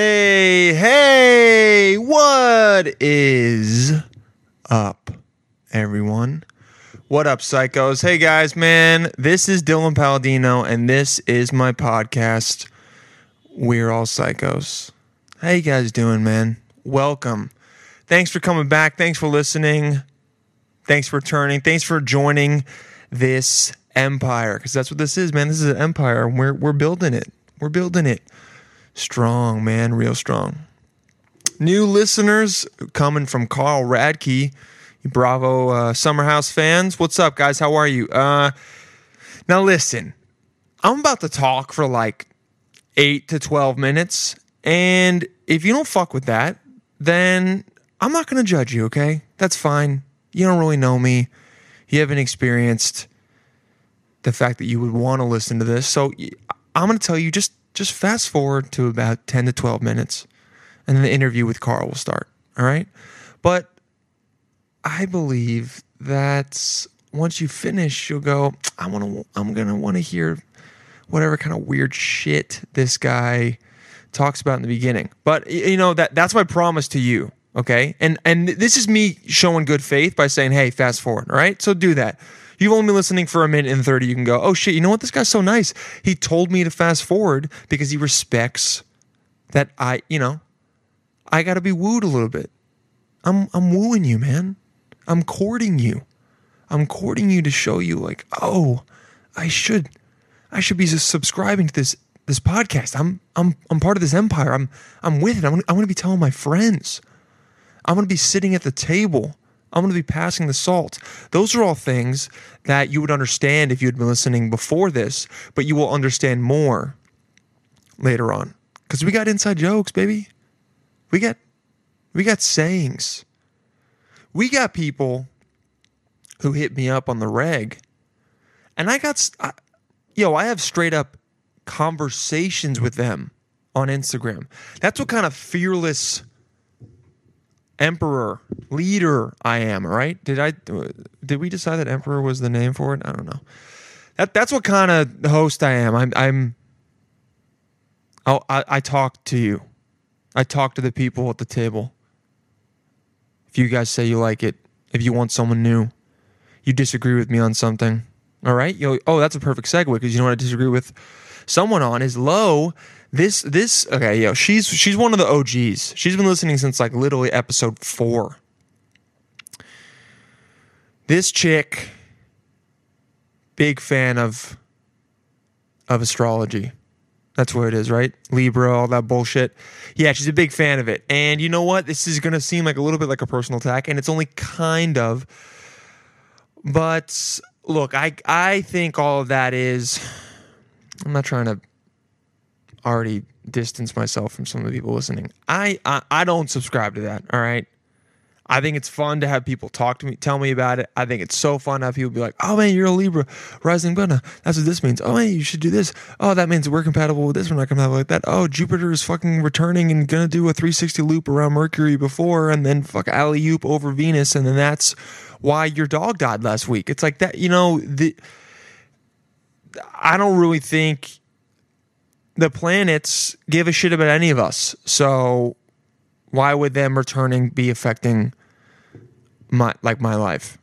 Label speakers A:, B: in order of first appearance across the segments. A: Hey, hey, what is up, everyone? What up, psychos? Hey, guys, man, this is Dylan Palladino, and this is my podcast, We're All Psychos. How you guys doing, man? Welcome. Thanks for coming back. Thanks for listening. Thanks for turning. Thanks for joining this empire, because that's what this is, man. This is an empire, and we're, we're building it. We're building it strong, man, real strong. New listeners coming from Carl Radke, you Bravo uh, Summerhouse fans. What's up, guys? How are you? Uh, now, listen, I'm about to talk for like eight to 12 minutes. And if you don't fuck with that, then I'm not going to judge you, okay? That's fine. You don't really know me. You haven't experienced the fact that you would want to listen to this. So y- I'm going to tell you just just fast forward to about 10 to 12 minutes and then the interview with Carl will start, all right? But I believe that once you finish, you'll go, I want to I'm going to want to hear whatever kind of weird shit this guy talks about in the beginning. But y- you know that that's my promise to you, okay? And and this is me showing good faith by saying, "Hey, fast forward." All right? So do that. You've only been listening for a minute and 30, you can go, "Oh shit, you know what? This guy's so nice. He told me to fast forward because he respects that I, you know, I got to be wooed a little bit. I'm I'm wooing you, man. I'm courting you. I'm courting you to show you like, oh, I should I should be just subscribing to this this podcast. I'm I'm I'm part of this empire. I'm I'm with it. I'm gonna, I'm gonna be telling my friends. I'm gonna be sitting at the table. I'm gonna be passing the salt. Those are all things that you would understand if you had been listening before this, but you will understand more later on. Cause we got inside jokes, baby. We got we got sayings. We got people who hit me up on the reg, and I got, st- I, yo, I have straight up conversations with them on Instagram. That's what kind of fearless emperor leader I am. All right, did I did we decide that emperor was the name for it? I don't know. That that's what kind of host I am. I'm I'm. I'll, I I talk to you. I talk to the people at the table. If you guys say you like it, if you want someone new, you disagree with me on something, all right? You'll, oh, that's a perfect segue because you know what I disagree with someone on is low. This this okay, yo, she's she's one of the OGs. She's been listening since like literally episode four. This chick, big fan of of astrology. That's where it is, right? Libra, all that bullshit. Yeah, she's a big fan of it. And you know what? This is going to seem like a little bit like a personal attack, and it's only kind of. But look, I I think all of that is. I'm not trying to already distance myself from some of the people listening. I I, I don't subscribe to that. All right. I think it's fun to have people talk to me, tell me about it. I think it's so fun to have people be like, "Oh man, you're a Libra, rising Buddha. That's what this means. Oh man, you should do this. Oh, that means we're compatible with this. We're not compatible with that. Oh, Jupiter is fucking returning and gonna do a 360 loop around Mercury before, and then fuck alley oop over Venus, and then that's why your dog died last week. It's like that, you know. The I don't really think the planets give a shit about any of us, so why would them returning be affecting? my like my life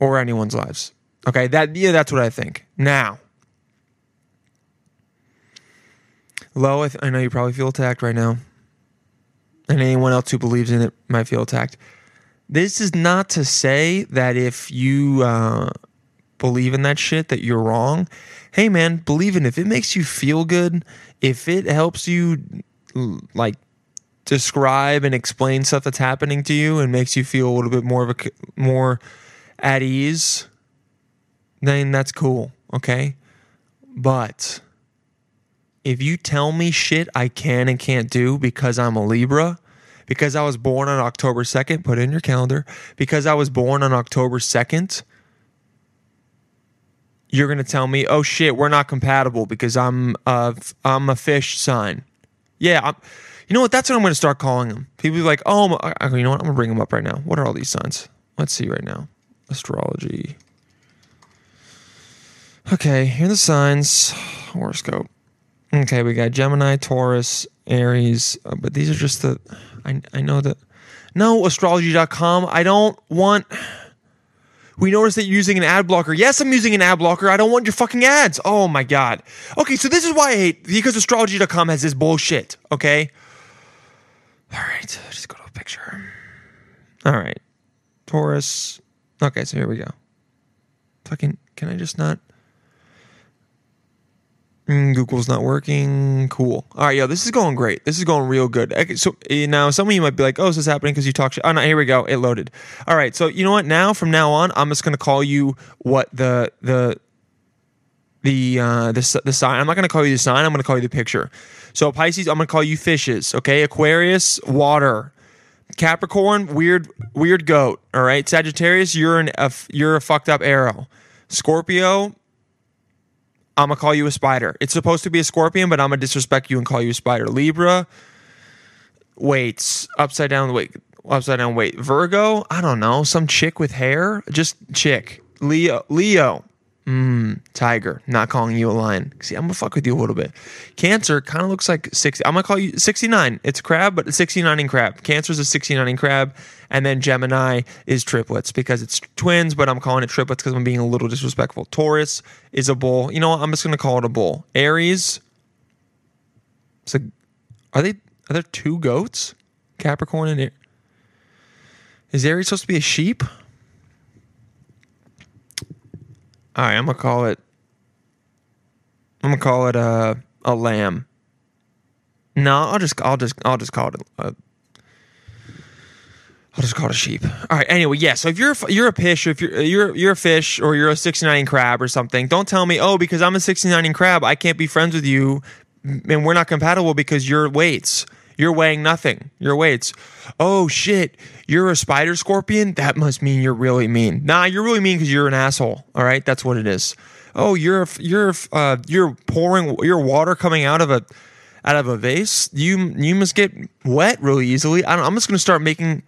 A: or anyone's lives. Okay, that yeah, that's what I think. Now, Lo, I, th- I know you probably feel attacked right now, and anyone else who believes in it might feel attacked. This is not to say that if you uh, believe in that shit that you're wrong. Hey, man, believe in it. if it makes you feel good, if it helps you l- like describe and explain stuff that's happening to you and makes you feel a little bit more of a c- more at ease then that's cool okay but if you tell me shit i can and can't do because i'm a libra because i was born on october 2nd put it in your calendar because i was born on october 2nd you're going to tell me oh shit we're not compatible because i'm a, f- i'm a fish sign yeah, I'm, you know what? That's what I'm going to start calling them. People be like, oh, my, I- I- you know what? I'm going to bring them up right now. What are all these signs? Let's see right now. Astrology. Okay, here are the signs. Horoscope. Okay, we got Gemini, Taurus, Aries, uh, but these are just the. I, I know that. No, astrology.com. I don't want. We noticed that you're using an ad blocker. Yes, I'm using an ad blocker. I don't want your fucking ads. Oh my God. Okay, so this is why I hate because astrology.com has this bullshit. Okay. All right, just go to a picture. All right, Taurus. Okay, so here we go. Fucking, can I just not? Mm, Google's not working. Cool. All right, yo, this is going great. This is going real good. Okay, So eh, now some of you might be like, "Oh, is this happening because you talk shit?" Oh no, here we go. It loaded. All right, so you know what? Now from now on, I'm just gonna call you what the the the uh the s- the sign. I'm not gonna call you the sign. I'm gonna call you the picture. So Pisces, I'm gonna call you fishes. Okay, Aquarius, water. Capricorn, weird, weird goat. All right, Sagittarius, you're an a, f- you're a fucked up arrow. Scorpio, I'm gonna call you a spider. It's supposed to be a scorpion, but I'm gonna disrespect you and call you a spider. Libra, weights upside down weight, upside down weight. Virgo, I don't know, some chick with hair, just chick. Leo, Leo, mm, tiger. Not calling you a lion. See, I'm gonna fuck with you a little bit. Cancer kind of looks like 60. I'm gonna call you 69. It's crab, but it's 69 in crab. Cancer's a 69 in crab, and then Gemini is triplets because it's twins, but I'm calling it triplets because I'm being a little disrespectful. Taurus is a bull. You know what? I'm just gonna call it a bull. Aries. So, are they are there two goats? Capricorn and Aries. Is Aries supposed to be a sheep? All right, I'm gonna call it. I'm gonna call it a a lamb. No, I'll just I'll just I'll just call it. A, a, I'll just call it a sheep. All right. Anyway, yeah. So if you're a f- you're a fish, if you're you're you're a fish or you're a 69 crab or something, don't tell me oh because I'm a 69 crab I can't be friends with you and we're not compatible because you're weights. You're weighing nothing. Your weights. Oh shit! You're a spider scorpion. That must mean you're really mean. Nah, you're really mean because you're an asshole. All right, that's what it is. Oh, you're a f- you're a f- uh, you're pouring your water coming out of a out of a vase. You you must get wet really easily. I don't, I'm just gonna start making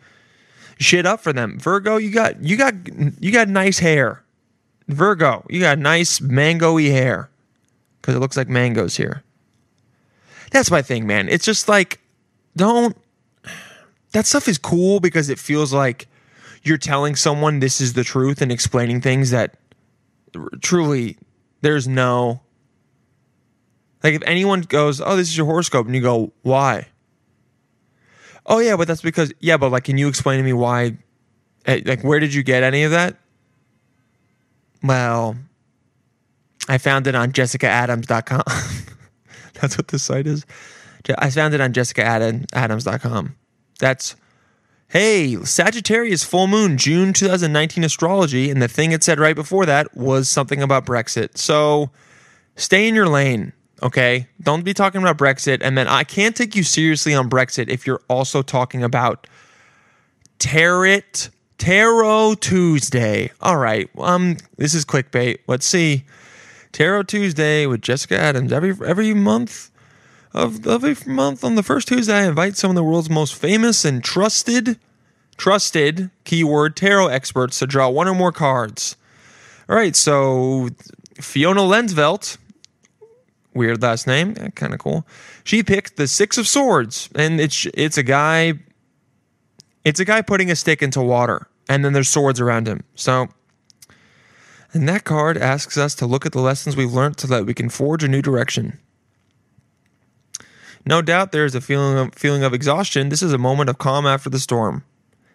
A: shit up for them. Virgo, you got you got you got nice hair. Virgo, you got nice mangoey hair because it looks like mangoes here. That's my thing, man. It's just like don't that stuff is cool because it feels like you're telling someone this is the truth and explaining things that r- truly there's no like if anyone goes, "Oh, this is your horoscope," and you go, "Why?" Oh yeah, but that's because yeah, but like, can you explain to me why? eh, Like, where did you get any of that? Well, I found it on JessicaAdams.com. that's what this site is. Je- I found it on JessicaAdams.com. That's hey Sagittarius full moon June 2019 astrology, and the thing it said right before that was something about Brexit. So stay in your lane okay don't be talking about brexit and then i can't take you seriously on brexit if you're also talking about tarot tarot tuesday all right um this is clickbait let's see tarot tuesday with jessica adams every every month of every month on the first tuesday i invite some of the world's most famous and trusted trusted keyword tarot experts to draw one or more cards all right so fiona lensvelt weird last name, kind of cool. She picked the Six of Swords, and it's it's a guy, it's a guy putting a stick into water, and then there's swords around him. So, and that card asks us to look at the lessons we've learned so that we can forge a new direction. No doubt, there is a feeling of, feeling of exhaustion. This is a moment of calm after the storm.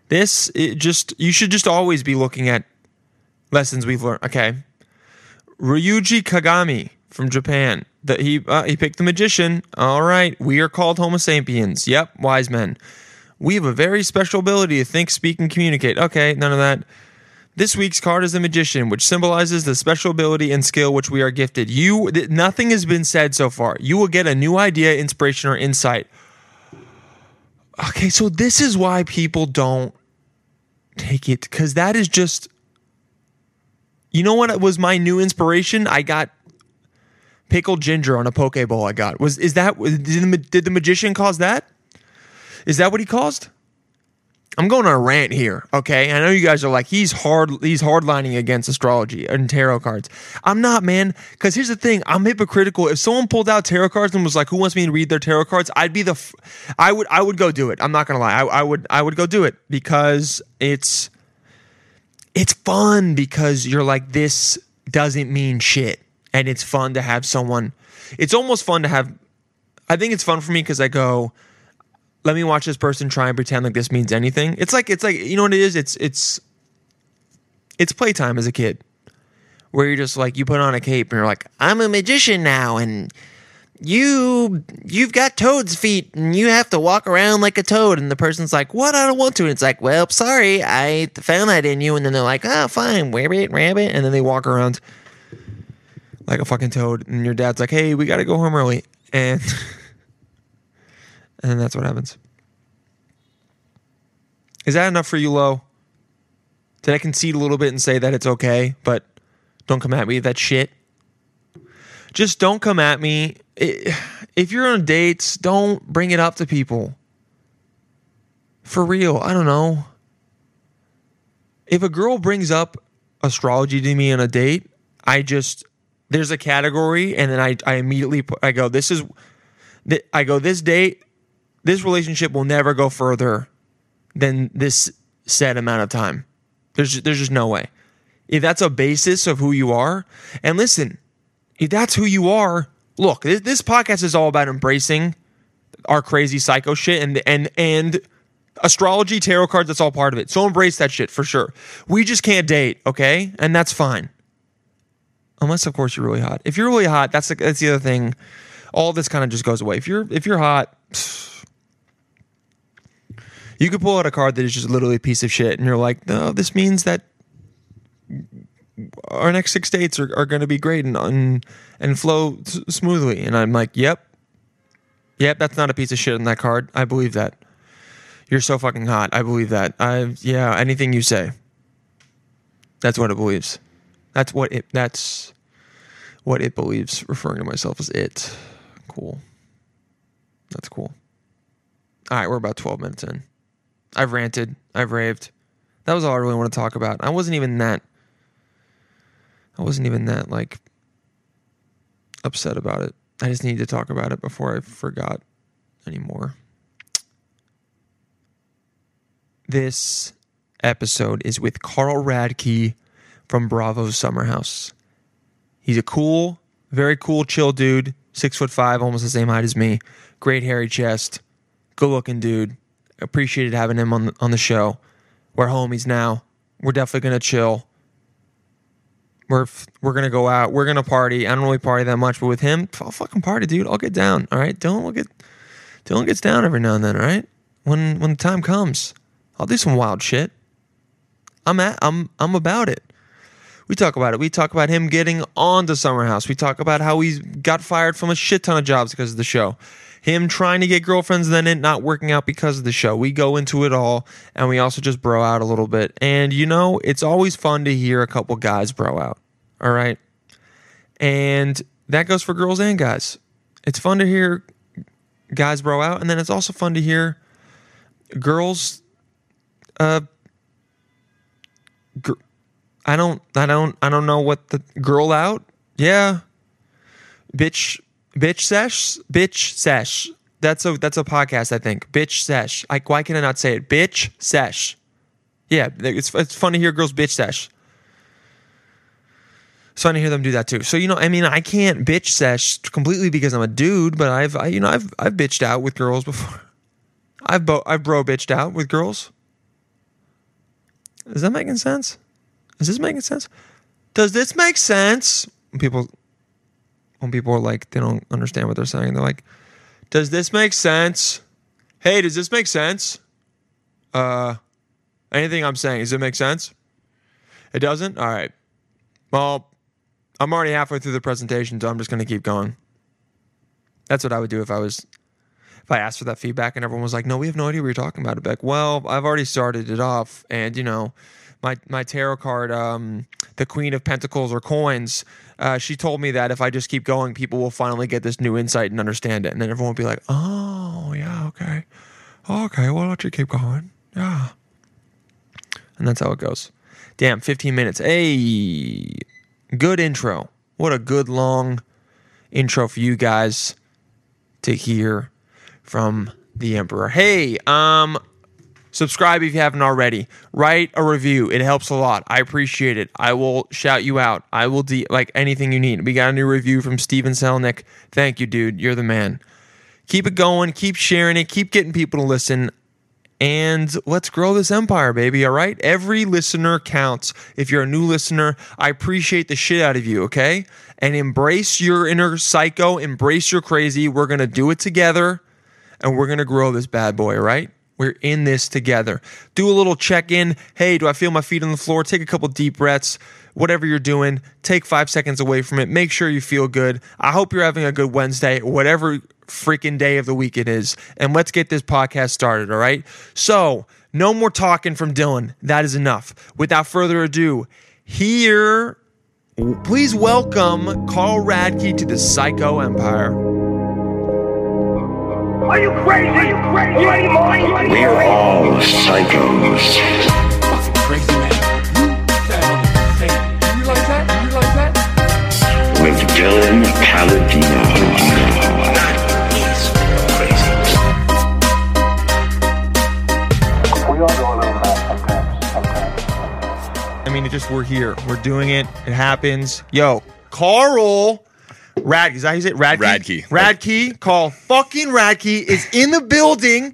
A: This it just you should just always be looking at lessons we've learned. Okay, Ryuji Kagami from Japan. The, he uh, he picked the magician. All right, we are called Homo sapiens. Yep, wise men. We have a very special ability to think, speak, and communicate. Okay, none of that. This week's card is the magician, which symbolizes the special ability and skill which we are gifted. You th- nothing has been said so far. You will get a new idea, inspiration, or insight. Okay, so this is why people don't take it because that is just you know what was my new inspiration? I got pickled ginger on a pokeball. I got was is that did the, did the magician cause that? Is that what he caused? I'm going on a rant here, okay? I know you guys are like he's hard he's hardlining against astrology and tarot cards. I'm not, man, cuz here's the thing, I'm hypocritical. If someone pulled out tarot cards and was like, "Who wants me to read their tarot cards?" I'd be the f- I would I would go do it. I'm not going to lie. I, I would I would go do it because it's it's fun because you're like this doesn't mean shit and it's fun to have someone it's almost fun to have I think it's fun for me cuz I go let me watch this person try and pretend like this means anything. It's like it's like you know what it is? It's it's it's playtime as a kid. Where you're just like you put on a cape and you're like, I'm a magician now and you you've got toad's feet and you have to walk around like a toad and the person's like, What I don't want to and it's like, Well, sorry, I found that in you and then they're like, Oh fine, rabbit, rabbit and then they walk around like a fucking toad and your dad's like, Hey, we gotta go home early and and that's what happens. Is that enough for you, Lo? Did I concede a little bit and say that it's okay, but don't come at me with that shit? Just don't come at me. I- If you're on dates, don't bring it up to people. For real, I don't know. If a girl brings up astrology to me on a date, I just there's a category and then I I immediately put, I go this is th- I go this date this relationship will never go further than this set amount of time. There's ju- there's just no way. If that's a basis of who you are, and listen, if that's who you are, look, this, this podcast is all about embracing our crazy psycho shit and and and astrology, tarot cards. That's all part of it. So embrace that shit for sure. We just can't date, okay, and that's fine. Unless of course you're really hot. If you're really hot, that's the, that's the other thing. All this kind of just goes away. If you're if you're hot, you could pull out a card that is just literally a piece of shit, and you're like, no, this means that our next six dates are, are going to be great and and, and flow s- smoothly. And I'm like, yep, yep, that's not a piece of shit on that card. I believe that. You're so fucking hot. I believe that. I yeah, anything you say. That's what it believes. That's what it. That's what it believes. Referring to myself as it. Cool. That's cool. All right, we're about 12 minutes in. I've ranted. I've raved. That was all I really want to talk about. I wasn't even that. I wasn't even that like upset about it. I just needed to talk about it before I forgot anymore. This episode is with Carl Radke from Bravo's Summer House. He's a cool, very cool, chill dude. Six foot five, almost the same height as me. Great hairy chest. Good looking dude. Appreciated having him on the, on the show. We're homies now. We're definitely gonna chill. We're f- we're gonna go out. We're gonna party. I don't really party that much, but with him, I'll fucking party, dude. I'll get down. All right. Dylan will get Dylan gets down every now and then. All right. When when the time comes, I'll do some wild shit. I'm at I'm I'm about it. We talk about it. We talk about him getting onto Summer House. We talk about how he got fired from a shit ton of jobs because of the show. Him trying to get girlfriends and then it not working out because of the show. We go into it all and we also just bro out a little bit. And you know, it's always fun to hear a couple guys bro out. All right. And that goes for girls and guys. It's fun to hear guys bro out. And then it's also fun to hear girls uh gr- I don't I don't I don't know what the girl out. Yeah. Bitch bitch sesh bitch sesh. That's a that's a podcast I think. Bitch sesh. Like why can I not say it? Bitch sesh. Yeah, it's it's fun to hear girls bitch sesh. It's fun to hear them do that too. So you know, I mean, I can't bitch sesh completely because I'm a dude, but I've I, you know I've I've bitched out with girls before. I've bo- I've bro bitched out with girls. Is that making sense? Is this making sense? Does this make sense? When people when people are like they don't understand what they're saying, they're like, Does this make sense? Hey, does this make sense? Uh anything I'm saying, does it make sense? It doesn't? All right. Well, I'm already halfway through the presentation, so I'm just gonna keep going. That's what I would do if I was if I asked for that feedback and everyone was like, "No, we have no idea what you're talking about." I'd be like, "Well, I've already started it off, and you know, my my tarot card, um, the Queen of Pentacles or coins, uh, she told me that if I just keep going, people will finally get this new insight and understand it, and then everyone would be like, "Oh, yeah, okay, okay, well, I'll let you keep going, yeah." And that's how it goes. Damn, 15 minutes. Hey, good intro. What a good long intro for you guys to hear from the Emperor. Hey, um, subscribe if you haven't already. Write a review. It helps a lot. I appreciate it. I will shout you out. I will de- like anything you need. We got a new review from Steven Selnick. Thank you, dude. You're the man. Keep it going. Keep sharing it. Keep getting people to listen. And let's grow this empire, baby. All right. Every listener counts. If you're a new listener, I appreciate the shit out of you. Okay. And embrace your inner psycho, embrace your crazy. We're going to do it together and we're going to grow this bad boy, right? We're in this together. Do a little check in. Hey, do I feel my feet on the floor? Take a couple deep breaths. Whatever you're doing, take five seconds away from it. Make sure you feel good. I hope you're having a good Wednesday, whatever freaking day of the week it is. And let's get this podcast started, all right? So, no more talking from Dylan. That is enough. Without further ado, here, please welcome Carl Radke to the Psycho Empire.
B: Are you crazy? Are you crazy? Are you mind?
C: We're all psychos.
D: crazy man. You sound insane. Do you like that? Do you like that?
C: with Dylan Paladino.
A: I mean, it just we're here. We're doing it. It happens. Yo, Carl Rad is that is it? Radke.
E: Radke.
A: Radke. Carl fucking Radke is in the building.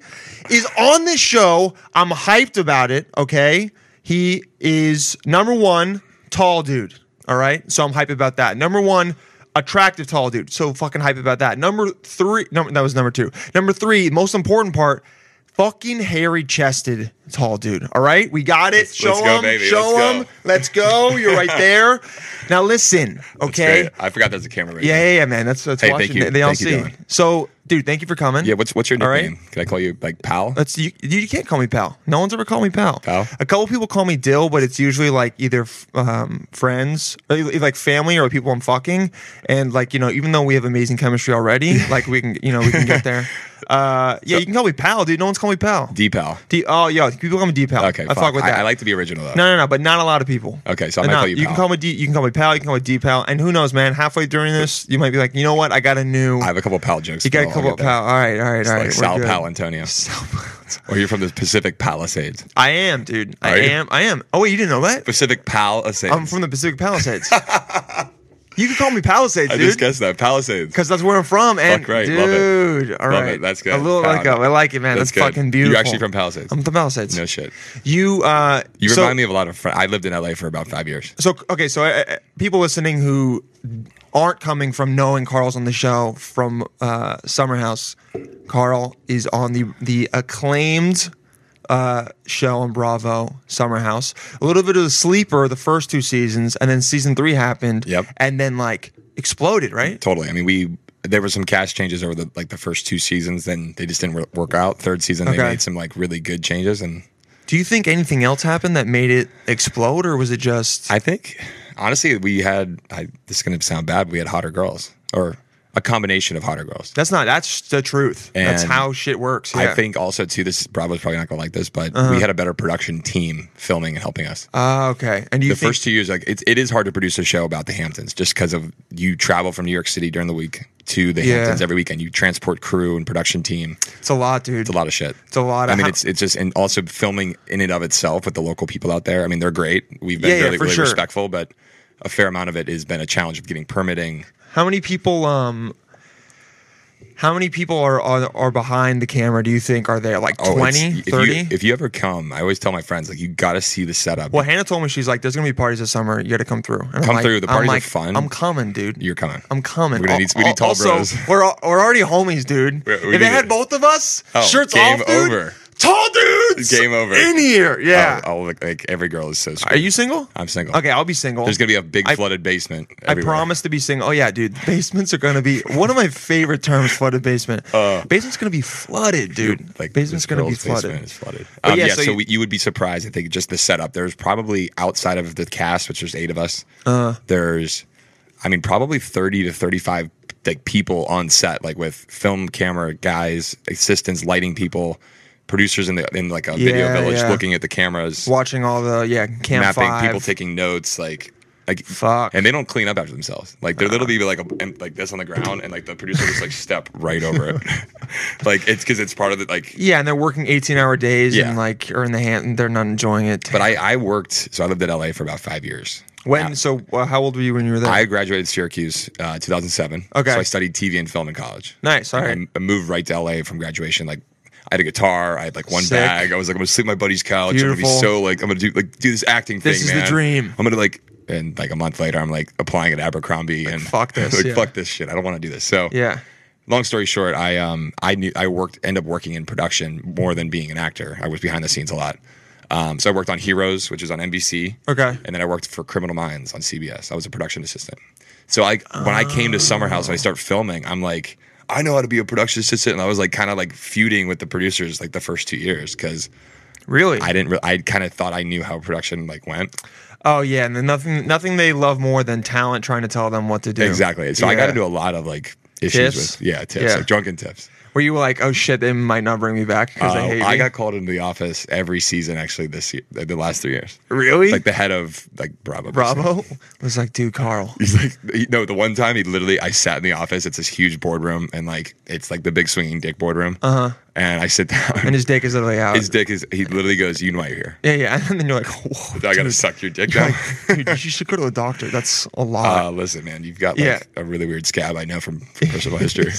A: Is on the show. I'm hyped about it. Okay. He is number one tall dude. All right. So I'm hype about that. Number one. Attractive tall dude, so fucking hype about that. Number three, number that was number two. Number three, most important part, fucking hairy chested tall dude. All right, we got it. show
E: let's go,
A: him,
E: baby.
A: show
E: Let's
A: him.
E: go.
A: Let's go. You're right there. Now listen, okay?
E: Great. I forgot there's a camera. Right
A: Yeah,
E: there.
A: yeah, yeah, man. That's that's
E: Hey, thank
A: watching.
E: you.
A: They, they all
E: Thank you,
A: see.
E: Dylan.
A: So, dude, thank you for coming.
E: Yeah. What's what's your
A: All right.
E: nickname? Can I call you like pal?
A: That's you, you. can't call me pal. No one's ever called me pal.
E: Pal?
A: A couple people call me Dill, but it's usually like either f- um, friends, or e- like family, or people I'm fucking. And like you know, even though we have amazing chemistry already, like we can you know we can get there. Uh, yeah, you can call me pal, dude. No one's called me pal.
E: D pal.
A: D- oh, yo, people call me D pal.
E: Okay.
A: I fuck with that.
E: I, like to be original though.
A: No, no, no, but not a lot of people.
E: Okay, so I might
A: Not-
E: call you
A: can
E: pal.
A: call me D, you can call me pal, you can call me D pal, and who knows, man? Halfway during this, you might be like, you know what? I got a new.
E: I have a couple pal jokes.
A: you got a
E: I'll
A: couple
E: get there.
A: pal. All right, all right, all right.
E: Like
A: we're
E: Sal
A: good.
E: Pal Antonio,
A: Sal Pal-
E: or you're from the Pacific Palisades.
A: I am, dude. I
E: Are you?
A: am. I am. Oh wait, you didn't know that?
E: Pacific Palisades.
A: I'm from the Pacific Palisades. you can call me Palisades,
E: I
A: dude.
E: just guessed that Palisades.
A: Because that's where I'm from, and
E: Fuck right, love it.
A: dude, all right,
E: Love it, that's good.
A: A little
E: Found
A: like a,
E: it.
A: I like it, man. That's,
E: good.
A: fucking beautiful.
E: You're actually from Palisades.
A: I'm from Palisades.
E: no shit.
A: You, uh,
E: You
A: so-
E: remind me of a lot of friends. I lived in LA for about five years.
A: So okay, so uh, uh, people listening who aren't coming from knowing Carl's on the show from uh, Summerhouse, Carl is on the the acclaimed uh, show on Bravo, Summerhouse. A little bit of a sleeper the first two seasons, and then season three happened.
E: Yep.
A: and then like exploded, right?
E: Totally. I mean, we there were some cast changes over the like the first two seasons. Then they just didn't wor- work out. Third season, they
A: Okay.
E: made some like really good changes, and
A: Do you think anything else happened that made it explode, or was it just?
E: I think honestly, we had I, this is going to sound bad. but We had hotter girls or a combination of hotter girls.
A: that's not. That's the truth. that's
E: And
A: how shit works.
E: I
A: yeah. Uh-huh.
E: think also too. This Bravo's probably not going to like this, but we had a better production team filming and helping us.
A: Ah, okay. And do you
E: the
A: think
E: first two years, like it's it is hard to produce a show about the Hamptons just because of you travel from New York City during the week to the
A: Yeah.
E: Hamptons every weekend. You transport crew and production team.
A: it's a lot, dude?
E: It's a lot of shit.
A: It's a lot. Of
E: I mean,
A: how-
E: it's it's just and also filming in and of itself with the local people out there. I mean, they're great. We've been
A: Yeah, yeah,
E: really
A: for
E: really
A: sure.
E: respectful, but a fair amount of it has been a challenge of getting permitting.
A: How many people um how many people are are, are behind the camera do you think are there like
E: Oh, it's-
A: 20,
E: if you-
A: 30?
E: If you, ever come, I always tell my friends like you got to see the setup.
A: well, Hannah told me she's like there's going to be parties this summer. You got to come through. And I'm
E: Come
A: like-
E: through. The
A: I'm
E: parties are
A: like,
E: fun.
A: I'm coming, dude.
E: You're coming.
A: I'm coming.
E: We're gonna
A: Al-
E: need- we need
A: al-
E: tall
A: also,
E: bros.
A: We're, al- we're already homies, dude.
E: We- we
A: if they
E: need
A: had
E: it.
A: both of us,
E: Oh,
A: shirts
E: game
A: off, dude.
E: over.
A: Tall dudes.
E: Game over.
A: In here. Yeah.
E: I'll, I'll, Oh, like, like every girl is so. Sweet.
A: Are you single?
E: I'm single.
A: Okay, I'll be single.
E: There's gonna be a big
A: I-
E: flooded basement.
A: I
E: everywhere.
A: promise to be single. Oh yeah, dude. Basements are gonna be one of my favorite terms. Flooded basement. Basement's gonna be flooded, dude.
E: Uh, Like
A: basement's
E: this
A: gonna be
E: girl's
A: flooded.
E: Basement is flooded.
A: But
E: Um,
A: yeah,
E: yeah,
A: so
E: so,
A: you-
E: we, you would be surprised. I think just the setup. There's probably outside of the cast, which there's eight of us.
A: Uh-huh.
E: there's, I mean, probably thirty to thirty-five like people on set, like with film camera guys, assistants, lighting people, producers in the in like a video
A: Yeah,
E: village
A: yeah.
E: looking at the cameras,
A: Watching all the yeah cam
E: mapping,
A: five.
E: people taking notes, like like
A: Fuck.
E: and they don't clean up after themselves. Like they're literally like a, and, like this on the ground, and like the producer just like step right over it. like it's because it's part of the like.
A: yeah, and they're working eighteen hour days
E: Yeah.
A: and like are in the hand. They're not enjoying it.
E: But I I worked so I lived in LA for about five years.
A: when so uh, how old were you when you were there?
E: I graduated Syracuse uh, 2007.
A: Okay.
E: so I studied TV and film in college.
A: nice. All
E: And I
A: right.
E: m- I moved right to LA from graduation. Like I had a guitar, I had like one
A: Sick.
E: bag. I was like, I'm gonna sleep on my buddy's couch. I'm
A: Beautiful.
E: gonna be so like I'm gonna do like do this acting
A: This
E: thing.
A: is the
E: man.
A: dream.
E: I'm gonna like and like a month later I'm like applying at Abercrombie and
A: fuck this,
E: like
A: yeah.
E: fuck this shit. I don't wanna do this. So
A: Yeah.
E: long story short, I um I knew I worked end up working in production more than being an actor. I was behind the scenes a lot. Um, so I worked on Heroes, which is on NBC.
A: Okay.
E: And then I worked for Criminal Minds on CBS. I was a production assistant. So I when I came to Summer House and I started filming, I'm like, I know how to be a production assistant. And I was like kind of like feuding with the producers like the first two years because
A: Really?
E: I didn't re- I kind of thought I knew how production like went.
A: oh yeah, and then nothing nothing they love more than talent trying to tell them what to do.
E: Exactly. So I
A: Yeah.
E: got into a lot of like issues
A: Tips?
E: with yeah, tips,
A: Yeah.
E: like drunken tips.
A: Were you like, oh shit, they might not bring me back because
E: Uh,
A: they hate
E: I
A: me?
E: got called into the office every season actually this year, the last three years.
A: really?
E: Like the head of like Bravo.
A: Bravo was like, dude, Carl.
E: He's like, he, no, the one time he literally, I sat in the office. It's this huge boardroom, and like, it's like the big swinging dick boardroom. Uh huh. And I sit down,
A: Uh-huh. And his dick is literally out.
E: his dick is, he literally goes, "You know why you're here?
A: yeah, yeah. And then you're like, whoa.
E: I gotta
A: dude.
E: suck your dick
A: You're
E: down."
A: like, dude, you should go to a doctor. That's a
E: Uh,
A: lot.
E: listen, man, you've got like
A: Yeah.
E: a really weird scab. I know from, from personal history.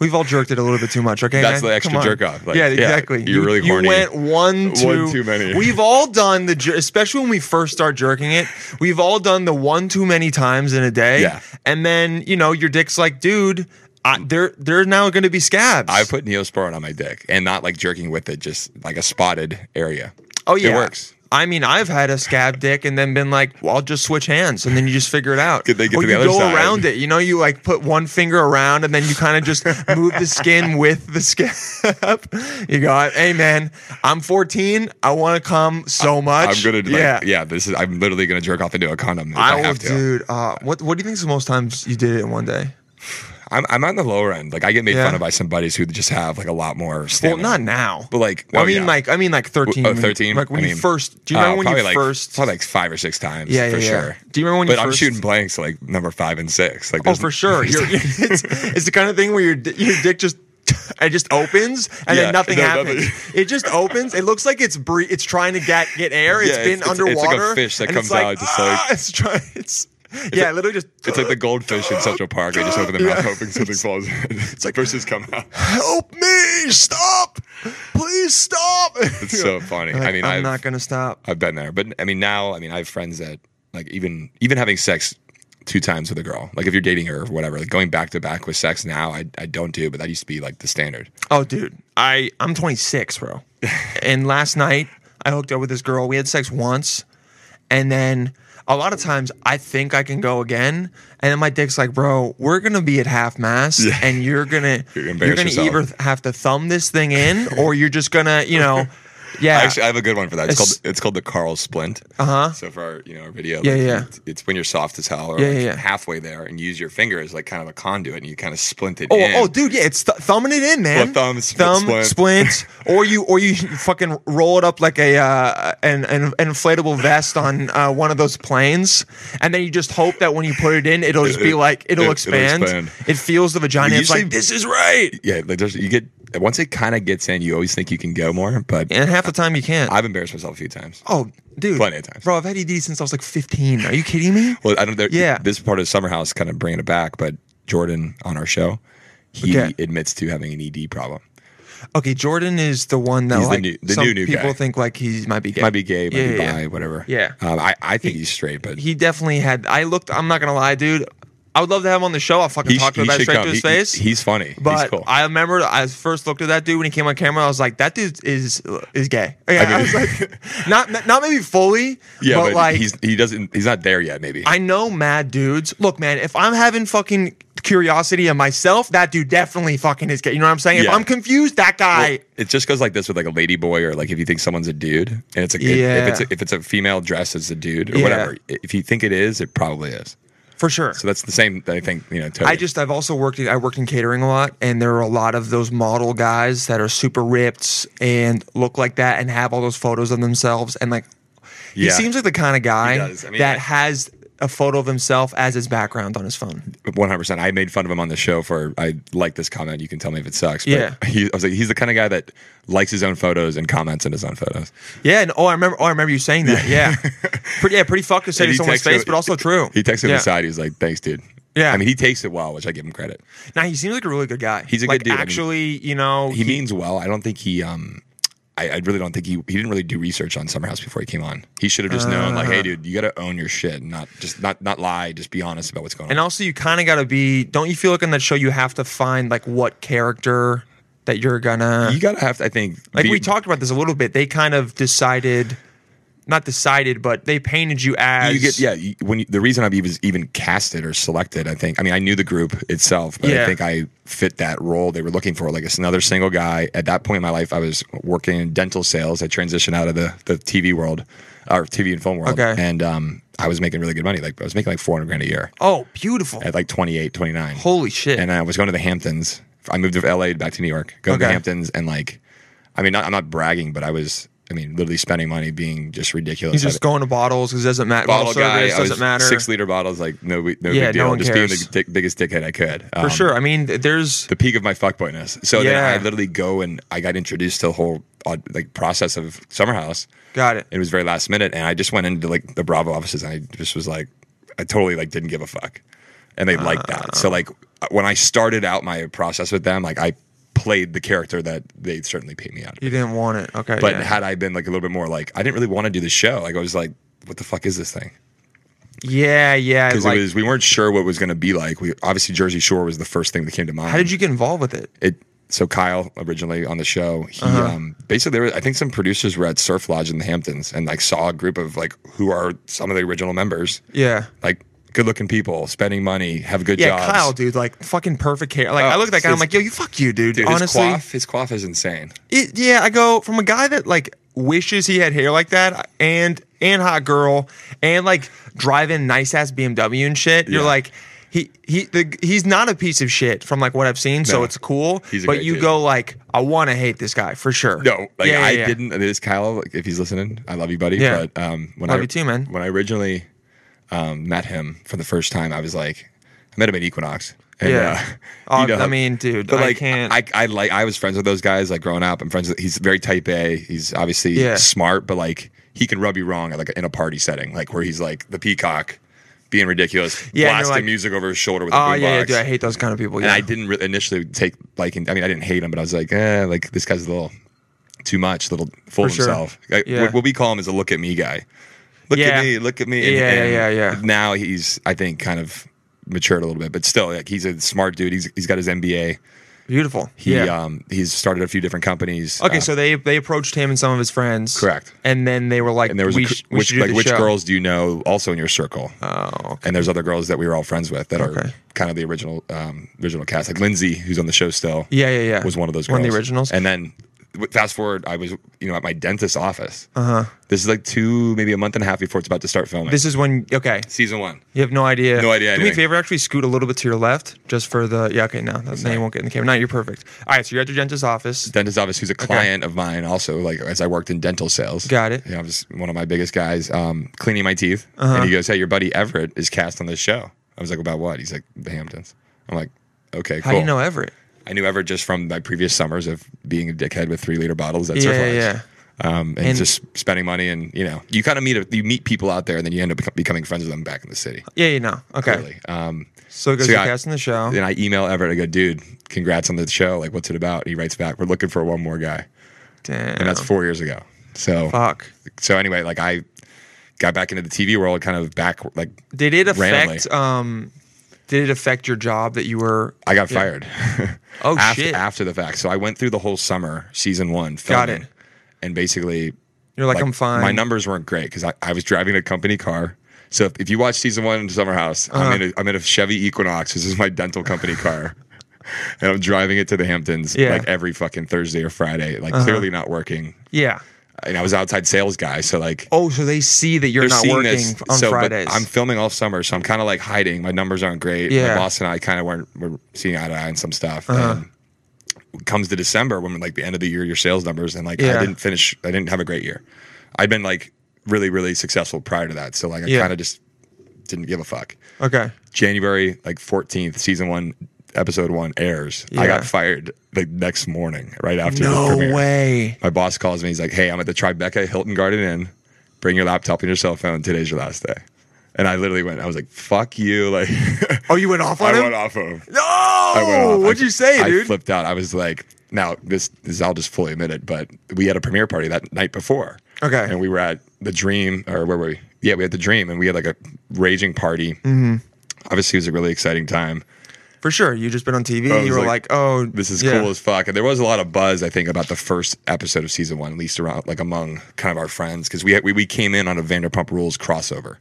A: We've all jerked it a little bit too much. Okay,
E: That's
A: man?
E: the extra
A: Come on.
E: jerk off, like,
A: yeah,
E: yeah,
A: exactly.
E: you're really
A: you
E: horny.
A: went one
E: One
A: too,
E: too many.
A: We've all done the, jer- especially when we first start jerking it. We've all done the one too many times in a day.
E: Yeah.
A: And then you know your dick's like, dude, I, they're they're now going to be scabs.
E: I put Neosporin on my dick, and not like jerking with it, just like a spotted area.
A: oh yeah,
E: it works.
A: I mean, I've had a scab dick and then been like, well, I'll just switch hands, and then you just figure it out.
E: Could they get
A: or
E: to the
A: you
E: other
A: go
E: side?
A: around it. You know, you like put one finger around, and then you kind of just move the skin with the scab. you go, hey man, I'm 14. I want to come so much.
E: I'm gonna, like, yeah, yeah. This is, I'm literally gonna jerk off into a condom if I,
A: I, will,
E: have to.
A: dude. Uh, what What do you think is the most times you did it in one day?
E: I'm, I'm on the lower end. Like I get made
A: Yeah.
E: fun of by some buddies who just have like a lot more.
A: Well,
E: Stamina.
A: not now,
E: But, like,
A: I
E: oh,
A: mean,
E: yeah.
A: like, I mean, like 13.
E: Oh,
A: when you-
E: 13?
A: Like when
E: I
A: you
E: mean,
A: first. Do you
E: oh,
A: remember when you
E: probably like,
A: first?
E: Probably like five or six times.
A: Yeah, yeah,
E: for
A: yeah.
E: sure.
A: Do you remember when you
E: But I'm
A: first-
E: shooting blanks like number five and six. Like
A: Oh,
E: there's-
A: for sure. You're, it's, it's the kind of thing where your di- your dick just it just opens and
E: Yeah,
A: then nothing
E: no,
A: happens.
E: nothing.
A: It just opens. It looks like it's bre- it's trying to get get air. It's
E: Yeah, it's-
A: been
E: it's- it's like a
A: underwater.
E: fish that
A: and
E: comes
A: it's like,
E: out, just like-
A: "Ah," it's trying. It's, yeah, it literally just.
E: It's like the goldfish in Central Park. They just open their mouth, hoping something falls. in. It's
A: like-
E: like versus come out.
A: help me! Stop! Please stop!
E: It's so funny.
A: Like,
E: I mean,
A: I'm
E: I've,
A: not gonna stop.
E: I've been there, but I mean now, I mean I have friends that like even even having sex two times with a girl, like if you're dating her or whatever, like going back to back with sex now, I I don't do, but that used to be like the standard.
A: Oh, dude, I I'm 26, bro. and last night I hooked up with this girl. We had sex once, and then a lot of times I think I can go again, and then my dick's like, bro, we're gonna be at half mass, and you're gonna you're
E: You're gonna
A: gonna,
E: embarrass yourself.
A: either have to thumb this thing in, or you're just gonna, you know, yeah.
E: Actually, I have a good one for that. It's,
A: It's- Uh-huh.
E: called it's called the Carl splint. Uh huh. So for our you know our video,
A: Yeah,
E: like,
A: yeah.
E: it- It's when you're soft as hell, or
A: Yeah,
E: like
A: yeah, yeah.
E: halfway there, and you use your finger as like kind of a conduit, and you kind of splint it.
A: Oh,
E: in.
A: oh, dude, yeah, it's th- thumbing it in, man.
E: Well, thumb, spl-
A: thumb,
E: splint.
A: splint, or you, or you fucking roll it up like a uh, an, an an inflatable vest on uh, one of those planes, and then you just hope that when you put it in, it'll just be like it'll,
E: it- it'll
A: expand.
E: expand.
A: It feels the vagina.
E: Well,
A: It's like
E: usually-
A: this is right,
E: Yeah, like there's you get once it kind of gets in, you always think you can go more, but
A: and half the time you can't.
E: I've embarrassed myself a few times.
A: oh, dude,
E: Plenty of times.
A: bro. I've had ED since I was like 15. Are you kidding me?
E: Well, I don't. there-
A: Yeah.
E: This part of Summer House kind of bringing it back, but Jordan on our show, he
A: Okay.
E: admits to having an ED problem.
A: Okay, Jordan is the one that
E: He's the
A: like
E: new- the
A: some
E: new- new
A: people
E: guy.
A: think like he might be gay.
E: Might be gay, might
A: Yeah,
E: be
A: yeah,
E: bi,
A: yeah.
E: whatever.
A: Yeah.
E: Um, I I think he's straight, but
A: he definitely had. I looked. I'm not gonna lie, dude. I would love to have him on the show. I'll fucking
E: he,
A: talk
E: sh-
A: to him
E: he
A: about it
E: should
A: straight
E: come.
A: to his
E: He-
A: face.
E: He's funny.
A: but
E: he's cool.
A: I remember I first looked at that dude when he came on camera. I was like, that dude is is gay. Yeah, I,
E: mean-
A: was like, not not maybe fully,
E: yeah,
A: but, like
E: he's he doesn't he's not there yet. Maybe
A: I know mad dudes. Look, man, if I'm having fucking curiosity in myself, that dude definitely fucking is gay. You know what I'm saying? If
E: Yeah.
A: I'm confused, that guy.
E: Well, it just goes like this with like a lady boy or like if you think someone's a dude and it's a
A: Yeah.
E: if it's a, if it's a female dressed as a dude or
A: Yeah.
E: whatever. If you think it is, it probably is.
A: for sure.
E: So that's the same. I think you know. Totally.
A: I just I've also worked in, I worked in catering a lot, and there are a lot of those model guys that are super ripped and look like that and have all those photos of themselves and like he
E: Yeah.
A: seems like the kind of guy
E: does. I mean,
A: that
E: I-
A: has a photo of himself as his background on his phone.
E: one hundred percent. I made fun of him on the show for I like this comment. You can tell me if it sucks. But
A: Yeah.
E: he, I was like, he's the kind of guy that likes his own photos and comments on his own photos.
A: Yeah, and oh I remember oh I remember you saying that. Yeah. pretty yeah, pretty fucked to say
E: And
A: to
E: he
A: someone's
E: texted
A: face,
E: him-
A: but also true.
E: He texted me
A: yeah.
E: aside. He's like, "Thanks, dude."
A: Yeah.
E: I mean, he takes it well, which I give him credit.
A: Now he seems like a really good guy.
E: He's a good
A: like,
E: dude. I mean,
A: Actually, you know,
E: He, means well. I don't think he. um I, I really don't think he. He didn't really do research on Summerhouse before he came on. He should have just known, like,
A: Uh.
E: "Hey, dude, you got to own your shit, and not just not not lie. Just be honest about what's going on."
A: And also, you kind of got to be. Don't you feel like in that show you have to find like what character that you're gonna
E: you gotta have to. I think
A: like?
E: be-
A: we talked about this a little bit. They kind of decided, not decided, but they painted you as
E: you get yeah you, when you, the reason i'm even even casted or selected i think i mean i knew the group itself but
A: Yeah.
E: i think i fit that role they were looking for like it's another single guy at that point in my life i was working in dental sales i transitioned out of the, the tv world or tv and film world
A: Okay.
E: and um, i was making really good money like i was making like 400 grand a year
A: Oh, beautiful!
E: at like 28 29
A: Holy shit!
E: and I was going to the Hamptons. I moved to LA back to New York, going to
A: Okay.
E: the Hamptons, and like, I mean, not, I'm not bragging, but I was, I mean, literally spending money being just ridiculous.
A: He's just
E: I-
A: going to bottles because it doesn't matter.
E: bottle guy,
A: service
E: I was
A: doesn't matter
E: six liter bottles, like no, big- no
A: Yeah,
E: big
A: no
E: deal.
A: one
E: just
A: cares.
E: being the dick, biggest dickhead I could
A: for
E: Um,
A: sure. I mean, th- there's
E: The peak of my fuckboyness. So
A: Yeah.
E: then I literally go and I got introduced to the whole uh, like process of Summer House.
A: got it.
E: It was very last minute, and I just went into like the Bravo offices, and I just was like, I totally like didn't give a fuck, and they liked that.
A: Ah.
E: So like when I started out my process with them, like I played the character that they certainly paid me out.
A: You didn't want it, okay?
E: But
A: yeah.
E: had I been like a little bit more like I didn't really want to do the show. Like I was like, what the fuck is this thing?
A: yeah, yeah.
E: Because
A: like,
E: it was we weren't sure what it was going to be like. We obviously Jersey Shore was the first thing that came to mind.
A: how did you get involved with it?
E: it so Kyle originally on the show, he
A: Uh-huh.
E: um, basically there were, I think some producers were at Surf Lodge in the Hamptons and like saw a group of like who are some of the original members,
A: Yeah.
E: like good looking people, spending money, have good
A: Yeah,
E: jobs.
A: Kyle, dude, like fucking perfect hair. Like
E: Oh,
A: I look at that guy, I'm
E: his-
A: like, yo, you fuck you, dude.
E: Dude,
A: Honestly,
E: his quaff, his quaff is insane.
A: it, yeah, I go from a guy that like wishes he had hair like that and and hot girl and like driving nice ass BMW and shit. You're
E: Yeah.
A: like he he the, he's not a piece of shit from like what I've seen, so
E: No.
A: it's cool.
E: He's a
A: but
E: great
A: you
E: dude.
A: go like I want to hate this guy for sure.
E: No, like
A: Yeah, yeah,
E: I
A: yeah.
E: didn't. This Kyle, like, if he's listening, I love you, buddy.
A: Yeah.
E: But um, when
A: Love
E: I
A: you too, man.
E: When I originally um, met him for the first time, I was like, I met him at Equinox. And,
A: Yeah.
E: uh, you
A: Oh,
E: know
A: I
E: how-
A: mean, dude,
E: but
A: I
E: like,
A: can't-
E: I, I like. I was friends with those guys like growing up. I'm friends with. He's very type A. He's obviously
A: Yeah.
E: smart, but like he can rub you wrong like in a party setting, like where he's like the peacock, being ridiculous,
A: Yeah, and you're
E: blasting
A: like,
E: music over his shoulder with a
A: Oh
E: boombox.
A: yeah, yeah, dude, I hate those kind of people. Yeah.
E: And I didn't re- initially take liking. I mean, I didn't hate him, but I was like, eh, like this guy's a little too much, a little full of
A: sure.
E: himself. Like,
A: Yeah.
E: what, what we call him is a look at me guy. Look
A: Yeah.
E: at me, look at me. And-
A: Yeah,
E: and
A: yeah, yeah.
E: Now he's, I think, kind of matured a little bit, but still, like he's a smart dude. He's he's got his MBA.
A: Beautiful.
E: He
A: yeah.
E: um he's started a few different companies.
A: okay,
E: Uh,
A: so they they approached him and some of his friends.
E: Correct.
A: And then they were like,
E: and there was
A: we,
E: a, cr-
A: sh- we
E: which
A: should do
E: like
A: the
E: which
A: show.
E: girls do you know also in your circle?
A: Oh, okay.
E: and there's other girls that we were all friends with that
A: Okay.
E: are kind of the original um, original cast. Like Lindsay, who's on the show still.
A: Yeah, yeah, yeah.
E: Was one of those girls.
A: One of the originals?
E: And then w- fast forward, I was you know at my dentist's office. Uh huh. This is like two, maybe a month and a half before it's about to start filming.
A: Uh-huh. This is when okay.
E: season one.
A: You have no idea.
E: No idea
A: Do me a
E: anything.
A: favor, actually scoot a little bit to your left, just for the yeah. Okay, no, that's, now you won't get in the camera. No, you're perfect. All right, so you're at your dentist's office.
E: Dentist office, who's a client of mine, also like as I worked in dental sales.
A: Got it. Uh-huh.
E: Yeah, I was one of my biggest guys um, cleaning my teeth, and he goes, "Hey, your buddy Everett is cast on this show." I was like, "About what?" He's like, "The Hamptons." I'm like, "Okay, cool."
A: How do you know Everett?
E: I knew Everett just from my previous summers of being a dickhead with three liter bottles at
A: Yeah,
E: Surf
A: yeah,
E: Lodge.
A: yeah.
E: Um, and,
A: And-
E: just spending money and you know you kind of meet a, you meet people out there and then you end up beco- becoming friends with them back in the city.
A: Yeah, you know. Okay, Oh.
E: Really. Um,
A: so it goes
E: So,
A: to
E: yeah,
A: casting the show.
E: then I email Everett. I go, dude, congrats on the show. Like, what's it about? He writes back, we're looking for one more guy,
A: Damn.
E: and that's four years ago. So
A: fuck.
E: so anyway, like I got back into the TV world, kind of back like
A: Did it
E: randomly.
A: affect? Um, did it affect your job that you were?
E: I got
A: Yeah.
E: fired.
A: Oh
E: after,
A: shit!
E: After the fact, so I went through the whole summer, season one,
A: Got
E: filming,
A: it.
E: and basically
A: You're like, I'm fine.
E: My numbers weren't great because I, I was driving a company car. So if, if you watch season one, Summer House,
A: Uh-huh.
E: I'm in a, I'm in a Chevy Equinox. This is my dental company car, and I'm driving it to the Hamptons
A: Yeah. Uh-huh.
E: like every fucking Thursday or Friday. Like clearly not working.
A: Yeah.
E: and I was outside sales guy, so like
A: Oh, so they see that you're
E: they're
A: not
E: seeing
A: working
E: this.
A: on
E: so, but
A: Fridays.
E: I'm filming all summer, so I'm kind of like hiding. My numbers aren't great.
A: Yeah. Uh-huh.
E: My boss and I kind of weren't were seeing eye to eye on some stuff. And comes to December when like the end of the year, your sales numbers, and like
A: Yeah.
E: I didn't finish. I didn't have a great year. I'd been like really really successful prior to that, so like I
A: Yeah.
E: kind of just didn't give a fuck.
A: okay.
E: January like 14th, season one, episode one airs.
A: Yeah.
E: I got fired the next morning, right after the
A: No
E: premiere.
A: way.
E: My boss calls me. He's like, "Hey, I'm at the Tribeca Hilton Garden Inn. Bring your laptop and your cell phone. Today's your last day." And I literally went. I was like, "Fuck you!" Like,
A: Oh, you went off on
E: I
A: him?
E: went off of. him.
A: No.
E: I went off.
A: Oh, What'd
E: I-
A: you say,
E: I
A: dude?
E: flipped out. I was like, "Now this, this I'll just fully admit it." But we had a premiere party that night before.
A: Okay.
E: And we were at the Dream, or where were we? Yeah, we had the Dream, and we had like a raging party.
A: Mm-hmm.
E: Obviously, it was a really exciting time.
A: For sure. You just been on TV.
E: I was
A: You were like,
E: like,
A: oh,
E: this is
A: yeah.
E: cool as fuck. And there was a lot of buzz, I think, about the first episode of season one, at least around like among kind of our friends, because we, had- we we came in on a Vanderpump Rules crossover,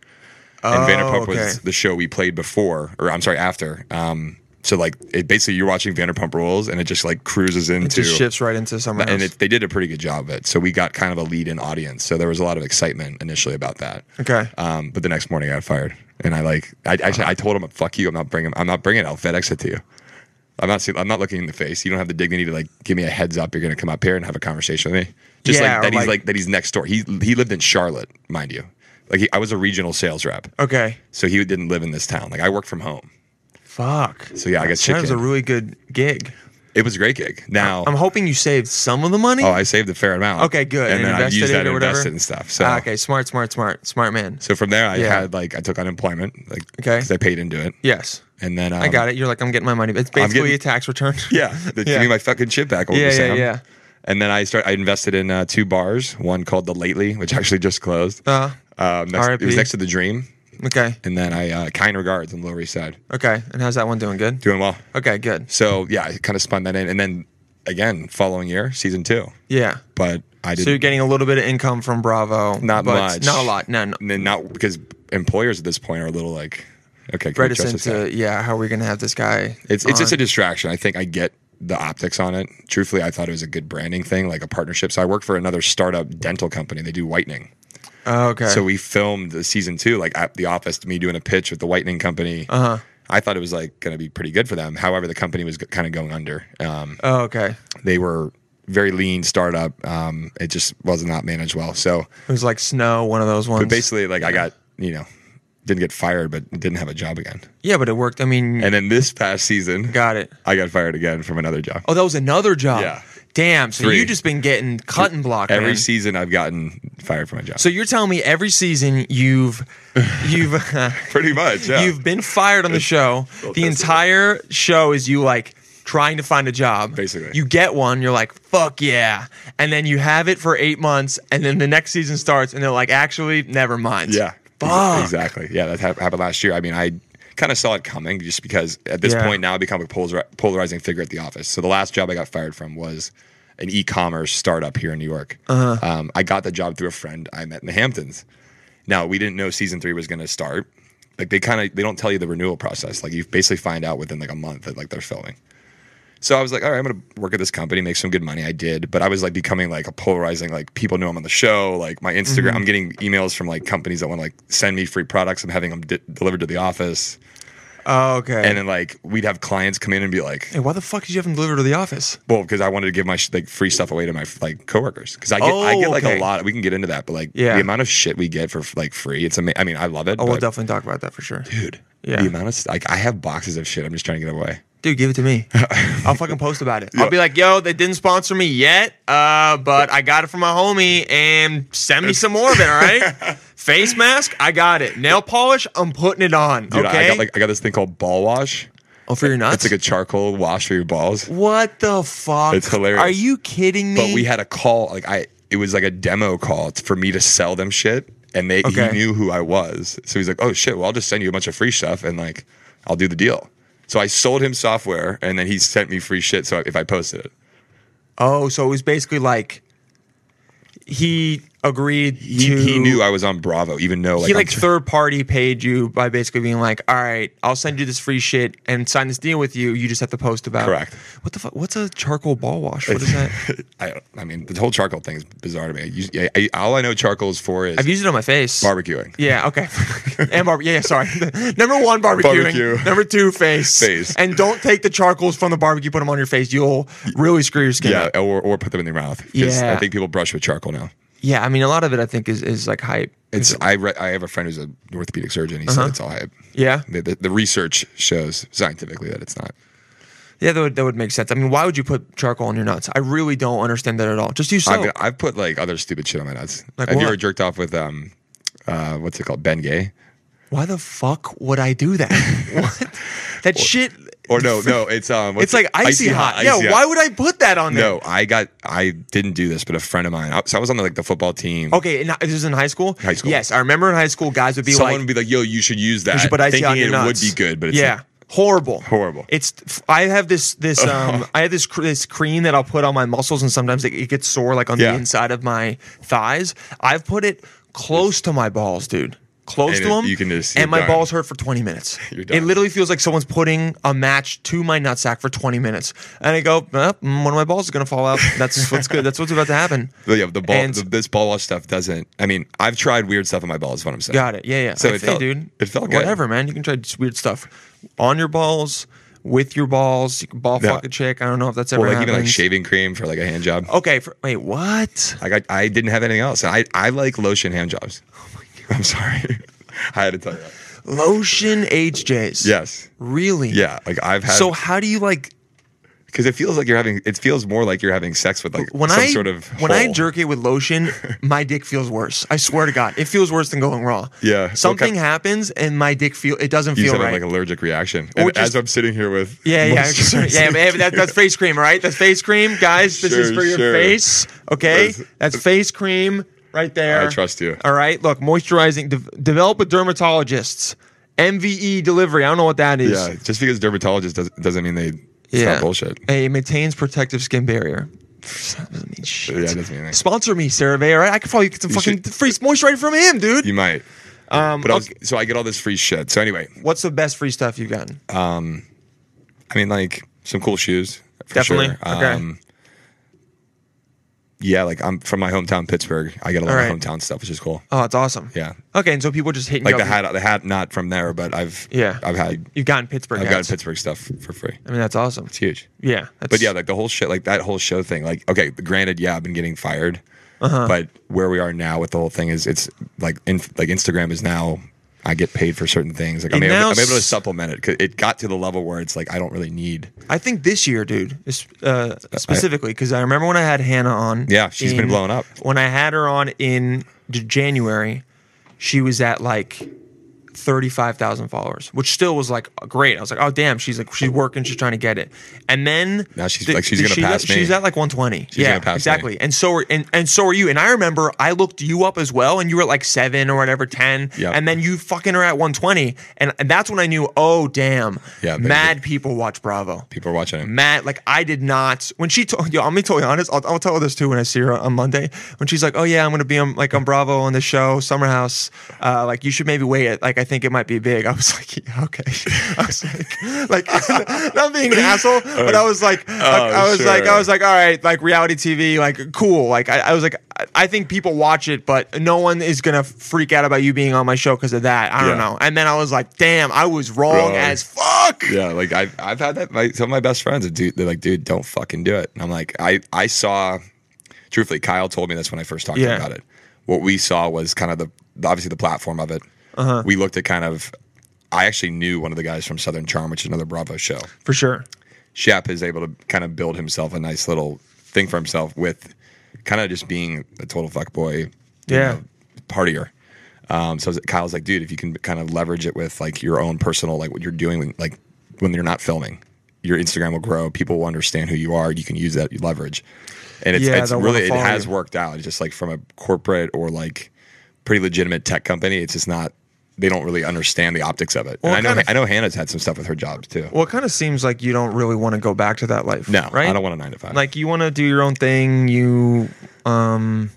E: and
A: Oh,
E: Vanderpump
A: okay.
E: was the show we played before, or I'm sorry, after. Um, so like it basically you're watching Vanderpump Rules, and it just like cruises into
A: Just shifts right into somewhere
E: and
A: else.
E: it, they did a pretty good job of it. So we got kind of a lead in audience. So there was a lot of excitement initially about that.
A: Okay.
E: Um, but the next morning I got fired, and I like I actually I told him, "Fuck you! I'm not bringing I'm not bringing it. I'll FedEx it to you. I'm not see- I'm not looking in the face. You don't have the dignity to like give me a heads up. You're gonna come up here and have a conversation with me. Just
A: Yeah, or
E: like that
A: like-
E: he's like that he's next door. He he lived in Charlotte, mind you. Like he, I was a regional sales rep,
A: okay.
E: so he didn't live in this town. Like I worked from home.
A: Fuck.
E: So yeah, I got
A: That was a
E: chicken.
A: really good gig.
E: It was a great gig. Now
A: I'm hoping you saved some of the money.
E: oh I saved a fair amount.
A: okay, good.
E: And, then I
A: invested
E: used
A: it
E: that
A: or
E: to
A: whatever.
E: invest it and stuff. So
A: Ah, okay, smart, smart, smart, smart man.
E: So from there, I
A: Yeah.
E: had like I took unemployment, like
A: Okay.
E: because I paid into it,
A: Yes,
E: and then um,
A: I got it. You're like, I'm getting my money. It's basically
E: getting-
A: a tax return.
E: Yeah, they
A: Yeah.
E: give me my fucking shit back. Old
A: Yeah, yeah,
E: Sam.
A: yeah.
E: And then I start. I invested in uh, two bars. One called the Lately, which actually just closed.
A: Uh,
E: um, next, it
A: RIP.
E: was next to the Dream,
A: okay,
E: and then I uh, kind regards on the Lower East Side.
A: okay. And how's that one doing? Good.
E: Doing well.
A: Okay, good.
E: So yeah, I kind of spun that in, and then again following year, season two.
A: Yeah.
E: But I did
A: So you're getting a little bit of income from Bravo.
E: not
A: but
E: much,
A: Not a lot. No, no.
E: And then not because employers at this point are a little like, okay, can we trust
A: Reticent
E: this guy?
A: to, yeah, how are we going to have this guy?
E: It's it's just a
A: on?
E: distraction. I think I get the optics on it. Truthfully, I thought it was a good branding thing, like a partnership. So I work for another startup dental company. They do whitening.
A: Oh, okay.
E: So we filmed the season two, like at the office, me doing a pitch with the whitening company.
A: Uh-huh.
E: I thought it was like going to be pretty good for them. However, the company was kind of going under. Um,
A: oh, okay.
E: they were very lean startup. Um, it just was not managed well. So,
A: It was like Snow, one of those ones.
E: but basically, like I got you know didn't get fired, but didn't have a job again.
A: yeah, but it worked. I mean,
E: And then this past season,
A: got it.
E: I got fired again from another job.
A: Oh, that was another job.
E: Yeah.
A: Damn. So
E: Three. E-,
A: you just been getting cut and block
E: Every
A: man.
E: season, I've gotten fired from my job.
A: so you're telling me every season you've you've
E: pretty much. Yeah.
A: you've been fired on the show. The
E: testament.
A: entire show is you like trying to find a job.
E: Basically.
A: You get one, you're like, fuck yeah. And then you have it for eight months, and then the next season starts, and they're like, actually, never mind.
E: yeah.
A: Fuck.
E: Exactly. Yeah, that hap- happened last year. I mean, I kind of saw it coming just because at this
A: Yeah.
E: point now I become a polar- polarizing figure at the office. So the last job I got fired from was an e-commerce startup here in New York.
A: Uh-huh.
E: Um, I got the job through a friend I met in the Hamptons. Now we didn't know season three was going to start. Like they kind of they don't tell you the renewal process. Like you basically find out within like a month that like they're filming. So I was like, all right, I'm gonna work at this company, make some good money. I did, but I was like becoming like a polarizing, like people know I'm on the show, like my Instagram.
A: Mm-hmm.
E: I'm getting emails from like companies that want to like send me free products. I'm having them di- delivered to the office,
A: Oh, okay.
E: and then like we'd have clients come in and be like,
A: hey, why the fuck did you have them delivered to the office?
E: well, because I wanted to give my sh- like free stuff away to my like coworkers because I get I
A: Oh,
E: get like
A: okay.
E: a lot. We can get into that, but like
A: Yeah.
E: the amount of shit we get for like free, it's amazing. I mean, I love it.
A: Oh, we'll
E: but,
A: definitely talk about that for sure.
E: dude,
A: Yeah.
E: the amount of s- like I have boxes of shit. I'm just trying to get away.
A: Dude, give it to me. I'll fucking post about it. I'll be like, yo, they didn't sponsor me yet, uh, but I got it from a homie and send me some more of it, all right? Face mask, I got it. Nail polish, I'm putting it on.
E: Dude,
A: okay.
E: I got like I got this thing called ball wash.
A: oh, for your nuts?
E: It's like a charcoal wash for your balls.
A: what the fuck?
E: It's hilarious.
A: Are you kidding me?
E: But we had a call. Like I, it was like a demo call t- for me to sell them shit, and they
A: Okay.
E: he knew who I was. So he's like, "Oh shit! Well, I'll just send you a bunch of free stuff, and like, I'll do the deal." So I sold him software, and then he sent me free shit. So if I posted it,
A: oh, so it was basically like he agreed
E: He,
A: to
E: he knew I was on Bravo, even though like,
A: he
E: I'm
A: like
E: tr-
A: third party paid you by basically being like, "All right, I'll send you this free shit and sign this deal with you. You just have to post about." it."
E: Correct.
A: What the fuck? What's a charcoal ball wash? What is that?
E: I, I mean, the whole charcoal thing is bizarre to me. I, use- I, I, all I know charcoal is for is
A: I've used it on my face.
E: barbecuing.
A: Yeah. Okay. and barbecue. Yeah. Sorry. Number one, barbecuing.
E: Barbecue.
A: Number two, face.
E: Face.
A: And don't take the charcoals from the barbecue. Put them on your face. You'll really screw your skin.
E: Yeah,
A: Up.
E: or, or put them in their mouth. 'Cause
A: Yeah.
E: I think people brush with charcoal now.
A: Yeah. I mean, a lot of it, I think, is is like hype.
E: It's I re- I have a friend who's an orthopedic surgeon. He
A: Uh-huh.
E: said it's all hype.
A: Yeah.
E: The, the, the research shows scientifically that it's not.
A: Yeah. That would that would make sense. I mean, why would you put charcoal on your nuts? I really don't understand that at all. Just use soap.
E: I've, I've put like other stupid shit on my nuts.
A: Like
E: have you
A: what?
E: ever jerked off with um, uh, what's it called, Ben Gay?
A: why the fuck would I do that? what? That shit.
E: Or no, no, it's um, what's
A: It's like
E: it-
A: icy, hot. Yeah.
E: Icy Hot.
A: Why would I put that on there?
E: No, I got I didn't do this, but a friend of mine. I, so I was on the, like the football team.
A: Okay. In, this is in high school.
E: High school.
A: Yes, I remember in high school, guys would be
E: Someone
A: like,
E: would be like, "Yo, you should use that."
A: You should put icy
E: thinking
A: on your
E: it
A: nuts.
E: would be good, but it's
A: yeah,
E: like-
A: horrible,
E: Horrible.
A: It's f- I have this this um I have this cr- this cream that I'll put on my muscles, and sometimes it, it gets sore like on
E: Yeah.
A: the inside of my thighs. I've put it close to my balls, dude. Close
E: And
A: to
E: it-
A: them,
E: you can just- you're
A: and my
E: done.
A: balls hurt for 20 minutes.
E: You're
A: It
E: done.
A: literally feels like someone's putting a match to my nutsack for 20 minutes, and I go, "Uh, mm, one of my balls is gonna fall out. That's what's good. That's what's about to happen.
E: But yeah, the ball,
A: And-
E: the, this ball wash stuff doesn't. I mean, I've tried weird stuff on my balls. Is what I'm saying.
A: Got it. Yeah, yeah.
E: So
A: I
E: it
A: say,
E: felt-
A: dude.
E: it felt good.
A: Whatever, man. You can try just weird stuff on your balls, with your balls. You can ball
E: Yeah.
A: fuck a chick. I don't know if that's ever
E: Or like even like
A: happens.
E: shaving cream for like a hand job.
A: Okay. For, wait, what?
E: Like I, I didn't have anything else. And I, I like lotion hand jobs. Oh my god. I'm sorry. I had to tell you that.
A: Lotion HJs.
E: Yes.
A: Really?
E: Yeah. Like I've had
A: So how do you like
E: because it feels like you're having it feels more like you're having sex with like
A: when
E: some
A: I
E: sort of
A: when I
E: hole.
A: jerk it with lotion, my dick feels worse. I swear to God, it feels worse than going raw.
E: Yeah. What
A: Something
E: kind-
A: happens and my dick feel it doesn't
E: you
A: feel
E: said
A: right.
E: like allergic reaction.
A: Or
E: And
A: just-
E: as I'm sitting here with
A: Yeah, yeah, sure.
E: moisturizer-
A: yeah. But that, that's face cream, right? That's face cream, guys. This is
E: Sure,
A: for your
E: sure.
A: face, okay?
E: That's-
A: That's face cream right there.
E: I trust you.
A: All right, look, moisturizing. De- develop with dermatologists. MVE delivery. I don't know what that is.
E: Yeah, just because dermatologist does, doesn't mean they
A: Yeah.
E: stop bullshit.
A: Hey, it maintains protective skin barrier. That doesn't mean shit.
E: Yeah, it doesn't mean anything.
A: Sponsor me, CeraVe, all right? I could probably get some fucking
E: should-
A: free moisturizer from him, dude.
E: You might. Um, but I was, so I get all this free shit. So anyway,
A: What's the best free stuff you've gotten?
E: Uh, I mean, like some cool shoes. For
A: Definitely.
E: Sure. Um,
A: Okay.
E: yeah, like I'm from my hometown Pittsburgh. I get a lot
A: All right.
E: of hometown stuff, which is cool.
A: oh, it's awesome.
E: Yeah.
A: Okay, and so people just hitting
E: Like
A: you
E: the
A: up.
E: hat, the hat, not from there, but I've
A: Yeah.
E: I've had
A: You've gotten Pittsburgh
E: I've gotten
A: hats.
E: Pittsburgh stuff for free.
A: I mean, that's awesome.
E: It's huge.
A: Yeah. That's,
E: But yeah, like the whole shit, like that whole show thing. Like, okay, granted, yeah, I've been getting fired,
A: Uh-huh.
E: but where we are now with the whole thing is it's like in, like Instagram is now. I get paid for certain things. Like I'm
A: It
E: able,
A: now
E: I'm able to
A: s-
E: supplement it. 'cause It got to the level where it's like I don't really need.
A: I think this year, dude, is, uh, specifically, because I remember when I had Hannah on.
E: Yeah, she's been blowing up.
A: When I had her on in J- January, she was at like thirty-five thousand followers, which still was like great. I was like, oh damn, she's like she's working, she's trying to get it. And then
E: Now she's,
A: the-
E: like, she's
A: the-
E: gonna pass me.
A: She's at like one twenty.
E: She's
A: Yeah,
E: gonna pass me.
A: exactly. And so are, and and so are you. And I remember I looked you up as well, and you were at like seven or whatever, ten.
E: Yep.
A: And then you fucking are at one twenty, and, and that's when I knew, oh damn,
E: Yeah, baby.
A: mad people watch Bravo.
E: People are watching it.
A: Matt, like I did not. When she told, yo, I'm gonna be totally honest. I'll, I'll tell her this too when I see her on Monday. When she's like, "Oh yeah, I'm gonna be on like on Bravo on the show Summer House. Uh, like you should maybe wait it. Like I think it might be big." I was like, "Yeah, okay." I was like, like not being an asshole, but I was like, like, I was like,
E: Oh, sure.
A: I was like, all right, like reality TV, like cool. Like I, I was like, I, I think people watch it, but no one is gonna freak out about you being on my show because of that. I don't
E: Yeah.
A: know. And then I was like, damn, I was wrong,
E: Wrong.
A: as fuck.
E: Yeah, like I've I've had that. My, some of my best friends, are dude, they're like, dude, don't fucking do it. And I'm like, I I saw, truthfully, Kyle told me this when I first talked to
A: Yeah.
E: him about it. What we saw was kind of the obviously the platform of it. We looked at kind of. I actually knew one of the guys from Southern Charm, which is another Bravo show.
A: For sure.
E: Shep is able to kind of build himself a nice little thing for himself with kind of just being a total fuck boy,
A: Yeah.
E: partier. Um, so Kyle's like, dude, if you can kind of leverage it with like your own personal, like what you're doing, when, like when you're not filming, your Instagram will grow. People will understand who you are. You can use that leverage, and it's,
A: Yeah,
E: it's
A: they'll wanna
E: really it
A: follow
E: has
A: you.
E: worked out. It's just like from a corporate or like pretty legitimate tech company, it's just not. They don't really understand the optics of it.
A: Well,
E: and I know
A: kind of-
E: I know Hannah's had some stuff with her jobs too.
A: Well, it kind of seems like you don't really want to go back to that life.
E: No,
A: right?
E: I don't want a nine to five.
A: Like you want to do your own thing. You, um,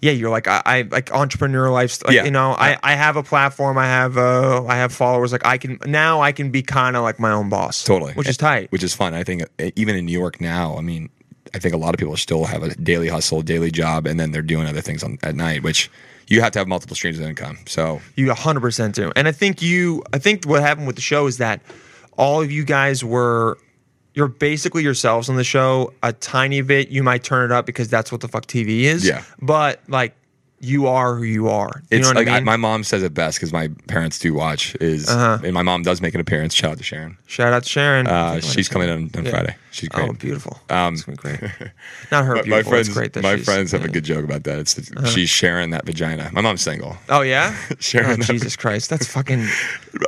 A: yeah, you're like I, I like entrepreneur life. Like,
E: Yeah.
A: You know, I, I have a platform. I have uh I have followers. Like I can now I can be kind of like my own boss.
E: Totally.
A: which is tight.
E: Which is fun. I think uh, even in New York now, I mean, I think a lot of people still have a daily hustle, daily job, and then they're doing other things on, at night, which you have to have multiple streams of income. So
A: You 100% do. And I think you, I think what happened with the show is that all of you guys were, you're basically yourselves on the show. A tiny bit, you might turn it up because that's what the fuck TV is.
E: Yeah.
A: But like, you are who you are. You
E: it's
A: know what
E: like
A: I
E: I-
A: mean? Uh-huh.
E: my mom says it best because my parents do watch is, and my mom does make an appearance. Shout out to Sharon.
A: Shout out to Sharon.
E: Uh, she's coming on, on Friday. She's great.
A: Oh, beautiful.
E: Um,
A: It's gonna be great. Not her
E: My-
A: beautiful.
E: my friends,
A: it's great that
E: my
A: she's-
E: friends have a
A: yeah. Uh-huh.
E: good joke about that. It's the, she's sharing that vagina. My mom's single.
A: Oh yeah,
E: Sharon,
A: Oh,
E: that-
A: Jesus Christ, that's fucking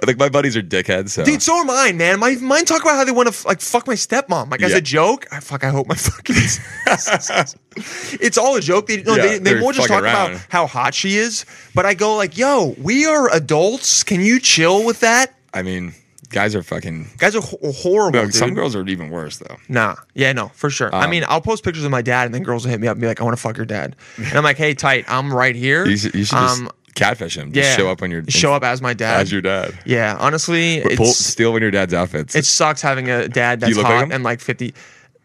E: Like my buddies are dickheads. So.
A: dude. So am I, man. My mine talk about how they want to like fuck my stepmom, like as
E: Yeah.
A: a joke. I fuck. I hope my fucking. it's all a joke. They, no,
E: Yeah,
A: they, they
E: they're
A: more just talk
E: fucking
A: about
E: around.
A: how hot she is. But I go like, yo, we are adults. Can you chill with that?
E: I mean, guys are fucking.
A: Guys are ho- horrible.
E: No,
A: dude.
E: some girls Um. are even worse though.
A: Nah. Yeah, no, for sure. I mean, I'll post pictures of my dad, and then girls will hit me up and be like, "I want to fuck your dad," and I'm like, "Hey, tight, I'm right here."
E: You should, you should just
A: Um,
E: catfish him. Just
A: yeah,
E: show up on your
A: show up as my dad.
E: as your dad.
A: Yeah, honestly,
E: But
A: it's,
E: Pull, steal one of your dad's outfits.
A: it sucks having a dad that's
E: look
A: hot
E: like him?
A: and like fifty.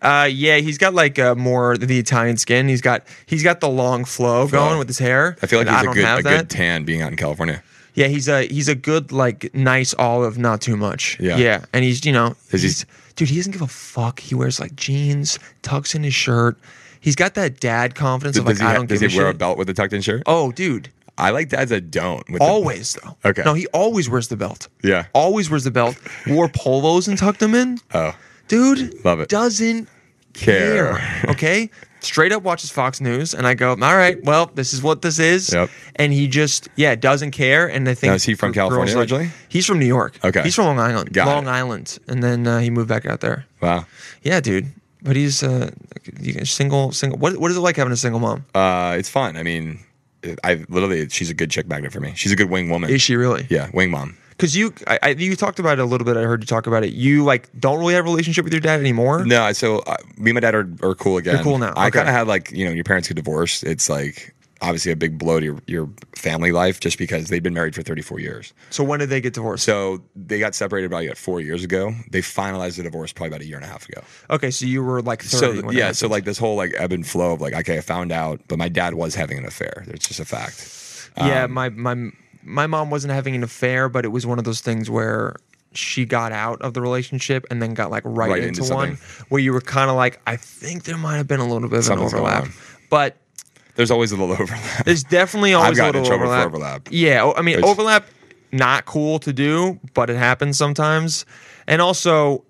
A: Uh, yeah, he's got like uh, more the Italian skin. He's got he's got the long flow, going with his hair.
E: I feel like
A: and
E: he's a
A: don't
E: good
A: have
E: a
A: that.
E: good tan being out in California.
A: yeah, he's a he's a good like nice olive, not too much.
E: Yeah.
A: yeah, and he's you know
E: Is he-
A: he's, dude, he doesn't give a fuck. He wears like jeans, tucks in his shirt. He's got that dad confidence
E: Does,
A: of like
E: he,
A: I
E: ha-
A: don't
E: does
A: give a
E: he wear
A: shit.
E: a belt with a tucked in shirt?
A: oh, dude,
E: I like dads that don't. With the-
A: Always though.
E: Okay.
A: No, he always wears the belt.
E: Yeah.
A: Always wears the belt. Wore polos and tucked them in.
E: Oh.
A: Dude.
E: Love it.
A: Doesn't care.
E: Care.
A: Okay. Straight up watches Fox News, and I go, all right, well, this is what this is.
E: Yep.
A: And he just, yeah, doesn't care. And I think
E: Now, is he from
A: gr- girls
E: California
A: like-
E: originally?
A: He's from New York.
E: Okay.
A: He's from Long Island.
E: Got
A: Long
E: it.
A: Island, and then uh, he moved back out there.
E: wow.
A: Yeah, dude. But he's uh, you- single, single. What, what is it like having a single mom?
E: Uh, it's fun. I mean, I literally she's a good chick magnet for me. She's a good wing woman.
A: Is she really?
E: Yeah, wing mom.
A: Because you, I, I, you talked about it a little bit. I heard you talk about it. You like don't really have a relationship with your dad anymore.
E: No, I- so uh, me and my dad are, are cool again.
A: You're cool now,
E: I
A: okay.
E: kind of had like you know your parents get divorced. It's like obviously a big blow to your, your family life just because they've been married for 34 years.
A: So when did they get divorced?
E: So they got separated about yet four years ago. They finalized the divorce probably about a year and a half ago.
A: okay, so you were like
E: So
A: thirty. when it
E: yeah,
A: happened.
E: so like this whole like ebb and flow of like okay, I found out, but my dad was having an affair. It's just a fact.
A: yeah, my my my mom wasn't having an affair, but it was one of those things where she got out of the relationship and then got like right,
E: Right
A: into,
E: into
A: one where you were kind of like, I think there might have been a little bit of
E: Something's
A: an
E: going
A: overlap,
E: on.
A: but
E: There's always a little overlap.
A: there's definitely always a
E: gotten
A: little
E: in trouble for
A: overlap.
E: overlap.
A: Yeah, o- I mean
E: It's-
A: overlap, not cool to do, but it happens sometimes, and also.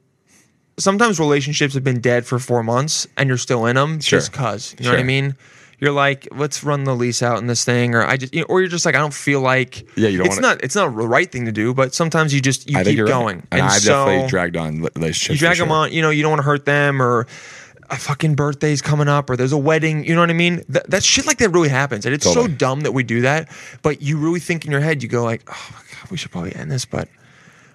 A: Sometimes relationships have been dead for four months and you're still in them just
E: Sure.
A: cause. You know what I
E: Sure.
A: mean? You're like, let's run the lease out in this thing, or I just, you know, or you're just like, I don't feel like.
E: Yeah, you don't
A: It's
E: wanna-
A: not. It's not the right thing to do, but sometimes you just you
E: I think
A: keep
E: you're right.
A: going,
E: And, I've
A: so
E: definitely dragged on li- relationships.
A: you drag
E: for
A: them
E: sure.
A: on. You know, you don't want to hurt them, or a fucking birthday's coming up, or there's a wedding. You know what I mean? Th- that shit like that really happens, and it's so
E: Totally.
A: dumb that we do that. But you really think in your head, you go like, oh my god, we should probably end this, but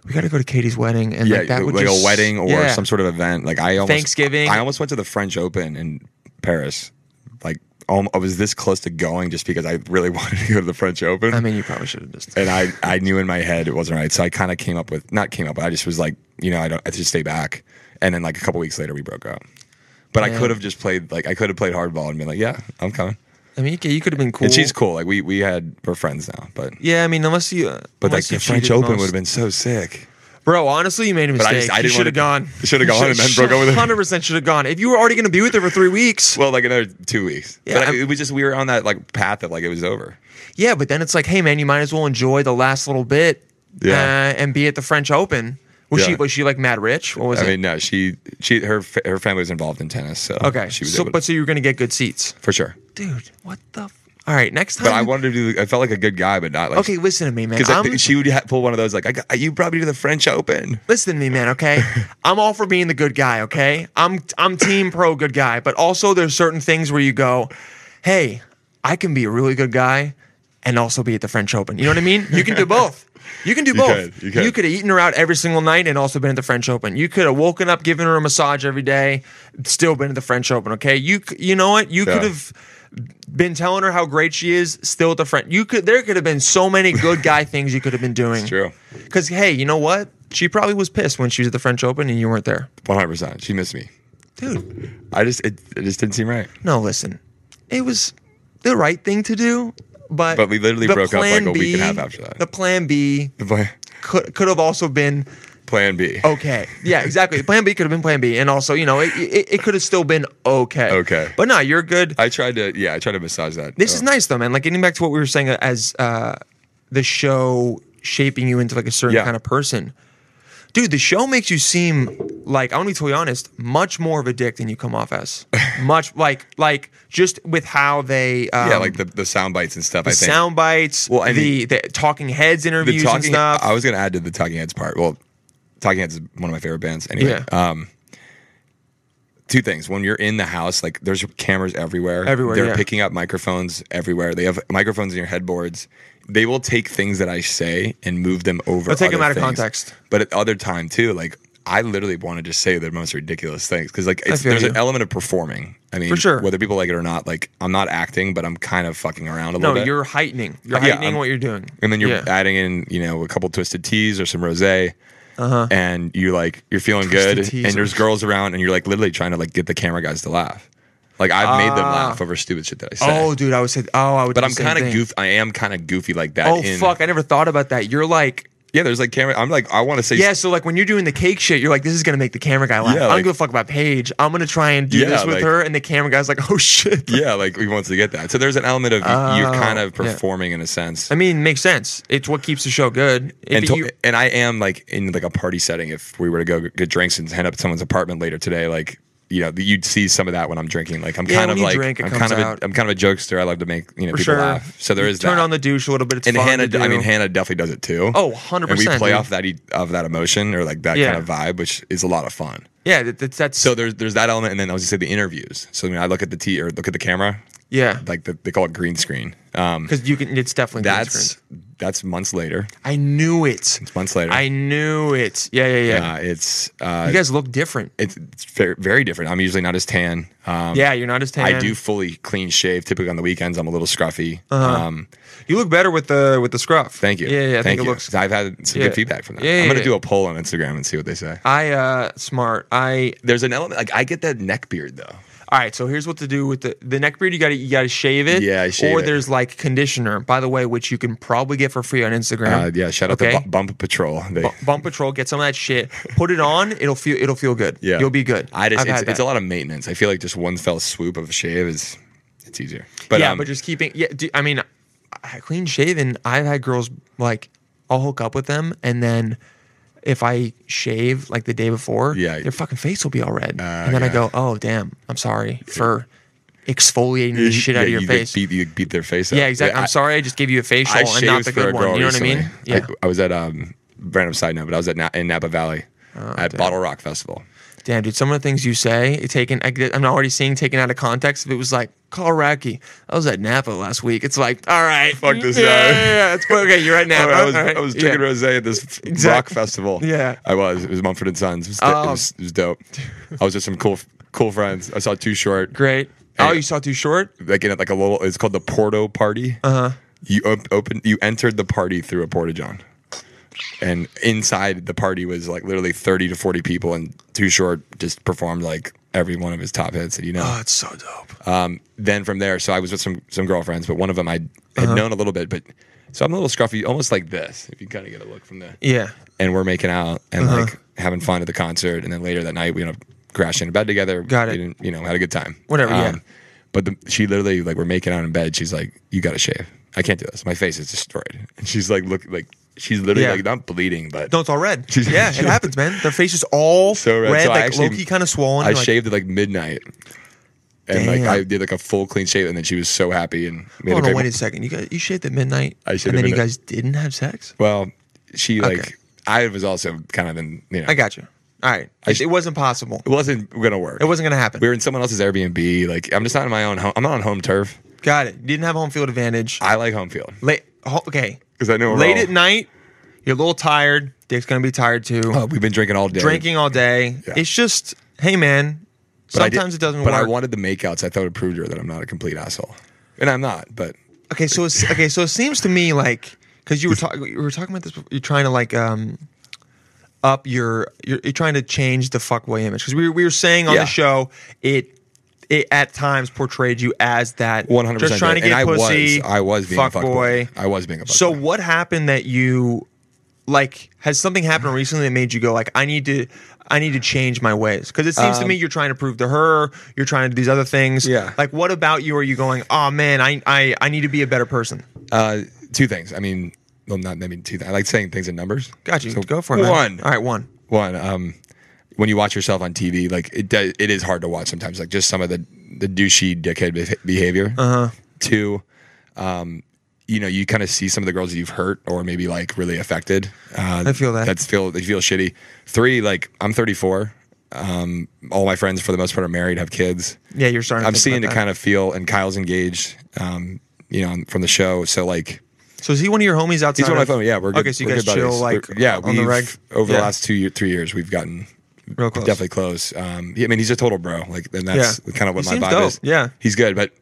A: we got to go to Katie's wedding, and
E: Yeah,
A: like that would
E: like
A: just,
E: a wedding or
A: yeah.
E: some sort of event. Like I almost
A: Thanksgiving.
E: I almost went to the French Open in Paris. Like alm- I was this close to going just because I really wanted to go to the French Open.
A: I mean, you probably should have just.
E: and I, I knew in my head it wasn't right. So I kind of came up with not came up. I just was like, you know, I don't. I just stay back. And then like a couple weeks later, we broke up. But I
A: Man.
E: could have just played like I could have played hardball and been like, yeah, I'm coming.
A: I mean, yeah, you could have been cool.
E: And she's cool. Like we we had we're friends now. But
A: Yeah, I mean, unless you. uh,
E: but like
A: unless
E: the
A: you
E: French
A: cheated
E: Open
A: most-
E: would have been so sick.
A: Bro, honestly, you made a
E: But
A: mistake.
E: I just- I
A: you
E: didn't
A: should have
E: wanna-
A: gone.
E: should have gone and then broke up with her.
A: Hundred percent should have gone. If you were already going to be with her for three weeks,
E: Well, like another two weeks.
A: Yeah,
E: but I-
A: I'm-
E: it was just we were on that like path of like it was over.
A: yeah. But then it's like, hey man, you might as well enjoy the last little bit,
E: Yeah.
A: uh, and be at the French Open. Was she
E: Yeah.
A: was she like mad rich? What was
E: I
A: it?
E: mean, no, she she her fa- her family was involved in tennis, so
A: okay,
E: she was
A: so,
E: able to-
A: but so you were going to get good seats,
E: for sure.
A: dude. What the? F- All right, next time.
E: But I wanted to do. I felt like a good guy, but not like
A: okay, listen to me, man.
E: because
A: I'm,
E: she would ha- pull one of those like I got, you brought me to the French Open.
A: listen to me, man. Okay, I'm all for being the good guy. Okay, I'm I'm team pro good guy, but also there's certain things where you go, hey, I can be a really good guy and also be at the French Open. You know what I mean? You can do both. You can do both.
E: could, you could.
A: have eaten her out every single night and also been at the French Open. You could have woken up, given her a massage every day, still been at the French Open. Okay, you c- you know what? You
E: Yeah.
A: could have been telling her how great she is, still at the front. You could there could have been so many good guy things you could have been doing. It's
E: true.
A: Because hey, you know what? She probably was pissed when she was at the French Open and you weren't there,
E: 100%. She missed me.
A: dude.
E: I just, it, it just didn't seem right.
A: No, listen, it was the right thing to do, but
E: But we literally
A: the
E: broke up, like,
A: plan
E: a week and
A: B-
E: a half after that.
A: The plan B
E: Plan,
A: could could have also been
E: plan B.
A: okay. Yeah, exactly. plan B could have been plan B, and also you know it it, it could have still been okay.
E: Okay.
A: but no, you're good.
E: I tried to, yeah, I tried to massage that.
A: This
E: Oh.
A: is nice though, man. Like getting back to what we were saying as uh, the show shaping you into like a certain
E: Yeah.
A: kind of person. Dude, the show makes you seem like I'm gonna be totally honest, much more of a dick than you come off as. much like like just with how they um,
E: yeah, like the, the sound bites and stuff. I
A: the
E: think
A: sound bites,
E: Well, and
A: the, the talking heads
E: the
A: interviews and
E: talking.
A: stuff.
E: I was gonna add to the Talking Heads part. Well, Talking Heads is one of my favorite bands. Anyway, um, two things. When you're in the house, like there's cameras everywhere.
A: Everywhere,
E: they're
A: yeah.
E: picking up microphones everywhere. They have microphones in your headboards. They will take things that I say and move them over.
A: They'll take them
E: other
A: out of
E: things.
A: context.
E: But at the other time too, like I literally want to just say the most ridiculous things because like it's,
A: feel
E: there's
A: you.
E: an element of performing. I mean,
A: For sure.
E: whether people like it or not, like I'm not acting, but I'm kind of fucking around a
A: no,
E: little bit.
A: you're heightening. You're
E: Yeah,
A: heightening
E: I'm-
A: what you're doing.
E: and then you're
A: Yeah.
E: adding in you know a couple twisted teas or some rosé and you like you're feeling
A: Uh-huh. Twisted
E: good
A: teas
E: and there's
A: are-
E: girls around and you're like literally trying to like get the camera guys to laugh like i've made them laugh over stupid shit that i say
A: Ah. Oh, dude, I would say. Oh, I would.
E: but
A: do
E: i'm
A: the same
E: kind of
A: thing.
E: goof i am kind of goofy like that
A: Oh
E: in-
A: fuck, I never thought about that. You're like
E: yeah there's like camera i'm like i want to say
A: Yeah, so like when you're doing the cake shit, you're like, this is gonna make the camera guy laugh.
E: Yeah,
A: I don't
E: like-
A: give a fuck about Paige. I'm gonna try and do
E: Yeah,
A: this with
E: like-
A: her, and the camera guy's like, oh shit.
E: yeah like we want to get that so there's an element of y- you're kind
A: Oh, yeah.
E: of performing in a sense
A: I mean, makes sense. It's what keeps the show good. If
E: and, to-
A: you-
E: and I am like in like a party setting. If we were to go g- get drinks and head up to someone's apartment later today, like you know, you'd see some of that when I'm drinking. Like I'm
A: Yeah,
E: kind
A: when
E: of
A: you
E: like
A: drink, it
E: I'm
A: comes
E: kind of
A: out.
E: a, I'm kind of a jokester. I love to make you know
A: for
E: people
A: sure.
E: laugh. So there
A: You
E: is
A: turn
E: that.
A: on the douche a little bit. It's
E: and
A: fun
E: Hannah,
A: to
E: I mean
A: do.
E: Hannah definitely does it too.
A: Oh, 100%,
E: And we play
A: dude.
E: off that e- of that emotion or like that
A: Yeah.
E: kind of vibe, which is a lot of fun.
A: yeah, that, that's that's
E: So there's there's that element, and then I was just say the interviews. So I mean, I look at the t or look at the camera,
A: yeah,
E: like the, they call it green screen. Um,
A: because you can. It's definitely green
E: that's
A: screen.
E: that's months later.
A: I knew it.
E: It's months later.
A: I knew it. Yeah, yeah, yeah.
E: uh, it's uh,
A: you guys look different.
E: it's, it's very, very different. I'm usually not as tan. Um,
A: yeah, you're not as tan.
E: I do fully clean shave. Typically on the weekends, I'm a little scruffy. Um,
A: You look better with the with the scruff.
E: thank you.
A: Uh-huh. Yeah, yeah. I
E: thank
A: think it
E: you.
A: looks.
E: I've had some
A: Yeah.
E: good feedback from that.
A: Yeah,
E: I'm
A: yeah,
E: gonna
A: yeah.
E: do a poll on Instagram and see what they say.
A: I uh smart. I
E: There's an element like I get that neck beard though.
A: All right, so here's what to do with the the neck beard. You got to you got to shave it.
E: Yeah, I shave
A: Or
E: it.
A: there's like conditioner, by the way, which you can probably get for free on Instagram.
E: Uh, yeah, shout out
A: Okay.
E: to Bu- Bump Patrol. They,
A: Bu- Bump Patrol. Get some of that shit. Put it on. It'll feel it'll feel good.
E: yeah,
A: you'll be good.
E: I just
A: I've had
E: it's, it's a
A: that.
E: lot of maintenance. I feel like just one fell swoop of a shave is it's easier. But
A: yeah,
E: um,
A: but just keeping. Yeah, do, I mean, I- clean shaven. I've had girls like I'll hook up with them, and then if I shave like the day before,
E: Yeah. Uh,
A: their fucking face will be all red, and then I
E: yeah.
A: go, oh damn, I'm sorry for exfoliating the shit out
E: yeah,
A: of your
E: you, like,
A: face.
E: beat, you beat their face.
A: Yeah,
E: up.
A: exactly.
E: I-
A: I'm sorry, I just gave you a facial
E: I
A: and not
E: shaved
A: the
E: for
A: good
E: a
A: one.
E: girl
A: You know what I mean?
E: recently.
A: Yeah.
E: I, I was at um random side note, but I was at Na- in Napa Valley
A: Oh,
E: at Bottle Rock Festival.
A: Damn, dude. Some of the things you say, it taken. I, get- I'm already seeing taken out of context. If it was like, call Rocky. I was at Napa last week. It's like, all right,
E: Fuck this
A: yeah,
E: guy.
A: Yeah, yeah. It's, okay, you're at Napa.
E: I was,
A: all right,
E: I was drinking
A: yeah.
E: rosé at this f- rock
A: Exactly.
E: festival.
A: Yeah.
E: I was. It was Mumford and Sons. It was,
A: Oh.
E: it was, it was dope. I was with some cool, cool friends. I saw Too Short.
A: Great.
E: Hey.
A: Oh, you saw too short.
E: Like in like a little. It's called the Porto Party.
A: Uh-huh.
E: Uh huh. You op- open. You entered the party through a porta john, and inside the party was like literally thirty to forty people, and Too Short just performed like every one of his top hits that you know.
A: Oh, it's so dope.
E: Um, then from there, so I was with some some girlfriends, but one of them I had
A: Uh-huh.
E: known a little bit, but so I'm a little scruffy, almost like this. If you kind of get a look from there,
A: yeah.
E: and we're making out and
A: Uh-huh.
E: like having fun at the concert, and then later that night we ended up crashing in bed together.
A: Got
E: We
A: it.
E: didn't, you know, had a good time. Um,
A: Whatever, yeah.
E: But the, she literally like we're making out in bed. She's like, "You got to shave. I can't do this. My face is destroyed." And she's like, "Look, like she's literally
A: Yeah.
E: like not bleeding, but
A: No, it's all red. Yeah, it happens, man. Their face is all
E: so red. So I
A: like
E: actually-
A: low key kind of swollen.
E: I
A: You're like,
E: shaved at like midnight. And like
A: Damn.
E: I did like a full clean shave, and then she was so happy and we
A: Hold
E: had a
A: on,
E: great
A: wait a second. You guys, you shaved at midnight,
E: I shaved
A: and
E: at
A: then you
E: midnight.
A: guys didn't have sex.
E: Well, she
A: Okay.
E: like I was also kind of in you know
A: I got you. All right, it,
E: sh-
A: it wasn't possible.
E: it wasn't gonna work.
A: It wasn't gonna happen.
E: We were in someone else's Airbnb. Like I'm just not in my own home. I'm not on home turf.
A: Got it. You didn't have home field advantage.
E: I like home field
A: Late, ho- okay.
E: because I know we're
A: Late
E: all-
A: at night, you're a little tired. Dick's gonna be tired too.
E: Oh, we've been drinking all day.
A: Drinking all day.
E: Yeah.
A: It's just, hey man,
E: I did-
A: Sometimes it doesn't
E: But I
A: work.
E: wanted the makeouts. I thought it proved to her that I'm not a complete asshole, and I'm not. But
A: Okay, so it's, okay, so it seems to me like because you were talking, you were talking about this. before, You're trying to like um, up your, you're, you're trying to change the fuckboy image because we were, we were saying on
E: Yeah.
A: the show it. It at times portrayed you as that
E: 100
A: just trying to get
E: and
A: pussy.
E: I was, I was being
A: fuck
E: a
A: boy.
E: fuckboy. I was being a fuckboy.
A: So what happened that you like has something happened recently that made you go like I need to I need to change my ways because it seems to me you're trying to prove to her you're trying to do these other things
E: Um, Yeah.
A: like what about you are you going oh man I I, I need to be a better person
E: Uh, two things. I mean, well, not maybe two. Th- I like saying things in numbers.
A: got you
E: So
A: go for it man.
E: One.
A: all right one
E: One. Um, when you watch yourself on TV, like it, does, it is hard to watch sometimes. Like just some of the the douchey dickhead beh- behavior.
A: Uh-huh.
E: Uh huh. Two. Um, you know, you kind of see some of the girls that you've hurt or maybe like really affected. Uh,
A: I feel that.
E: That's feel they feel shitty. Three. Like I'm 34. Um, all my friends for the most part are married, have kids.
A: yeah you're starting to
E: I'm
A: think
E: seeing to
A: about that.
E: kind of feel, and Kyle's engaged. Um, you know, from the show. So like.
A: so is he one of your homies outside
E: He's one of my
A: of-
E: phone. Yeah, we're good.
A: okay so you
E: we're
A: guys
E: good
A: chill
E: buddies.
A: like
E: We're- yeah,
A: on the
E: we've-
A: reg
E: over
A: Yeah.
E: the last two year, three years, we've gotten
A: real close
E: definitely close. Um, yeah, I mean, he's a total bro. Like, and that's
A: Yeah.
E: kind of what
A: He
E: my
A: seems
E: vibe
A: dope.
E: is.
A: Yeah.
E: he's good, but.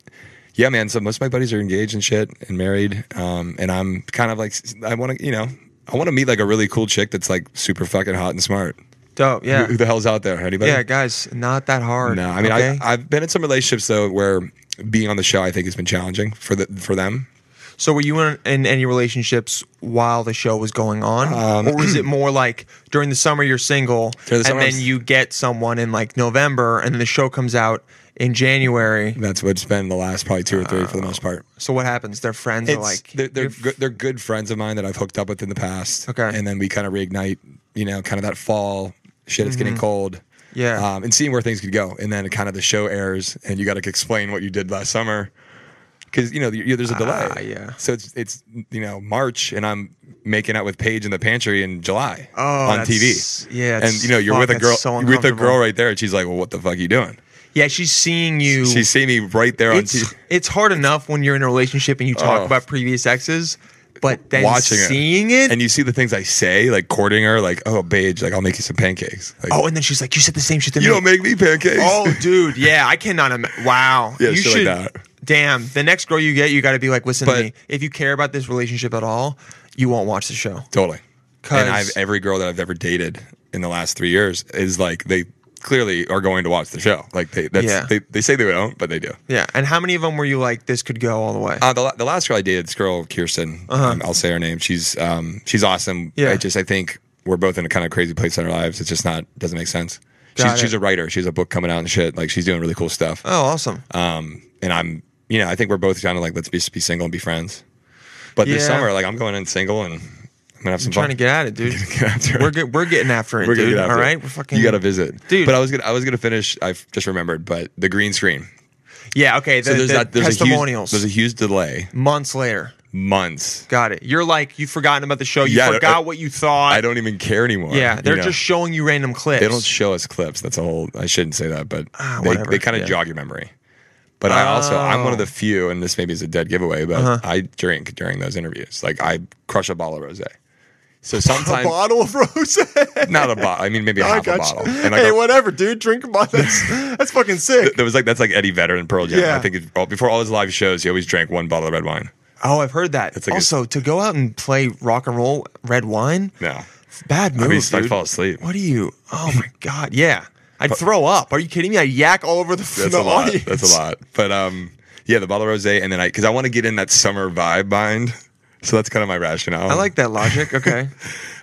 E: Yeah, man. So most of my buddies are engaged and shit and married. Um, and I'm kind of like, I want to, you know, I want to meet like a really cool chick that's like super fucking hot and smart.
A: dope yeah
E: Who, who the hell's out there? Anybody?
A: yeah guys not that hard
E: No, I mean,
A: okay?
E: I, I've been in some relationships though where being on the show I think has been challenging for the for them.
A: So were you in, in any relationships while the show was going on, or was it more like during the summer you're single,
E: Um, the summer
A: and
E: I'm
A: then
E: s-
A: you get someone in like November, and then the show comes out in January?
E: That's what's been the last probably two or three for the most part.
A: So what happens? Their friends are
E: It's-
A: like,
E: they're they're,
A: "You're f-
E: good, they're good friends of mine that I've hooked up with in the past.
A: Okay.
E: and then we kind of reignite, you know, kind of that fall shit. It's getting cold.
A: Mm-hmm. Yeah.
E: um, and seeing where things could go, and then kind of the show airs, and you got to explain what you did last summer because you know you- there's a delay.
A: Ah, yeah.
E: so it's it's you know March, and I'm making out with Paige in the pantry in July
A: Oh,
E: on
A: that's-
E: TV.
A: yeah,
E: and
A: it's-
E: you know you're
A: fuck,
E: with a
A: that's
E: girl
A: so
E: you're with a girl
A: uncomfortable.
E: right there, and she's like, "Well, what the fuck you doing?"
A: yeah, she's seeing you.
E: She's seeing me right there on
A: it's
E: TV.
A: it's hard enough when you're in a relationship and you talk
E: Oh.
A: about previous exes, but then
E: Watching it.
A: seeing it,
E: and you see the things I say, like courting her, like, "Oh, Paige, like I'll make you some pancakes." Like,
A: oh, and then she's like, "You said the same shit to
E: you
A: me."
E: don't make me pancakes.
A: Oh, dude, yeah, I cannot. Im- wow,
E: Yeah,
A: you
E: shit like
A: should.
E: that.
A: Damn, the next girl you get, you got to be like, listen to
E: But-
A: me. If you care about this relationship at all, you won't watch the show.
E: totally.
A: 'Cause-
E: And I've every girl that I've ever dated in the last three years is like they clearly are going to watch the show. Like they, that's,
A: Yeah.
E: they, they say they don't, but they do.
A: Yeah, and how many of them were you like, this could go all the way?
E: Uh, the, la- the last girl I dated, this girl Kirsten, um, I'll say her name. She's um, she's awesome.
A: Uh-huh. Yeah.
E: I just I think we're both in a kind of crazy place in our lives. It's just not doesn't make sense.
A: Got
E: She's,
A: it.
E: she's a writer. She has a book coming out and shit. Like she's doing really cool stuff.
A: oh, awesome.
E: Um, and I'm, you know, I think we're both kind of like, let's be, be single and be friends. But this
A: Yeah.
E: summer, like, I'm going in single and I'm gonna have some
A: Trying
E: fun.
A: to get at it, dude.
E: Get after it.
A: We're get, we're getting after it,
E: We're gonna
A: dude.
E: get after
A: all
E: it.
A: right, we're fucking.
E: You got to visit,
A: Dude.
E: But I was gonna, I was gonna finish. I have just remembered, but the green screen.
A: Yeah, okay. The,
E: So there's
A: the
E: that. There's
A: testimonials.
E: A huge, there's a huge delay.
A: months later,
E: Months.
A: got it. You're like, you've forgotten about the show. You
E: Yeah, I-
A: forgot what you thought.
E: I don't even care anymore.
A: Yeah,
E: you
A: they're
E: know?
A: just showing you random clips.
E: They don't show us clips. That's a whole. I shouldn't say that, but
A: Ah,
E: they,
A: whatever,
E: they kind of
A: yeah. Oh.
E: jog your memory. But I also, I'm one of the few, and this maybe is a dead giveaway, but
A: Uh-huh.
E: I drink during those interviews. Like I crush a bottle of rosé. So sometimes
A: of rose.
E: not a bottle. I mean, maybe a half a bottle. And like
A: hey,
E: a-
A: whatever, dude. Drink a bottle. That's, that's fucking sick.
E: That was like that's like Eddie Vedder in Pearl Jam.
A: Yeah.
E: I think it, all- before all his live shows, he always drank one bottle of red wine.
A: Oh, I've heard that.
E: like a-
A: also, to go out and play rock and roll red wine,
E: No,
A: bad move.
E: I mean, I
A: dude.
E: fall asleep.
A: What are you? Oh my god, yeah. I'd throw up. Are you kidding me? I yak all over the,
E: That's
A: the
E: a lot.
A: audience.
E: That's a lot. But um, yeah, the bottle of rosé, and then I because I want to get in that summer vibe mind. So that's kind of my rationale.
A: I like that logic. Okay.
E: Yeah,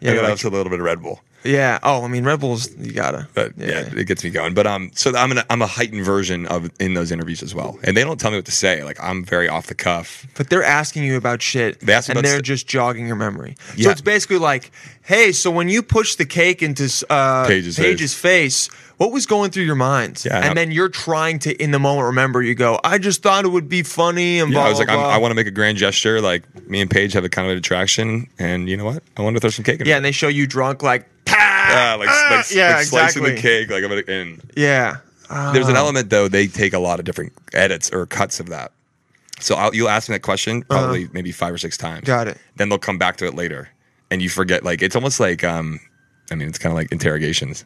A: Yeah.
E: I got
A: like-
E: also a little bit of Red Bull.
A: yeah. Oh, I mean, Red Bulls. You gotta.
E: But yeah. it gets me going. But um, so I'm an, I'm a heightened version of in those interviews as well, and they don't tell me what to say. Like I'm very off the cuff.
A: But they're asking you about shit,
E: They ask
A: and
E: about
A: they're
E: st-
A: just jogging your memory. So
E: Yeah.
A: it's basically like, hey, so when you push the cake into uh,
E: Paige's
A: face. what was going through your mind?
E: Yeah, and
A: and
E: I'm-
A: then you're trying to, in the moment, remember. You go, I just thought it would be funny, and
E: Yeah,
A: blah.
E: I was like,
A: blah,
E: I'm,
A: blah.
E: I want to make a grand gesture. Like me and Paige have a kind of an attraction, and you know what? I want to throw some cake. In
A: Yeah,
E: it.
A: and they show you drunk, like, "Pah!"
E: Ah, like, like,
A: yeah,
E: like
A: exactly.
E: slicing
A: Uh-huh.
E: the cake. Like I'm gonna. And
A: yeah. Ah,
E: there's an element though. They take a lot of different edits or cuts of that. So I'll, you'll ask me that question probably maybe five or six times.
A: Uh-huh. Got it.
E: Then they'll come back to it later, and you forget. Like it's almost like um, I mean, it's kind of like interrogations.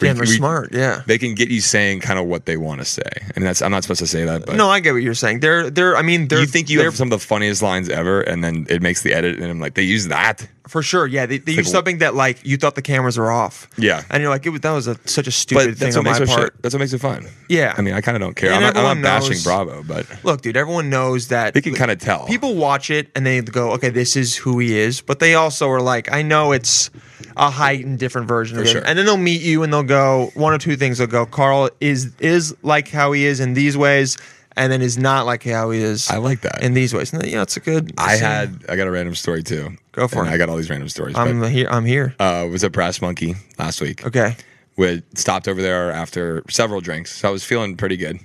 E: We-
A: Damn, they're
E: we-
A: smart. Yeah.
E: They can get you saying kind of what they want to say, and that's I'm not supposed to say that, but
A: No, I get what you're saying. They're they're. I mean, they're.
E: you think you
A: they're
E: have some of the funniest lines ever, and then it makes the edit, and I'm like, they use that.
A: for sure. Yeah, they, they
E: Like,
A: use something that like you thought the cameras were off.
E: Yeah.
A: and you're like, it was, that was a, such a stupid
E: But
A: thing
E: that's
A: on
E: what
A: my
E: makes it
A: part.
E: shit. That's what makes it fun.
A: Yeah.
E: I mean, I kind of don't care.
A: And
E: I'm not, I'm
A: everyone
E: not bashing
A: knows-
E: Bravo, but
A: Look, dude, everyone knows that
E: They can kinda tell.
A: People watch it and they go, "Okay, this is who he is," but they also are like, "I know it's a heightened, different version of
E: For
A: him."
E: sure.
A: And then they'll meet you and they'll go one of two things. They'll go, "Carl is is like how he is in these ways," and then is not like how he is.
E: I like that.
A: in these ways. And then, yeah, it's a good.
E: I
A: it's a-
E: had I got a random story too.
A: Go for
E: And
A: it.
E: I got all these random stories.
A: I'm
E: but,
A: here. I'm here.
E: uh, was at Brass Monkey last week.
A: Okay.
E: We stopped over there after several drinks, so I was feeling pretty good.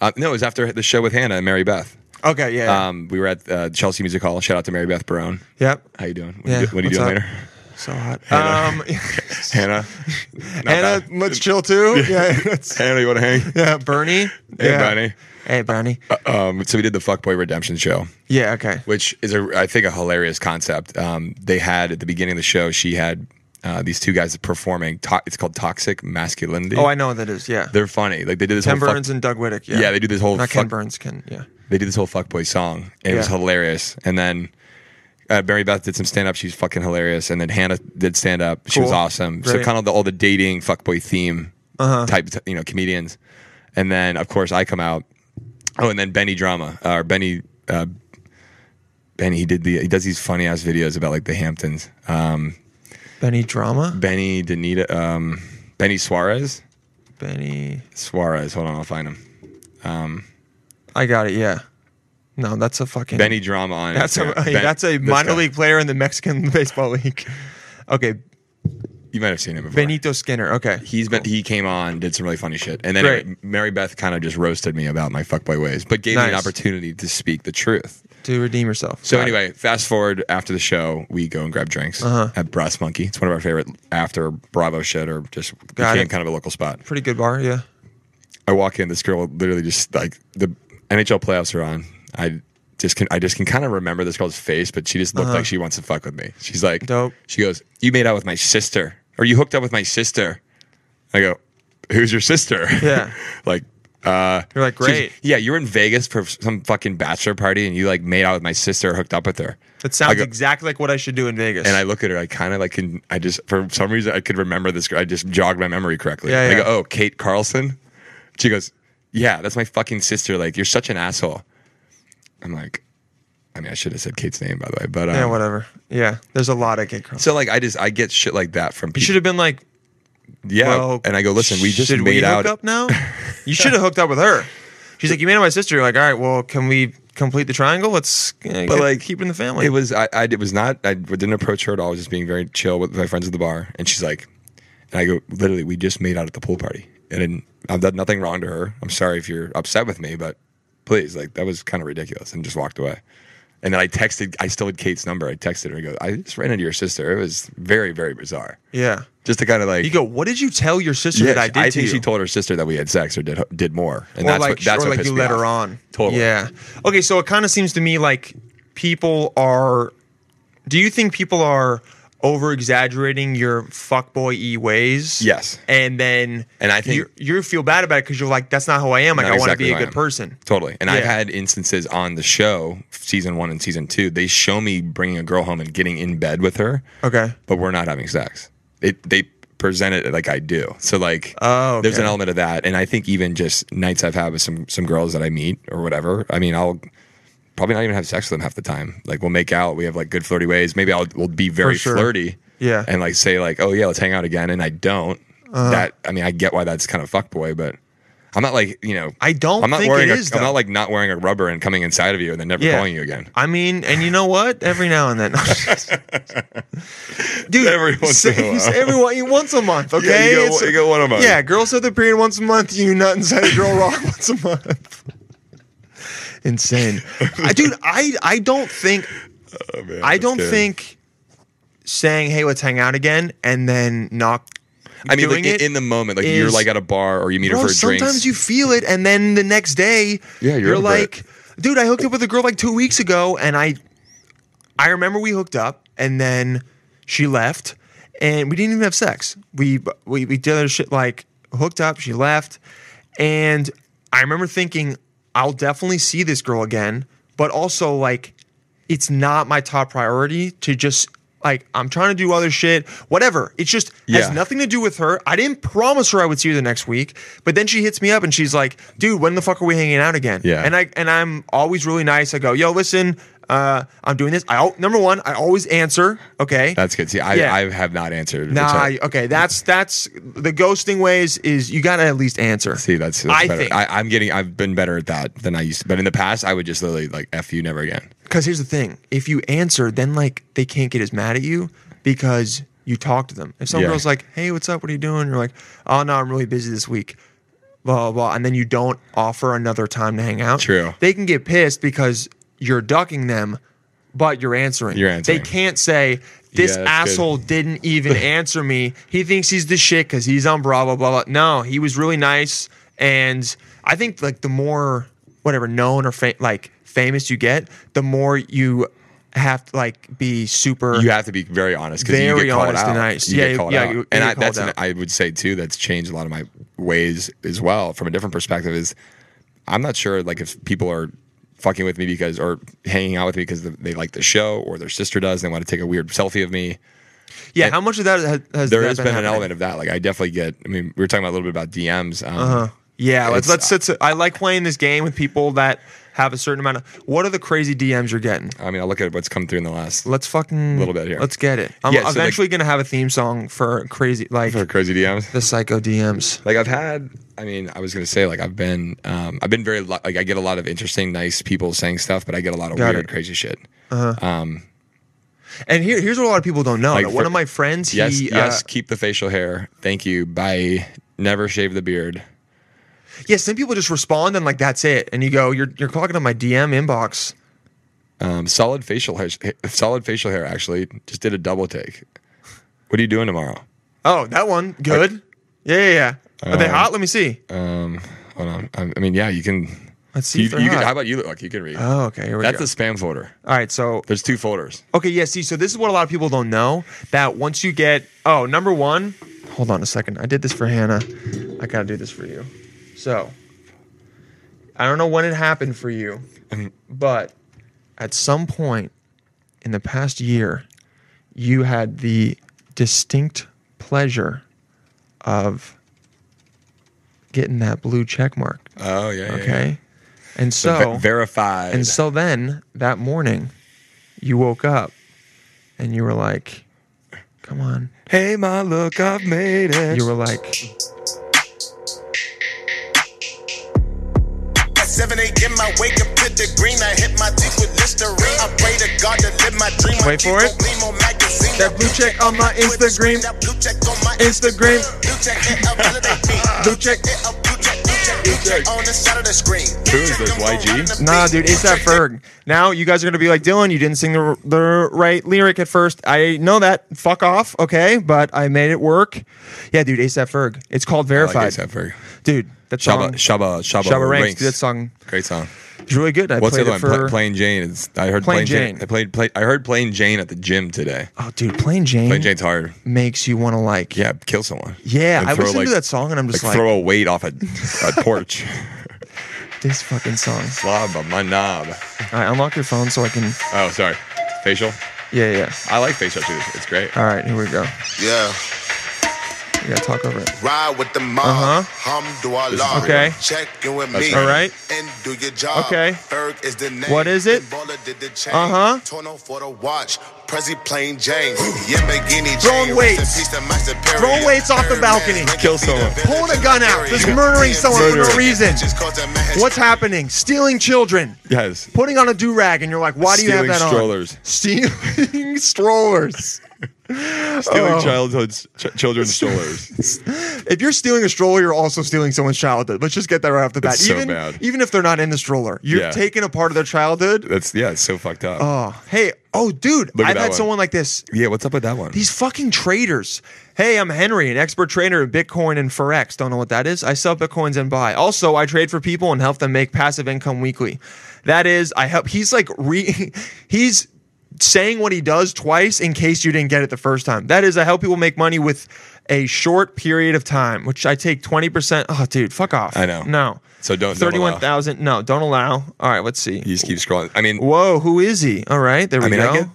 E: Uh, no, it was after the show with Hannah and Mary Beth.
A: Okay. Yeah. yeah.
E: Um, we were at uh, Chelsea Music Hall. Shout out to Mary Beth Barone.
A: yep.
E: How you doing? What
A: Yeah,
E: you, do- what are
A: what's
E: you doing
A: up?
E: later?
A: So hot. Um,
E: Hannah. Hannah. Not
A: Anna,
E: bad.
A: let's chill too. Yeah.
E: Hannah, you want to hang?
A: yeah. Bernie.
E: Hey,
A: yeah.
E: Bernie.
A: Hey, Bernie.
E: Um, so we did the Fuckboy Redemption show.
A: Yeah. Okay.
E: which is a I think a hilarious concept. Um, they had at the beginning of the show, she had uh, these two guys performing. To- it's called Toxic Masculinity.
A: Oh, I know what that is. Yeah.
E: They're funny. Like they did this
A: Ken
E: whole fuck-
A: Burns and Doug Whittick. Yeah.
E: yeah. they do this whole
A: Not Ken
E: fuck-
A: Burns. Ken. Yeah.
E: they did this whole fuckboy song. And It was
A: Yeah.
E: hilarious. And then uh, Mary Beth did some stand up. She's fucking hilarious. And then Hannah did stand up. She was
A: Cool.
E: awesome.
A: Great. Uh-huh.
E: So kind of the, all the dating fuckboy theme type, you know, comedians. And then of course I come out. Oh, and then Benny Drama uh, or Benny. Uh, Benny, he did the he does these funny ass videos about like the Hamptons. Um,
A: Benny Drama.
E: Benny Danita, um, Benny Suarez,
A: Benny.
E: Suarez. Hold on, I'll find him.
A: I got it. Yeah. No, that's a fucking
E: Benny Drama on
A: That's a
E: Instagram. Ben-
A: that's a
E: this
A: minor
E: guy.
A: league player in the Mexican baseball league. Okay,
E: You might have seen him before.
A: Benito Skinner. Okay,
E: He's been he came on, did some really funny shit, and then
A: Great.
E: anyway, Mary Beth kind of just roasted me about my fuckboy ways, but gave me an
A: Nice.
E: opportunity to speak the truth.
A: to redeem yourself.
E: So
A: Got it.
E: anyway, fast forward after the show, we go and grab drinks
A: Uh-huh.
E: at Brass Monkey. It's one of our favorite after Bravo shit, or just
A: Got
E: became
A: it.
E: kind of a local spot.
A: pretty good bar. Yeah.
E: I walk in, this girl literally just like the NHL playoffs are on. I just can I just can kind of remember this girl's face, but she just looked like she wants to fuck with me. She's like,
A: Uh-huh. Dope.
E: She goes, "You made out with my sister, or you hooked up with my sister." I go, "Who's your sister?"
A: Yeah.
E: like, uh,
A: You're like,
E: she goes,
A: "Great."
E: yeah, you were in Vegas for some fucking bachelor party, and you like made out with my sister, or hooked up with her.
A: That sounds
E: I go-
A: exactly like what I should do in Vegas.
E: and I look at her, I kind of like can, I just, for some reason, I could remember this. girl. I just jogged my memory correctly.
A: Yeah,
E: And I
A: yeah.
E: go, oh, Kate Carlson. She goes, yeah, that's my fucking sister. Like, you're such an asshole. I'm like, I mean, I should have said Kate's name, by the way, but, um,
A: yeah, whatever. Yeah, there's a lot of gay girls.
E: So, like, I just, I get shit like that from people.
A: You should have been like,
E: yeah.
A: well,
E: and I go, listen, we just
A: should
E: made
A: we
E: out.
A: hook up now. you should have hooked up with her. She's like, you made it my sister. You're like, all right, well, can we complete the triangle? Let's uh, get-
E: like,
A: keep it in the family.
E: It was, I, I, it was not, I didn't approach her at all. I was just being very chill with my friends at the bar. And she's like, and I go, literally, we just made out at the pool party. And I didn't- I've done nothing wrong to her. I'm sorry if you're upset with me, but please, like, that was kind of ridiculous. And just walked away. And then I texted, I still had Kate's number. I texted her, I go, I just ran into your sister. It was very, very bizarre.
A: yeah.
E: Just to kind of like,
A: You go. What did you tell your sister
E: yeah,
A: that I did
E: I
A: to
E: think
A: you?
E: she told her sister that we had sex or did did more. And
A: or
E: that's
A: like,
E: what, that's
A: or
E: what
A: like
E: pissed
A: you
E: me
A: let her
E: off.
A: on.
E: Totally.
A: Yeah. Okay, so it kind of seems to me like people are. Do you think people are over exaggerating your fuckboy e ways?
E: Yes.
A: And then
E: And I think-
A: you you feel bad about it because you're like, that's not who I am. Like
E: Not
A: I want to
E: exactly
A: be
E: who
A: a
E: I
A: good
E: am.
A: person.
E: Totally. And I've
A: Yeah.
E: had instances on the show, season one and season two, they show me bringing a girl home and getting in bed with her,
A: Okay.
E: but we're not having sex. It, they present it like I do. So, like,
A: Oh, okay.
E: there's an element of that. And I think even just nights I've had with some, some girls that I meet or whatever, I mean, I'll probably not even have sex with them half the time. Like, we'll make out, we have like good flirty ways. Maybe I'll we'll be very
A: sure.
E: flirty.
A: Yeah.
E: And like say, like, oh, yeah, let's hang out again. And I don't.
A: Uh-huh.
E: That, I mean, I get why that's kind of fuckboy, but. I'm not like you know.
A: I don't
E: I'm not
A: think
E: wearing.
A: it
E: a-
A: is,
E: I'm
A: though.
E: not like not wearing a rubber and coming inside of you and then never
A: Yeah.
E: calling you again.
A: I mean, and you know what? Every now and then, dude.
E: Every once in a while.
A: everyone once a month. Okay.
E: you go-
A: It's-
E: you go one a month.
A: Yeah, girls have their period once a month. You nut inside a girl rock once a month. Insane, I, dude. I I don't think
E: Oh, man,
A: I
E: that's
A: don't
E: good.
A: think saying hey let's hang out again and then not.
E: I mean,
A: doing
E: like in-
A: it
E: in the moment, like you're
A: is-
E: like at a bar or you meet her
A: Bro,
E: for a drink.
A: sometimes you feel it, and then the next day,
E: Yeah, you're over
A: like, dude, I hooked up with a girl like two weeks ago, and I, I remember we hooked up, and then she left, and we didn't even have sex. We we we did other shit like hooked up. She left, and I remember thinking I'll definitely see this girl again, but also like it's not my top priority to just like I'm trying to do other shit, whatever. It's just has
E: Yeah.
A: nothing to do with her. I didn't promise her I would see her the next week, but then she hits me up and she's like, "Dude, when the fuck are we hanging out again?"
E: Yeah.
A: and I and I'm always really nice. I go, "Yo, listen." Uh, I'm doing this. I al- number one, I always answer. Okay,
E: That's good. See, I,
A: Yeah.
E: I have not answered. which
A: Nah,
E: I-
A: okay, that's that's the ghosting ways is you gotta at least answer.
E: See, that's, that's
A: I
E: better.
A: think.
E: I, I'm getting. I've been better at that than I used to. But in the past, I would just literally like f you never again.
A: Because here's the thing: if you answer, then like they can't get as mad at you because you talk to them. If some
E: Yeah.
A: girl's like, "Hey, what's up? What are you doing?" You're like, "Oh no, I'm really busy this week." Blah blah, blah. and then you don't offer another time to hang out.
E: True.
A: They can get pissed because you're ducking them, but you're answering.
E: You're answering.
A: They can't say. This
E: Yeah, that's good.
A: asshole didn't even answer me. He thinks he's the shit because he's on blah blah blah blah. No, he was really nice, and I think like the more whatever known or fa- like famous you get, the more you have to like be super.
E: You have to be very honest because you
A: Very
E: get called
A: honest
E: out.
A: and nice.
E: You
A: Yeah,
E: get called
A: yeah,
E: out.
A: you- you
E: and
A: get
E: I, that's
A: called
E: an,
A: out.
E: I would say too. That's changed a lot of my ways as well. From a different perspective, is I'm not sure like if people are fucking with me because or hanging out with me because they like the show or their sister does and they want to take a weird selfie of me.
A: yeah, how much of that has, has
E: There
A: that
E: has been, an
A: happening?
E: element of that. Like I definitely get. I mean, we were talking about a little bit about DMs. Um,
A: Uh-huh. Yeah, let's let's.
E: It's-
A: let's I like playing this game with people that have a certain amount of. What are the crazy DMs you're getting?
E: I mean, I look at what's come through in the last
A: Let's fucking
E: Little bit here.
A: Let's get it. I'm
E: Yeah, so, like-
A: eventually gonna have a theme song for crazy like
E: for crazy DMs.
A: the psycho DMs.
E: like I've had. I mean, I was gonna say like I've been. Um, I've been very lu- like I get a lot of interesting, nice people saying stuff, but I get a lot of
A: Got
E: weird,
A: it.
E: crazy shit.
A: And here, here's what a lot of people don't know.
E: Like,
A: that one
E: for-
A: of my friends, he,
E: Yes, yes.
A: uh,
E: Keep the facial hair. Thank you. Bye. Never shave the beard.
A: yeah, some people just respond and like that's it, and you go, you're you're clogging up my DM inbox.
E: Um, solid facial hair. Solid facial hair. Actually, just did a double take. What are you doing tomorrow?
A: Oh, that one good. yeah, yeah, yeah. Are they
E: Um,
A: hot? Let me see.
E: Hold on. I, I mean, yeah, you can.
A: Let's see.
E: You,
A: if they're
E: you
A: hot.
E: can. How about you? Look, you can read.
A: oh, okay. Here we
E: That's
A: go.
E: a spam folder.
A: All right, so
E: There's two folders.
A: Okay, yeah, see, so this is what a lot of people don't know that once you get, oh, number one, hold on a second. I did this for Hannah. I gotta do this for you. So, I don't know when it happened for you, but at some point in the past year, you had the distinct pleasure of getting that blue check mark.
E: Oh yeah. yeah, yeah.
A: Okay. And so,
E: Ver- verified.
A: and so then that morning, you woke up and you were like, come on.
E: hey, my look, I've made it.
A: You were like,
F: 7 a.m. I wake up to the green. I hit my teeth with Listerine. I pray to God to live my dream.
A: Wait for it. That blue check on my Instagram.
F: That blue check on my
A: Instagram.
F: Blue check it up, elevate me.
A: Blue check.
F: it up, blue check, blue check, blue check on the side of the screen.
E: Who is this, YG?
A: nah, dude, it's that Ferg. Now you guys are going to be like, Dylan, you didn't sing the, the right lyric at first. I know that. Fuck off. Okay. But I made it work. Yeah, dude, ASAP Ferg. It's called
E: I like
A: Verified.
E: ASAP Ferg.
A: Dude, that
E: Shaba,
A: song.
E: Shaba, Shaba,
A: Shabba Um, Ranks,
E: Ranks.
A: dude, that song.
E: Great song.
A: It's really good. I
E: What's the
A: played
E: other
A: it for.
E: one? Pla- Plain Jane. It's, I heard
A: Plain
E: Plain, Jane.
A: Jane.
E: I played. Play, I heard Plain Jane at the gym today.
A: oh, dude, Plain Jane,
E: Plain Jane's hard.
A: makes you want to like.
E: Yeah, kill someone.
A: Yeah,
E: And
A: I
E: throw,
A: listened
E: like-
A: to that song and I'm just
E: Like,
A: like,
E: throw a weight off a, a porch.
A: this fucking song.
E: Slob on my knob.
A: All right, unlock your phone so I can.
E: Oh, sorry. Facial.
A: Yeah, yeah.
E: I like facial too. It's great.
A: All right, here we go.
F: Yeah.
A: We gotta talk over it.
F: Ride with the mob.
A: Uh-huh.
F: Hum
A: Okay.
F: Check in with
E: That's
F: me.
E: right.
A: All right.
F: And do your job.
A: Okay.
F: Ferg is the name.
A: What is it?
F: Baller did the chain.
A: Uh-huh.
F: Torno for the watch. Prezi plain James. Yamagini
A: Throwing
F: chain.
A: weights.
F: Rest in peace to my superior.
A: Throwing weights off the
F: Birdman,
A: balcony.
F: Lincoln
E: Kill
F: be the
E: someone.
F: village
A: Pulling a
F: of the
A: gun out.
F: area.
A: Just murdering someone for no
F: Murdering.
A: reason.
F: Just cause a man has-
A: What's happening? Stealing children.
E: Yes.
A: Putting on a do rag, and you're like, why do you have
E: Stealing
A: that
E: strollers.
A: on? Stealing strollers. Oh.
E: Stealing childhood ch- children's strollers.
A: If you're stealing a stroller, you're also stealing someone's childhood. Let's just get that right off the bat.
E: It's so
A: even,
E: bad.
A: even if they're not in the stroller, you're
E: Yeah.
A: taking a part of their childhood.
E: That's yeah. It's so fucked up.
A: Oh, hey, oh, dude,
E: Look at
A: I've
E: that
A: had
E: one.
A: someone like this.
E: yeah. What's up with that one?
A: These fucking traders. Hey, I'm Henry, an expert trader in Bitcoin and Forex. Don't know what that is. I sell Bitcoins and buy. Also, I trade for people and help them make passive income weekly. That is, I help. He's like, re, he's saying what he does twice in case you didn't get it the first time. That is, I help people make money with a short period of time, which I take 20%. Oh, dude, fuck off.
E: I know.
A: No.
E: So don't- don't allow.
A: 31,000. No, don't allow. All right, let's see.
E: You just keep scrolling. I mean,
A: Whoa, who is he? All right, there we
E: I mean,
A: go.
E: I get-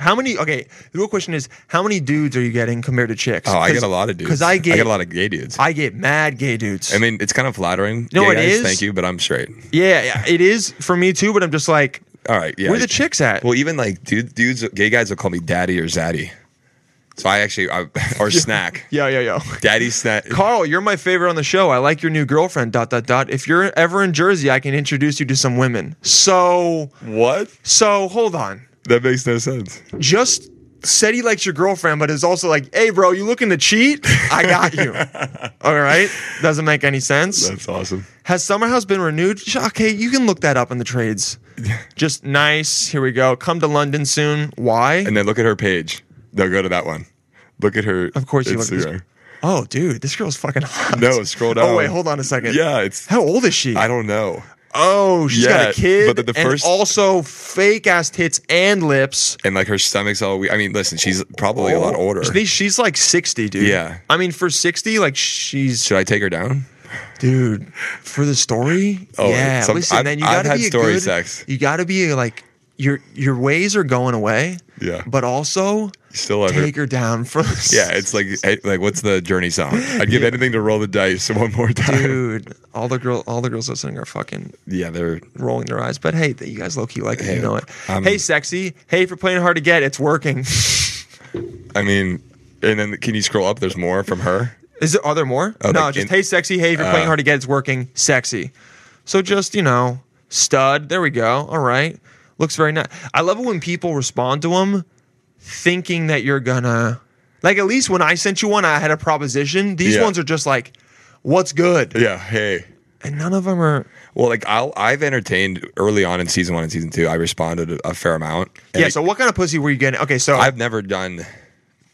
A: how many? Okay, the real question is, how many dudes are you getting compared to chicks?
E: oh, I get a lot of dudes.
A: Because I get,
E: I get a lot of gay dudes. I,
A: I get mad gay dudes.
E: mean, it's kind of flattering.
A: know
E: Gay
A: what it
E: guys,
A: is?
E: Thank you, but I'm straight.
A: yeah, yeah, it is for me too. But I'm just like,
E: All right. Yeah.
A: where the chicks at?
E: Well, even like dude, dudes, gay guys will call me daddy or zaddy. So I actually, I, or snack,
A: yo, yo, yo.
E: daddy snack.
A: Carl, you're my favorite on the show. I like your new girlfriend. Dot dot dot. If you're ever in Jersey, I can introduce you to some women. So,
E: What?
A: so hold on.
E: That makes no sense.
A: Just said he likes your girlfriend, but is also like, hey, bro, you looking to cheat? I got you. All right, doesn't make any sense.
E: That's awesome.
A: Has Summerhouse been renewed? Sh- Okay, you can look that up in the trades. Just nice. Here we go. Come to London soon. Why?
E: And then look at her page. No, go to that one. Look at her.
A: Of course you look at this-
E: Instagram.
A: Oh, dude, this girl's fucking hot.
E: No, scroll down.
A: Oh wait, hold on a second.
E: Yeah, it's.
A: How old is she?
E: I don't know.
A: Oh, she's got a
E: Yeah,
A: kid.
E: but the- the
A: and
E: first-
A: also fake ass tits and lips.
E: And like her stomach's all. We- I mean, listen, she's probably a lot older.
A: She- Oh, She's like sixty, dude.
E: Yeah.
A: I mean, for sixty, like she's
E: Should I take her down?
A: dude. For the story,
E: Oh,
A: yeah.
E: some-
A: listen,
E: I've-
A: then you
E: I've
A: gotta
E: had
A: be a
E: story
A: good-
E: sex.
A: You gotta be like your your ways are going away.
E: Yeah.
A: But also,
E: Still love her.
A: take her down from
E: Yeah, it's like eh, like what's the journey song? I'd give anything to roll the dice one more time.
A: dude. All the girl, all the girls listening are fucking
E: Yeah, they're
A: rolling their eyes. But hey, you guys low key like it,
E: Hey,
A: you know it.
E: I'm-
A: hey, sexy. Hey, for playing hard to get, it's working.
E: I mean, and then can you scroll up? There's more from her.
A: Is there, are there more?
E: Oh,
A: no,
E: like
A: just
E: in-
A: hey, sexy. Hey, if you're playing
E: Uh.
A: hard to get, it's working. Sexy. So just you know, stud. There we go. All right, looks very nice. I love it when people respond to them, thinking that you're gonna like. At least when I sent you one, I had a proposition. These
E: Yeah.
A: ones are just like, what's good,
E: Yeah, hey.
A: and none of them are.
E: Well, like I'll, I've entertained early on in season one and season two. I responded a fair amount. And
A: Yeah.
E: it-
A: So what kind of pussy were you getting? Okay, so
E: I've never done.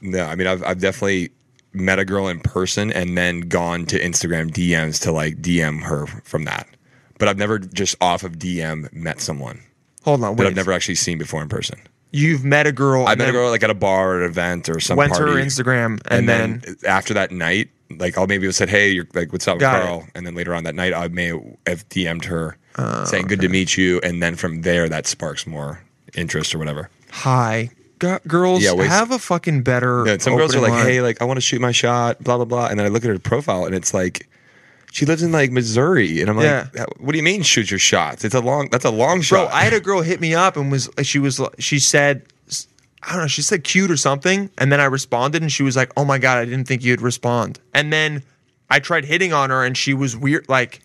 E: No, I mean I've I've definitely met a girl in person and then gone to Instagram DMs to like DM her from that. But I've never just off of DM met someone
A: hold on.
E: that
A: Wait.
E: I've never actually seen before in person.
A: You've met a girl.
E: I
A: and
E: met a
A: then
E: girl like at a bar or an event or some
A: Went
E: party.
A: to her Instagram, and,
E: and
A: then,
E: then, after that night, like I'll maybe have said, "Hey, you're like, what's up,
A: Got
E: Carl?" And then later on that night, I may have DM'd her
A: Oh,
E: saying, "Good to meet you," and then from there, that sparks more interest or whatever.
A: hi. G- girls
E: Yeah, waste-
A: have a fucking better.
E: Yeah, some girls are
A: opening
E: like,
A: line.
E: "Hey, like I want to shoot my shot," blah blah blah, and then I look at her profile and it's like. She lives in like Missouri, and I'm like,
A: Yeah.
E: "What do you mean shoot your shots? It's a long, that's a long
A: Bro,
E: shot."
A: I had a girl hit me up and was she was she said I don't know, she said cute or something, and then I responded and she was like, "Oh my god, I didn't think you'd respond." And then I tried hitting on her and she was weird like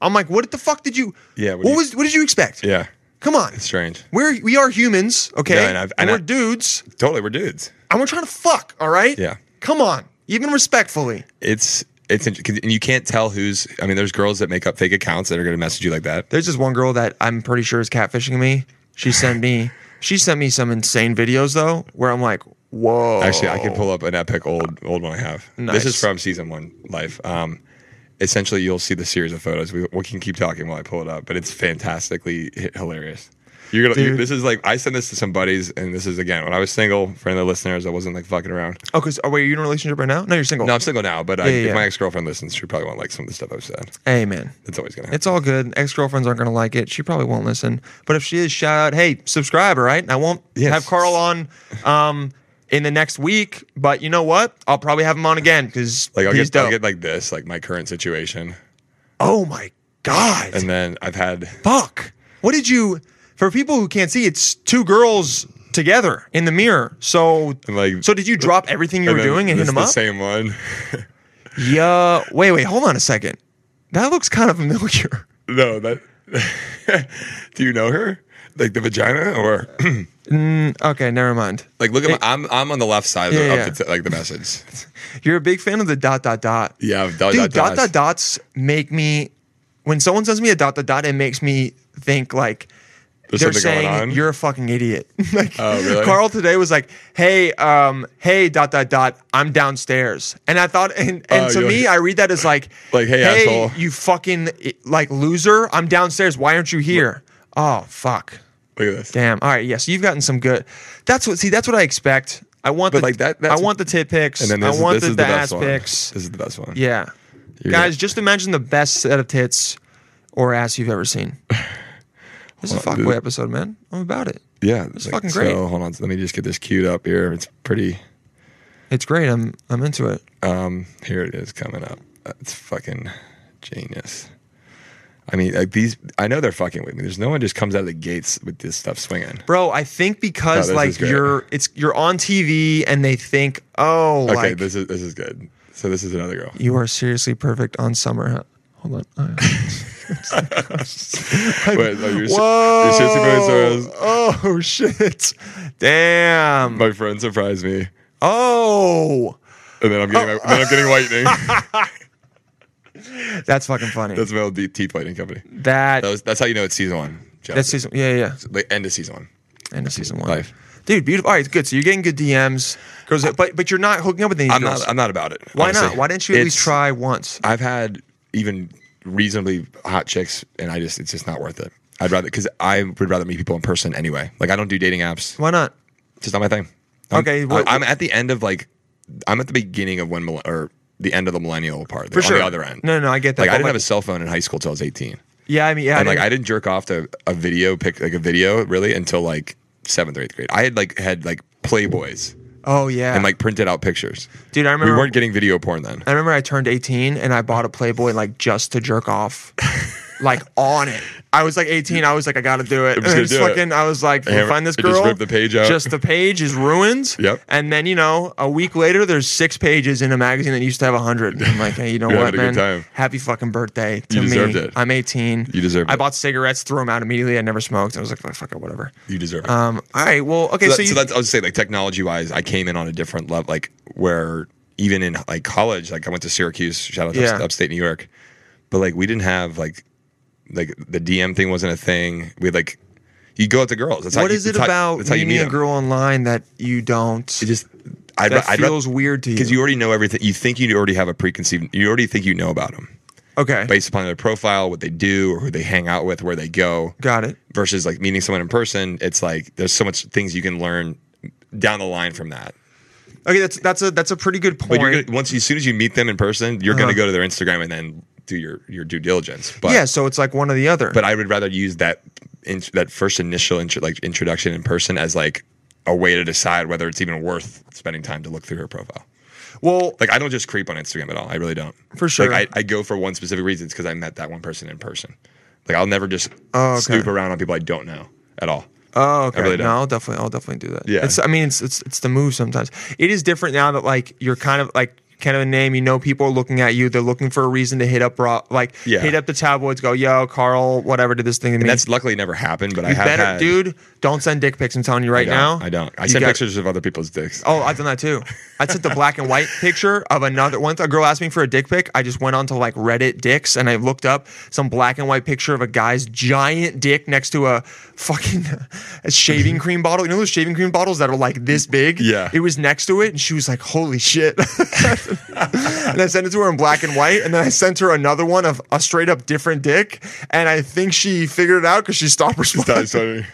A: I'm like, "What the fuck did you
E: Yeah,
A: What,
E: what do you-
A: was what did you expect?"
E: yeah,
A: Come on.
E: strange.
A: We're we are humans, okay?
E: No,
A: and
E: and I've- and
A: we're
E: I-
A: dudes,
E: Totally, we're dudes.
A: and we're trying to fuck, all right?
E: Yeah.
A: Come on. Even respectfully.
E: It's it's int- 'cause- and you can't tell who's. I mean, there's girls that make up fake accounts that are going to message you like that.
A: There's this one girl that I'm pretty sure is catfishing me. She sent me she sent me some insane videos though where I'm like, "Whoa."
E: Actually, I can pull up an epic old old one I have. This
A: Oh. Nice.
E: is from season one, life. Um, essentially, you'll see the series of photos. We, we can keep talking while I pull it up, but it's fantastically hi- hilarious. You're gonna. You,
A: Dude.
E: this is like I sent this to some buddies, and this is again when I was single. For any of the listeners, I wasn't like fucking around.
A: Oh, because oh, wait, are you in a relationship right now? No, you're single.
E: No, I'm single now, but I,
A: Oh. Yeah, yeah,
E: if my
A: yeah.
E: ex girlfriend listens, she probably won't like some of the stuff I've said.
A: Hey, man.
E: That's always gonna happen.
A: It's all good. Ex girlfriends aren't going to like it. She probably won't listen. But if she is, shout out, hey, subscribe, all right? I won't
E: Yes.
A: have Carl on um, in the next week, but you know what? I'll probably have him on again because
E: like I'll
A: he's
E: get, I'll
A: dope.
E: get like this, like my current situation,
A: oh, my God.
E: and then I've had
A: Fuck. What did you, for people who can't see, it's two girls together in the mirror. So,
E: And, like-
A: so did you drop everything you
E: and
A: were
E: then
A: doing and
E: this
A: hit him
E: the
A: up?
E: same one.
A: Yeah. Wait, wait, hold on a second. That looks kind of familiar.
E: No, that. do you know her? Like the vagina, or
A: Okay, never mind.
E: like look at my, I'm I'm on the left side of, the,
A: Yeah, yeah.
E: Of the, like the message.
A: You're a big fan of the dot dot dot.
E: Yeah, dot,
A: Dude,
E: dot,
A: dot dot
E: dots.
A: dots make me when someone sends me a dot dot dot, it makes me think like
E: There's
A: they're
E: something going
A: saying
E: on?
A: you're a fucking idiot. like
E: Oh, really?
A: Carl today was like, Hey, um, hey, dot dot dot, I'm downstairs. And I thought and, and
E: Oh,
A: to
E: you're
A: me
E: like-
A: I read that as like
E: Like, hey, asshole."
A: you fucking like loser, I'm downstairs. Why aren't you here? Oh fuck.
E: Look at this.
A: Damn. All right. Yes, you've gotten some good. That's what. See, that's what I expect. I want
E: But
A: the
E: like that- that's-
A: I want the tit picks.
E: And then this,
A: I want
E: this
A: the,
E: is the,
A: the ass
E: best one.
A: picks.
E: This is the best one.
A: Yeah.
E: You're
A: Guys,
E: right.
A: just imagine the best set of tits or ass you've ever seen. This is a
E: Hold on, dude.
A: fuckboy episode, man. I'm about it.
E: yeah,
A: It's fucking great.
E: So hold on, let me just get this queued up here. It's pretty.
A: It's great. I'm I'm into it.
E: Um, here it is coming up. That's fucking genius. I mean, like these. I know they're fucking with me. There's no one just comes out of the gates with this stuff swinging.
A: Bro, I think because
E: No, this
A: like
E: is great.
A: you're it's you're on TV and they think, "Oh,
E: Okay,
A: like
E: this is this is good. So this is another girl.
A: you are seriously perfect on summer." Huh? Hold on. Oh,
E: Wait, no, you're,
A: Whoa.
E: You're seriously going so I was-
A: Oh shit. Damn.
E: my friend surprised me,
A: Oh.
E: and then I'm getting my, then I'm getting whitening.
A: That's fucking funny.
E: that's Mel D Teeth Whitening Company.
A: that
E: That was, that's how you know it's season one. Jeff.
A: that's season yeah, yeah.
E: like end of season one.
A: End of season one.
E: Life.
A: Dude, beautiful. All right, good. So you're getting good DMs. Girls, but but you're not hooking up with any
E: I'm
A: girls.
E: not. I'm not about it.
A: Why not?
E: honestly.
A: Why didn't you at least
E: It's-
A: try once?
E: I've had even reasonably hot chicks, and I just it's just not worth it. I'd rather because I would rather meet people in person anyway. Like I don't do dating apps.
A: Why not?
E: It's just not my thing. I'm-
A: Okay, what-
E: I, am at the end of like I'm at the beginning of when mil- or the end of the millennial part.
A: For
E: on
A: sure.
E: the other end.
A: No, no, no, I get that,
E: Like
A: but,
E: I didn't
A: like- oh
E: have a cell phone in high school till I was 18,
A: Yeah, I mean, yeah.
E: and like I didn't jerk off to a video pick like a video really until like seventh or eighth grade. I had like had like Playboys
A: Oh yeah.
E: and like printed out pictures.
A: Dude, I remember- Uh,
E: we weren't getting video porn then.
A: I remember I turned 18 and I bought a Playboy like just to jerk off. like on it. I was like 18. I was like, I gotta do it.
E: I'm
A: And I
E: just gonna
A: just
E: do it.
A: fucking, I was like,
E: Hammer-
A: find this
E: I just
A: girl.
E: ripped the page out.
A: Just the page is ruined.
E: Yep.
A: And then you know, a week later, there's six pages in a magazine that used to have hundred. I'm like, hey, you know
E: You're
A: what,
E: having a
A: man?
E: good time.
A: Happy fucking birthday to
E: You
A: me.
E: deserved it.
A: I'm 18.
E: You deserved
A: I
E: it.
A: bought cigarettes, threw them out immediately. I never smoked. I was like, fuck it, whatever.
E: You deserve it.
A: Um. All right. Well. Okay.
E: so,
A: So,
E: that-
A: you,
E: so that's I was saying like technology wise, I came in on a different level, like where even in like college, like I went to Syracuse, shout out to
A: Yeah.
E: ups- upstate New York, but like we didn't have like like the DM thing wasn't a thing. We had, like you go out to girls. That's how
A: what
E: you,
A: is it
E: that's how-
A: about
E: that's how you
A: meeting
E: meet
A: a
E: them.
A: girl online that you don't?
E: It just I'd,
A: that
E: I'd
A: feels weird to you.
E: because you already know everything. You think you already have a preconceived. You already think you know about them
A: okay.
E: based upon their profile, what they do, or who they hang out with, where they go.
A: Got it.
E: versus like meeting someone in person, it's like there's so much things you can learn down the line from that.
A: Okay. That's that's a that's a pretty good
E: But
A: point.
E: you're gonna, once you, as soon as you meet them in person, you're going to go to their Instagram and then do your your due diligence. But
A: yeah. So it's like one or the other.
E: but I would rather use that in, that first initial intro, like introduction in person as like a way to decide whether it's even worth spending time to look through her profile.
A: well,
E: Like I don't just creep on Instagram at all. I really don't.
A: For sure.
E: Like I, I go for one specific reason. It's because I met that one person in person. Like I'll never just
A: Oh, okay.
E: snoop around on people I don't know at all.
A: Oh, okay.
E: really don't.
A: No, I'll definitely, I'll definitely do that.
E: Yeah.
A: It's, I mean, it's, it's, it's the move sometimes. It is different now that like you're kind of like kind of a name. You know, people are looking at you. They're looking for a reason to hit up raw, like
E: Yeah.
A: hit up the tabloids. Go, yo, Carl, whatever did this thing to me.
E: And that's luckily never happened. But I
A: you
E: have
A: better,
E: had,
A: dude. Don't send dick pics. I'm telling you right
E: I
A: now.
E: don't, I don't. I
A: You
E: send
A: got-
E: pictures of other people's dicks.
A: Oh, I've done that too. I sent the black and white picture of another once a girl asked me for a dick pic. I just went onto like Reddit dicks and I looked up some black and white picture of a guy's giant dick next to a fucking a shaving cream bottle. You know those shaving cream bottles that are like this big?
E: Yeah.
A: It was next to it and she was like, holy shit. and I sent it to her in black and white. And then I sent her another one of a straight up different dick. And I think she figured it out because she stopped responding.
E: That's funny.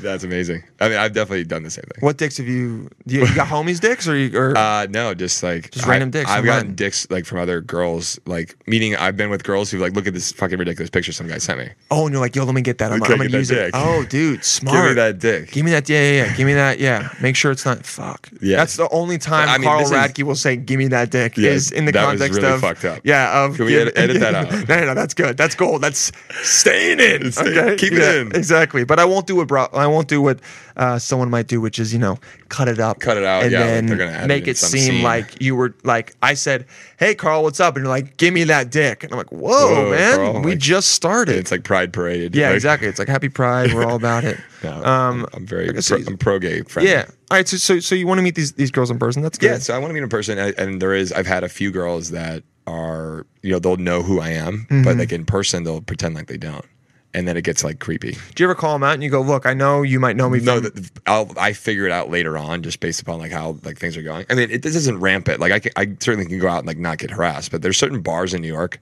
E: That's amazing. I mean, I've definitely done the same thing.
A: What dicks have you? You, you got homies dicks or you? Or,
E: Uh, no, just like
A: Just random dicks
E: I, have
A: online.
E: gotten dicks like from other girls, like meaning I've been with girls who like look at this fucking ridiculous picture some guy sent me.
A: Oh, and you're like, yo, let me get that. I'm,
E: Okay,
A: I'm gonna
E: get that
A: use it.
E: dick.
A: Oh, dude,
E: Give
A: smart.
E: me that dick.
A: Give me that. Yeah, yeah, yeah. Give me that. Yeah. Make sure it's not. Fuck.
E: Yeah.
A: That's the only time
E: I mean,
A: Carl
E: this is-
A: Radke will say, "Give me that dick."
E: Yeah,
A: is in the
E: that was
A: context
E: really
A: of
E: fucked up.
A: Yeah. Of
E: Can we
A: give-
E: edit- edit that out?
A: no, no, no. That's good. That's gold. That's staying in.
E: It's staying-
A: okay?
E: keep it
A: Yeah,
E: in.
A: Exactly. But I won't do what bro- I won't do what uh, someone might do, which is you know, cut it up,
E: Cut it out,
A: and
E: yeah, like
A: then
E: they're gonna add it
A: make
E: in
A: it
E: some
A: seem
E: scene.
A: like you were like I said, "Hey, Carl, what's up?" And you're like, "Give me that dick," and I'm like, "Whoa,
E: Whoa,
A: man,
E: Carl,
A: we
E: like,
A: just started."
E: It's like Pride Parade.
A: Yeah,
E: Like,
A: exactly. It's like happy pride. We're all about it.
E: No,
A: um,
E: I'm very.
A: I guess
E: pro,
A: he's-
E: I'm pro gay. friendly.
A: yeah. All right. So, so, so you want to meet these these girls in person? That's good.
E: Yeah, so I want to meet in person, and, and there is. I've had a few Mm-hmm. girls that are, you know, they'll know who I am, but like in person, they'll pretend like they don't. and then it gets like creepy.
A: Do you ever call him out and you go, "Look, I know you might know me
E: No,
A: from
E: th- I'll, I figure it out later on, just based upon like how like things are going. I mean, it, this isn't rampant. Like I, can, I certainly can go out and like not get harassed, but there's certain bars in New York,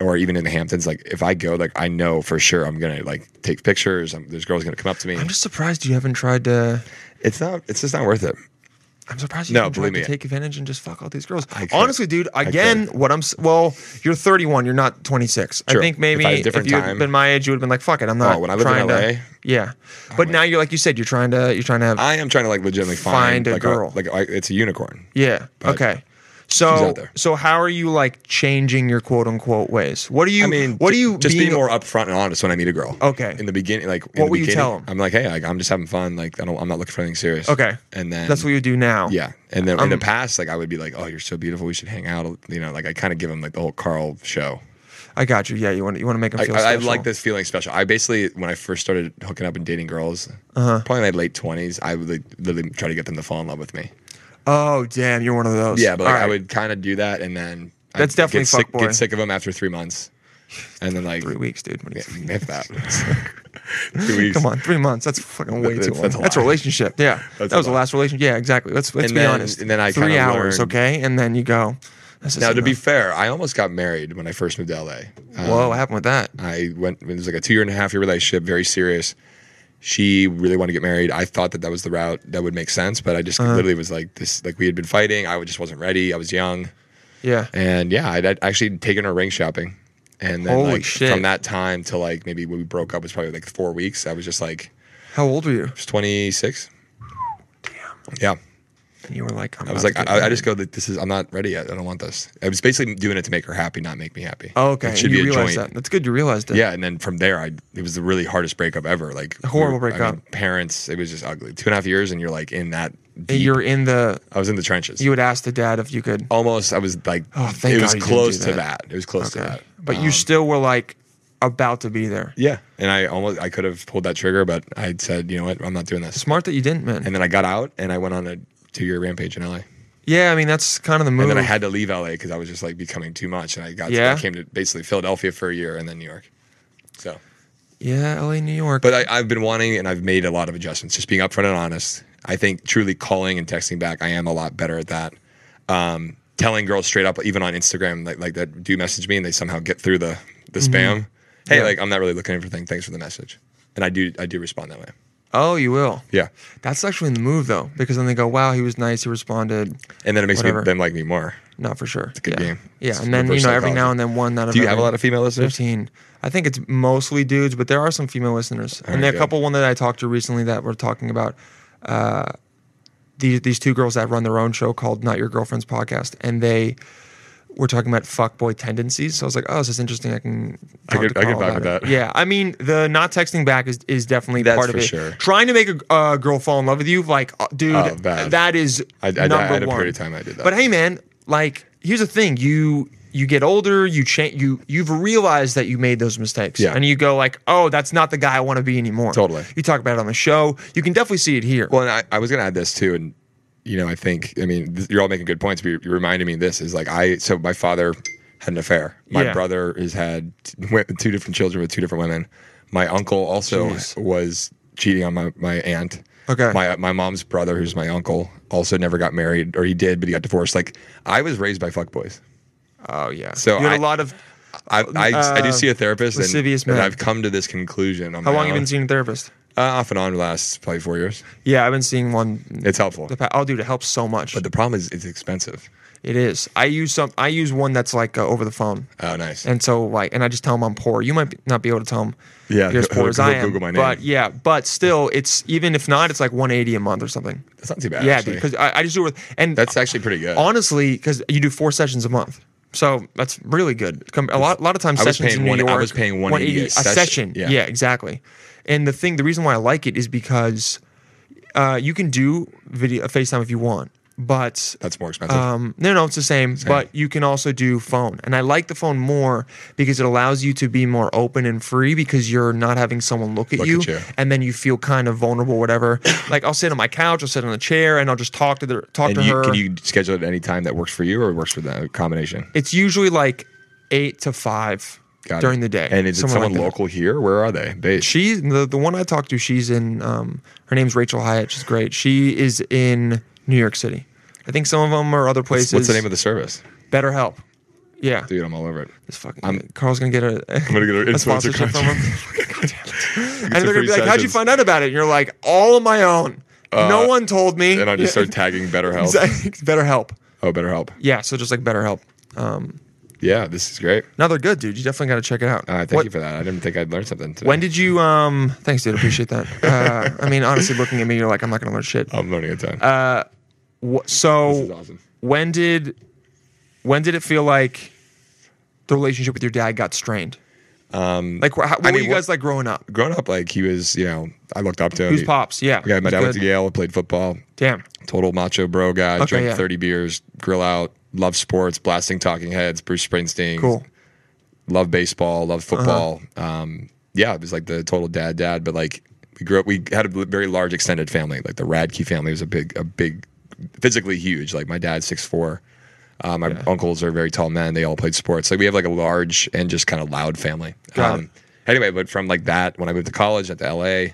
E: or even in the Hamptons. Like if I go, like I know for sure I'm gonna like take pictures. I'm, there's girls gonna come up to me.
A: I'm just surprised you haven't tried to.
E: it's not. It's just not worth it.
A: I'm surprised you
E: No,
A: haven't tried
E: believe
A: to
E: me.
A: take advantage and just fuck all these girls.
E: I could.
A: Honestly, dude.
E: I
A: Again,
E: could.
A: what I'm s- well, you're 31. You're not 26. I
E: True.
A: think maybe
E: If I
A: if,
E: had a different
A: you'd
E: time-
A: been my age, you would have been like, "Fuck it, I'm not."
E: Oh, when I lived in Oh,
A: trying
E: LA?
A: To, yeah, but now you're like you said, you're trying to you're trying to have
E: I am trying to like legitimately
A: Find
E: find,
A: a
E: like,
A: girl.
E: like I, it's a unicorn.
A: yeah.
E: but
A: Okay.
E: she's
A: So
E: out there.
A: so how are you like changing your quote unquote ways? What do you
E: I mean,
A: What
E: ju-
A: do you
E: just being, more upfront and honest when I meet a girl?
A: Okay.
E: In the beginning, like in
A: What
E: the
A: will you
E: beginning,
A: tell 'em?
E: I'm like, hey, like, I'm just having fun. Like I don't, I'm not looking for anything serious.
A: Okay.
E: And then
A: That's what you do now.
E: Yeah, and then in the
A: Um,
E: past, like I would be like, "Oh, you're so beautiful. We should hang out." You know, like I kind of give him like the whole Carl show.
A: I got you. Yeah, you want you want to make them
E: I,
A: feel.
E: I, I
A: special.
E: like this feeling special. I basically, when I first started hooking up and dating girls,
A: Uh-huh.
E: probably in my late twenties, I would like, literally try to get them to fall in love with me.
A: Oh damn, you're one of those.
E: Yeah, but like,
A: All
E: I
A: right.
E: would kind of do that, and then
A: That's
E: I'd
A: definitely
E: get sick,
A: fuckboy.
E: get sick of them after three months, and then like
A: three weeks, dude. What do you
E: yeah,
A: think?
E: if that. Three weeks.
A: Come on, three months. That's fucking way
E: That's-
A: too long. That's,
E: that's a
A: a
E: lot.
A: relationship. Yeah,
E: That's
A: that
E: a
A: was the
E: lot.
A: last relationship. Yeah, exactly. Let's let's
E: And
A: be
E: then-
A: honest.
E: and then I
A: three
E: kinda
A: hours,
E: learned-
A: okay, and then you go. This is
E: Now, to be
A: enough.
E: fair, I almost got married when I first moved to LA. Um,
A: whoa, what happened with that?
E: I went. It was like a two year and a half year relationship, very serious. She really wanted to get married. I thought that that was the route that would make sense, but I just
A: Uh-huh.
E: literally was like this. Like we had been fighting. I just wasn't ready. I was young,
A: Yeah,
E: and yeah, I'd, I'd actually taken her ring shopping, and then
A: Holy
E: like
A: shit.
E: from that time to like maybe when we broke up was probably like four weeks. I was just like
A: how old were you?
E: I was twenty six. Damn. Yeah.
A: And you were like, I'm
E: I was
A: about
E: like,
A: to get
E: I, I just
A: married.
E: go like, this is. I'm not ready yet. I don't want this. I was basically doing it to make her happy, not make me happy.
A: Oh, okay,
E: It should
A: you
E: be a
A: realized
E: joint.
A: that. That's good. You realized it.
E: Yeah, and then from there, I it was the really hardest breakup ever. Like we
A: horrible
E: were- I mean,
A: breakup.
E: parents, it was just ugly. Two and a half years, and you're like in that.
A: And
E: Deep,
A: you're in the.
E: I was in the trenches.
A: You would ask the dad if you could.
E: almost. I was like,
A: Oh, thank
E: it was
A: God you didn't
E: close
A: do
E: to
A: that.
E: that. It was close to
A: Okay,
E: that.
A: but
E: Um,
A: you still were like about to be there.
E: yeah. And I almost, I could have pulled that trigger, but I said, you know what, I'm not doing this.
A: Smart that you didn't, man.
E: And then I got out, and I went on a two year rampage in LA.
A: yeah, I mean that's kind of the move.
E: And then I had to leave LA because I was just like becoming too much, and I got,
A: Yeah.
E: I came to basically Philadelphia for a year, and then New York. So.
A: yeah, L.A., New York.
E: But I, I've been wanting and I've made a lot of adjustments, just being upfront and honest. I think truly calling and texting back, I am a lot better at that. Um, telling girls straight up, even on Instagram, like, like that do message me and they somehow get through the, the spam. Hey,
A: Mm-hmm. Yeah.
E: like I'm not really looking for things. Thanks for the message. And I do I do respond that way.
A: oh, you will.
E: Yeah.
A: That's actually in the move though, because then they go, "Wow, he was nice. He responded."
E: And then it makes
A: Whatever.
E: me, them like me more.
A: Not for sure.
E: good
A: yeah.
E: game.
A: Yeah,
E: It's
A: and then you
E: reverse
A: know every now
E: psychology.
A: and then one out of
E: Do you
A: every
E: have a lot of female listeners?
A: fifteen. I think it's mostly dudes, but there are some female listeners, and
E: right,
A: there are a
E: good.
A: couple one that I talked to recently that were talking about uh, these these two girls that run their own show called Not Your Girlfriend's Podcast, and they were talking about fuckboy tendencies. So I was like, oh, this is interesting. I can
E: I
A: talk
E: could-
A: to
E: I could
A: Carl
E: vibe
A: about
E: with
A: it.
E: that.
A: Yeah, I mean the not texting back is is definitely
E: That's
A: part of
E: for
A: it.
E: sure.
A: Trying to make a uh, girl fall in love with you, like, uh, dude,
E: Oh, bad.
A: that is
E: I- I- I
A: number
E: had a
A: one.
E: period of time I did that.
A: But hey, man, like here's the thing: you you get older, you change, you you've realized that you made those mistakes,
E: Yeah.
A: and you go like, oh, that's not the guy I want to be anymore.
E: Totally.
A: You talk about it on the show. You can definitely see it here.
E: Well, and I, I was going to add this too. And, you know, I think, I mean, th- you're all making good points, but you're, you're reminding me of this is like, I, so my father had an affair. My
A: Yeah.
E: brother has had t- wi- two different children with two different women. My uncle also
A: Jeez.
E: was cheating on my, my aunt.
A: Okay.
E: My, my mom's brother, who's my uncle, also never got married, or he did, but he got divorced. Like, I was raised by fuckboys.
A: oh yeah.
E: So
A: you had a
E: I-
A: lot of.
E: I, I, I
A: Uh,
E: do see a therapist, and,
A: lascivious
E: and
A: men.
E: I've come to this conclusion. On
A: How
E: my
A: long you
E: own.
A: been seeing a therapist?
E: Uh, off and on, last probably four years.
A: Yeah, I've been seeing one.
E: It's helpful,
A: The pa- oh, dude, it helps so much.
E: but the problem is it's expensive.
A: it is. I use some. I use one that's like uh, over the phone.
E: Oh, nice.
A: And so, like, and I just tell them I'm poor. You might be- not be able to tell them.
E: Yeah,
A: you're as poor
E: he'll-
A: as I
E: he'll
A: am.
E: Google my name.
A: But yeah, but still, it's even if not, it's like 180 a month or something.
E: That's not too bad.
A: yeah,
E: actually.
A: dude, because I, I just do it. With, and
E: That's actually pretty good.
A: honestly, because you do four sessions a month, so that's really good. Com- A lot, a lot of times
E: I was
A: sessions
E: paying
A: in New
E: one- I
A: York.
E: was paying 180 a
A: a
E: session.
A: session.
E: Yeah.
A: yeah, exactly. And the thing, the reason why I like it is because uh, you can do video FaceTime if you want, but
E: That's more expensive.
A: um, no, no, it's the same, but you can also do phone. And I like the phone more because it allows you to be more open and free because you're not having someone look at,
E: Look
A: you,
E: at you.
A: And then you feel kind of vulnerable, whatever. like I'll sit on my couch, I'll sit on a chair, and I'll just talk to the talk
E: and
A: to
E: you,
A: her.
E: can you schedule it any time that works for you or works for the combination?
A: it's usually like eight to five.
E: Got
A: during
E: it.
A: the day.
E: And is it someone
A: like that.
E: local here? Where are they based?
A: She the, the one I talked to, she's in um, her name's Rachel Hyatt. She's great. She is in New York City. I think some of them are other places.
E: What's the name of the service?
A: Better Help? Yeah,
E: Dude, I'm all over it.
A: this fucking
E: I'm-
A: Carl's gonna get a, I'm
E: gonna get an influencer
A: sponsorship from him. and
E: some
A: they're gonna
E: free
A: be like, "How'd you
E: sessions."
A: find out about it?" And you're like, "All on my own. no
E: Uh,
A: one told me."
E: And I just start tagging BetterHelp.
A: Better Help.
E: Oh, BetterHelp.
A: Yeah, so just like Better Help. Um,
E: Yeah, this is great.
A: now they're good, dude. You definitely got to check it out.
E: Uh, thank
A: What-
E: you for that. I didn't think I'd learn something today.
A: When did you? Um, thanks, dude. Appreciate that. Uh, I mean, honestly, looking at me, you're like, I'm not gonna learn shit.
E: I'm learning a ton.
A: Uh, Wh- so,
E: Uh, This is awesome.
A: when did when did it feel like the relationship with your dad got strained? Um, like, wh- how, what
E: I
A: were
E: mean,
A: you
E: what-
A: guys like growing up?
E: Growing up, like he was, you know, I looked up to him.
A: Who's
E: He-
A: pops? Yeah,
E: Yeah, my
A: he's
E: dad went to
A: good.
E: Yale, played football,
A: Damn,
E: total macho bro guy,
A: Okay,
E: drank
A: yeah.
E: 30 beers, grill out, love sports, blasting talking heads, Bruce Springsteen.
A: cool.
E: love baseball, love football. Um, yeah, it was like the total dad dad, but like we grew up, we had a very large extended family. Like the Radke family was a big, a big, physically huge. Like my dad's six four. Uh, my uncles are very tall men. They all played sports. Like we have like a large and just kind of loud family. Um,
A: Got
E: Anyway, but from like that, when I moved to college, at the LA,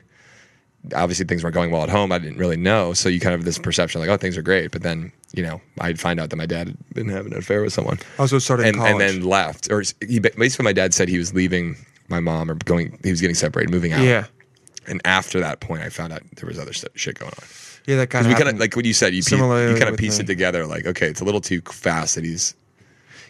E: obviously things weren't going well at home. I didn't really know. So you kind of have this perception like, oh, things are great. But then, you know, I'd find out that my dad had been having an affair with someone.
A: Oh, so it started in
E: and, and
A: college.
E: then left. Or he, basically, my dad said he was leaving my mom or going, he was getting separated, moving out.
A: Yeah,
E: And after that point, I found out there was other st- shit going on.
A: yeah, that kind
E: Because
A: of
E: we kind of, like what you said, you, pie-
A: Similarly
E: you kind of
A: with
E: piece
A: me.
E: it together like, okay, it's a little too fast that he's.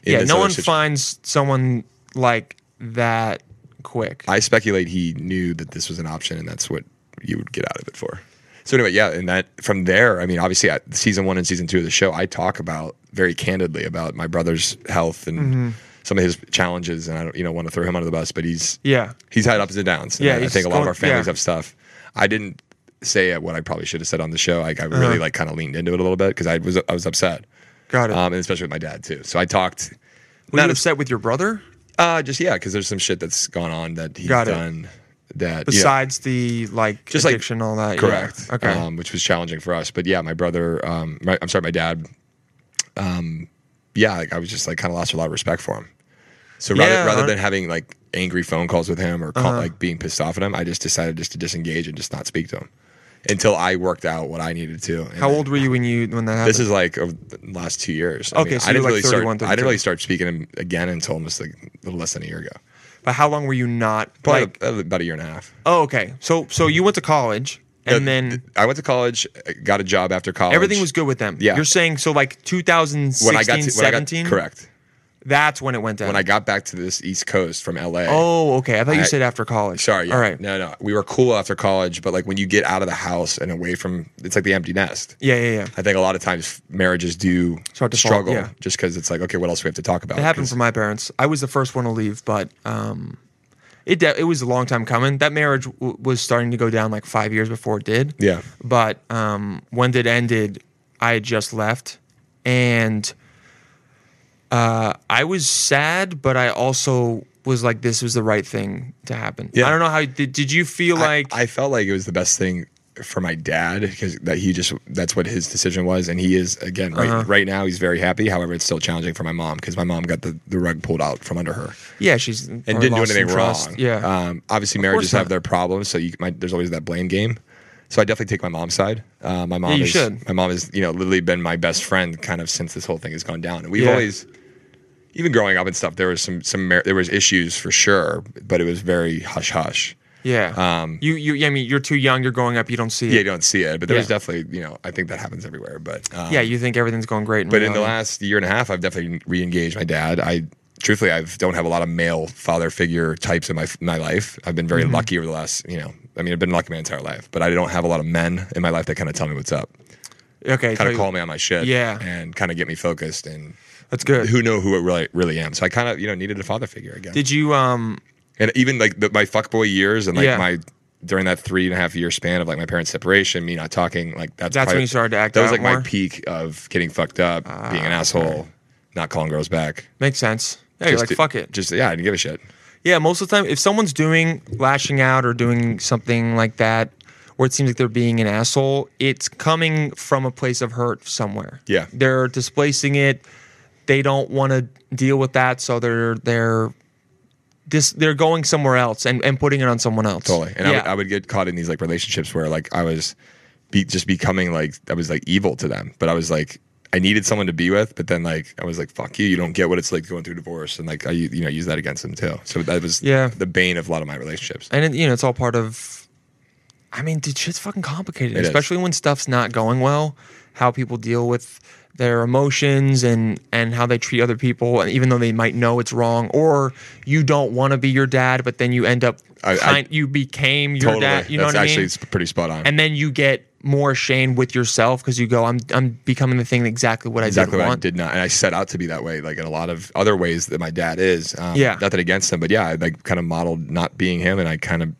E: in
A: yeah.
E: this
A: No
E: other
A: one
E: situ-
A: finds someone like that quick.
E: I speculate he knew that this was an option, and that's what you would get out of it for. So anyway, yeah, and that from there, I mean, obviously, at season one and season two of the show, I talk about very candidly about my brother's health and
A: Mm-hmm.
E: some of his challenges, and I don't, you know, want to throw him under the bus, but he's
A: yeah,
E: he's had ups and downs.
A: Yeah,
E: Yeah, I
A: he's
E: think a lot
A: going-
E: of our families
A: yeah.
E: have stuff. I didn't say it what I probably should have said on the show. Like I
A: Uh-huh.
E: really like kind of leaned into it a little bit because I was I was upset,
A: got it.
E: um, and especially with my dad too. So I talked.
A: were you
E: as-
A: upset with your brother
E: uh, just yeah, because there's some shit that's gone on that he's
A: Got it.
E: done that yeah.
A: besides the like
E: Just, like,
A: addiction, all that? yeah.
E: Correct.
A: Okay.
E: Um, which was challenging for us. But yeah, my brother, um, my, I'm sorry, my dad, um, yeah, like, I was just like kind of lost a lot of respect for him. So rather,
A: Yeah,
E: rather
A: I- Uh-huh.
E: than having like angry phone calls with him or call, like being pissed off at him, I just decided just to disengage and just not speak to him until I worked out what I needed to. And
A: How
E: then-
A: old were you when you when that happened?
E: This is like over the last two years. I
A: Okay, so
E: I
A: you're,
E: didn't
A: like,
E: really
A: 31,
E: start.
A: 32.
E: I didn't really start speaking to him again until almost like a little less than a year ago.
A: but how long were you not
E: Probably
A: like?
E: about a year and a half.
A: Oh, okay. So so you went to college and
E: Uh,
A: then
E: I went to college, got a job after college.
A: everything was good with them.
E: Yeah.
A: You're saying so like 2016,
E: when I got to, when I got-
A: 17?
E: correct.
A: That's when it went down.
E: when I got back to this East Coast from LA.
A: Oh, okay. I thought you
E: I-
A: said after college.
E: sorry. Yeah.
A: All right.
E: No, no. We were cool after college, but like when you get out of the house and away from, it's like the empty nest.
A: Yeah, yeah, yeah.
E: I think a lot of times marriages do
A: Start to fall,
E: struggle
A: yeah.
E: just because it's like, okay, what else we have to talk about?
A: It happened
E: 'Cause-
A: for my parents. I was the first one to leave, but um, it de- it was a long time coming. That marriage w- was starting to go down like five years before it did.
E: Yeah.
A: But um, when it ended, I had just left, and uh, I was sad, but I also was like, this was the right thing to happen.
E: Yeah.
A: I don't know how did, did you feel
E: I-
A: like
E: I, felt like it was the best thing for my dad because that he just that's what his decision was and he is again right
A: Uh-huh.
E: right now he's very happy however it's still challenging for my mom because my mom got the, the rug pulled out from under her
A: yeah she's
E: and didn't do anything wrong.
A: Yeah.
E: Um, obviously,
A: course
E: marriages
A: not.
E: have their problems, so you, my, there's always that blame game. So I definitely take my mom's side. Uh, my mom
A: you
E: is
A: should.
E: my mom has you know literally been my best friend kind of since this whole thing has gone down, and we've
A: Yeah.
E: always. Even growing up and stuff, there was some some mar- there was issues for sure, but it was very hush hush.
A: yeah.
E: um,
A: you you I mean you're too young. You're growing up. You don't see it.
E: Yeah, you don't see it, but there was
A: Yeah.
E: definitely you know I think that happens everywhere. But um,
A: Yeah, you think everything's going great.
E: But in the
A: reality.
E: last year and a half, I've definitely re-engaged my dad. I truthfully, I don't have a lot of male father figure types in my my life. I've been very lucky over the last, you know, I mean, I've been lucky my entire life, but I don't have a lot of men in my life that kind of tell me what's up,
A: okay,
E: kind
A: so
E: of call me on my shit,
A: Yeah.
E: and kind of get me focused and
A: That's good.
E: who know who I really really am. So I kind of you know needed a father figure again,
A: Did you um
E: and even like the, my fuckboy years and like
A: Yeah.
E: my. During that three and a half year span of like my parents' separation, me not talking, like that's
A: That's when
E: probably-
A: you started to act
E: That was
A: out
E: like
A: more?
E: my peak of getting fucked up, being an asshole, not calling girls back.
A: make sense? Yeah, you're
E: Just
A: like
E: do-
A: fuck it.
E: Just yeah, I didn't give a shit.
A: yeah, most of the time, if someone's doing lashing out or doing something like that, where it seems like they're being an asshole, it's coming from a place of hurt somewhere.
E: Yeah.
A: they're displacing it. They don't want to deal with that, so they're they're this they're going somewhere else and, and putting it on someone else.
E: Totally. And I,
A: yeah.
E: would, I would get caught in these like relationships where like I was be, just becoming like I was like evil to them, but I was like I needed someone to be with, but then like I was like fuck you, you don't get what it's like going through divorce, and like I you know use that against them too. So that was
A: Yeah.
E: the bane of a lot of my relationships.
A: and it, you know it's all part of i mean dude shit's fucking complicated
E: It is.
A: especially when stuff's not going well how people deal with their emotions and and how they treat other people and even though they might know it's wrong or you don't want to be your dad but then you end up
E: I- I-
A: kind, you became your
E: totally,
A: dad you know
E: that's
A: what i
E: actually
A: mean
E: s- pretty spot on.
A: and then you get more ashamed with yourself because you go i'm i'm becoming the thing exactly what
E: exactly
A: i did
E: what I
A: want
E: did not, and I set out to be that way, like in a lot of other ways that my dad is. Um,
A: Yeah.
E: nothing against him, but yeah, I like kind of modeled not being him, and I kind of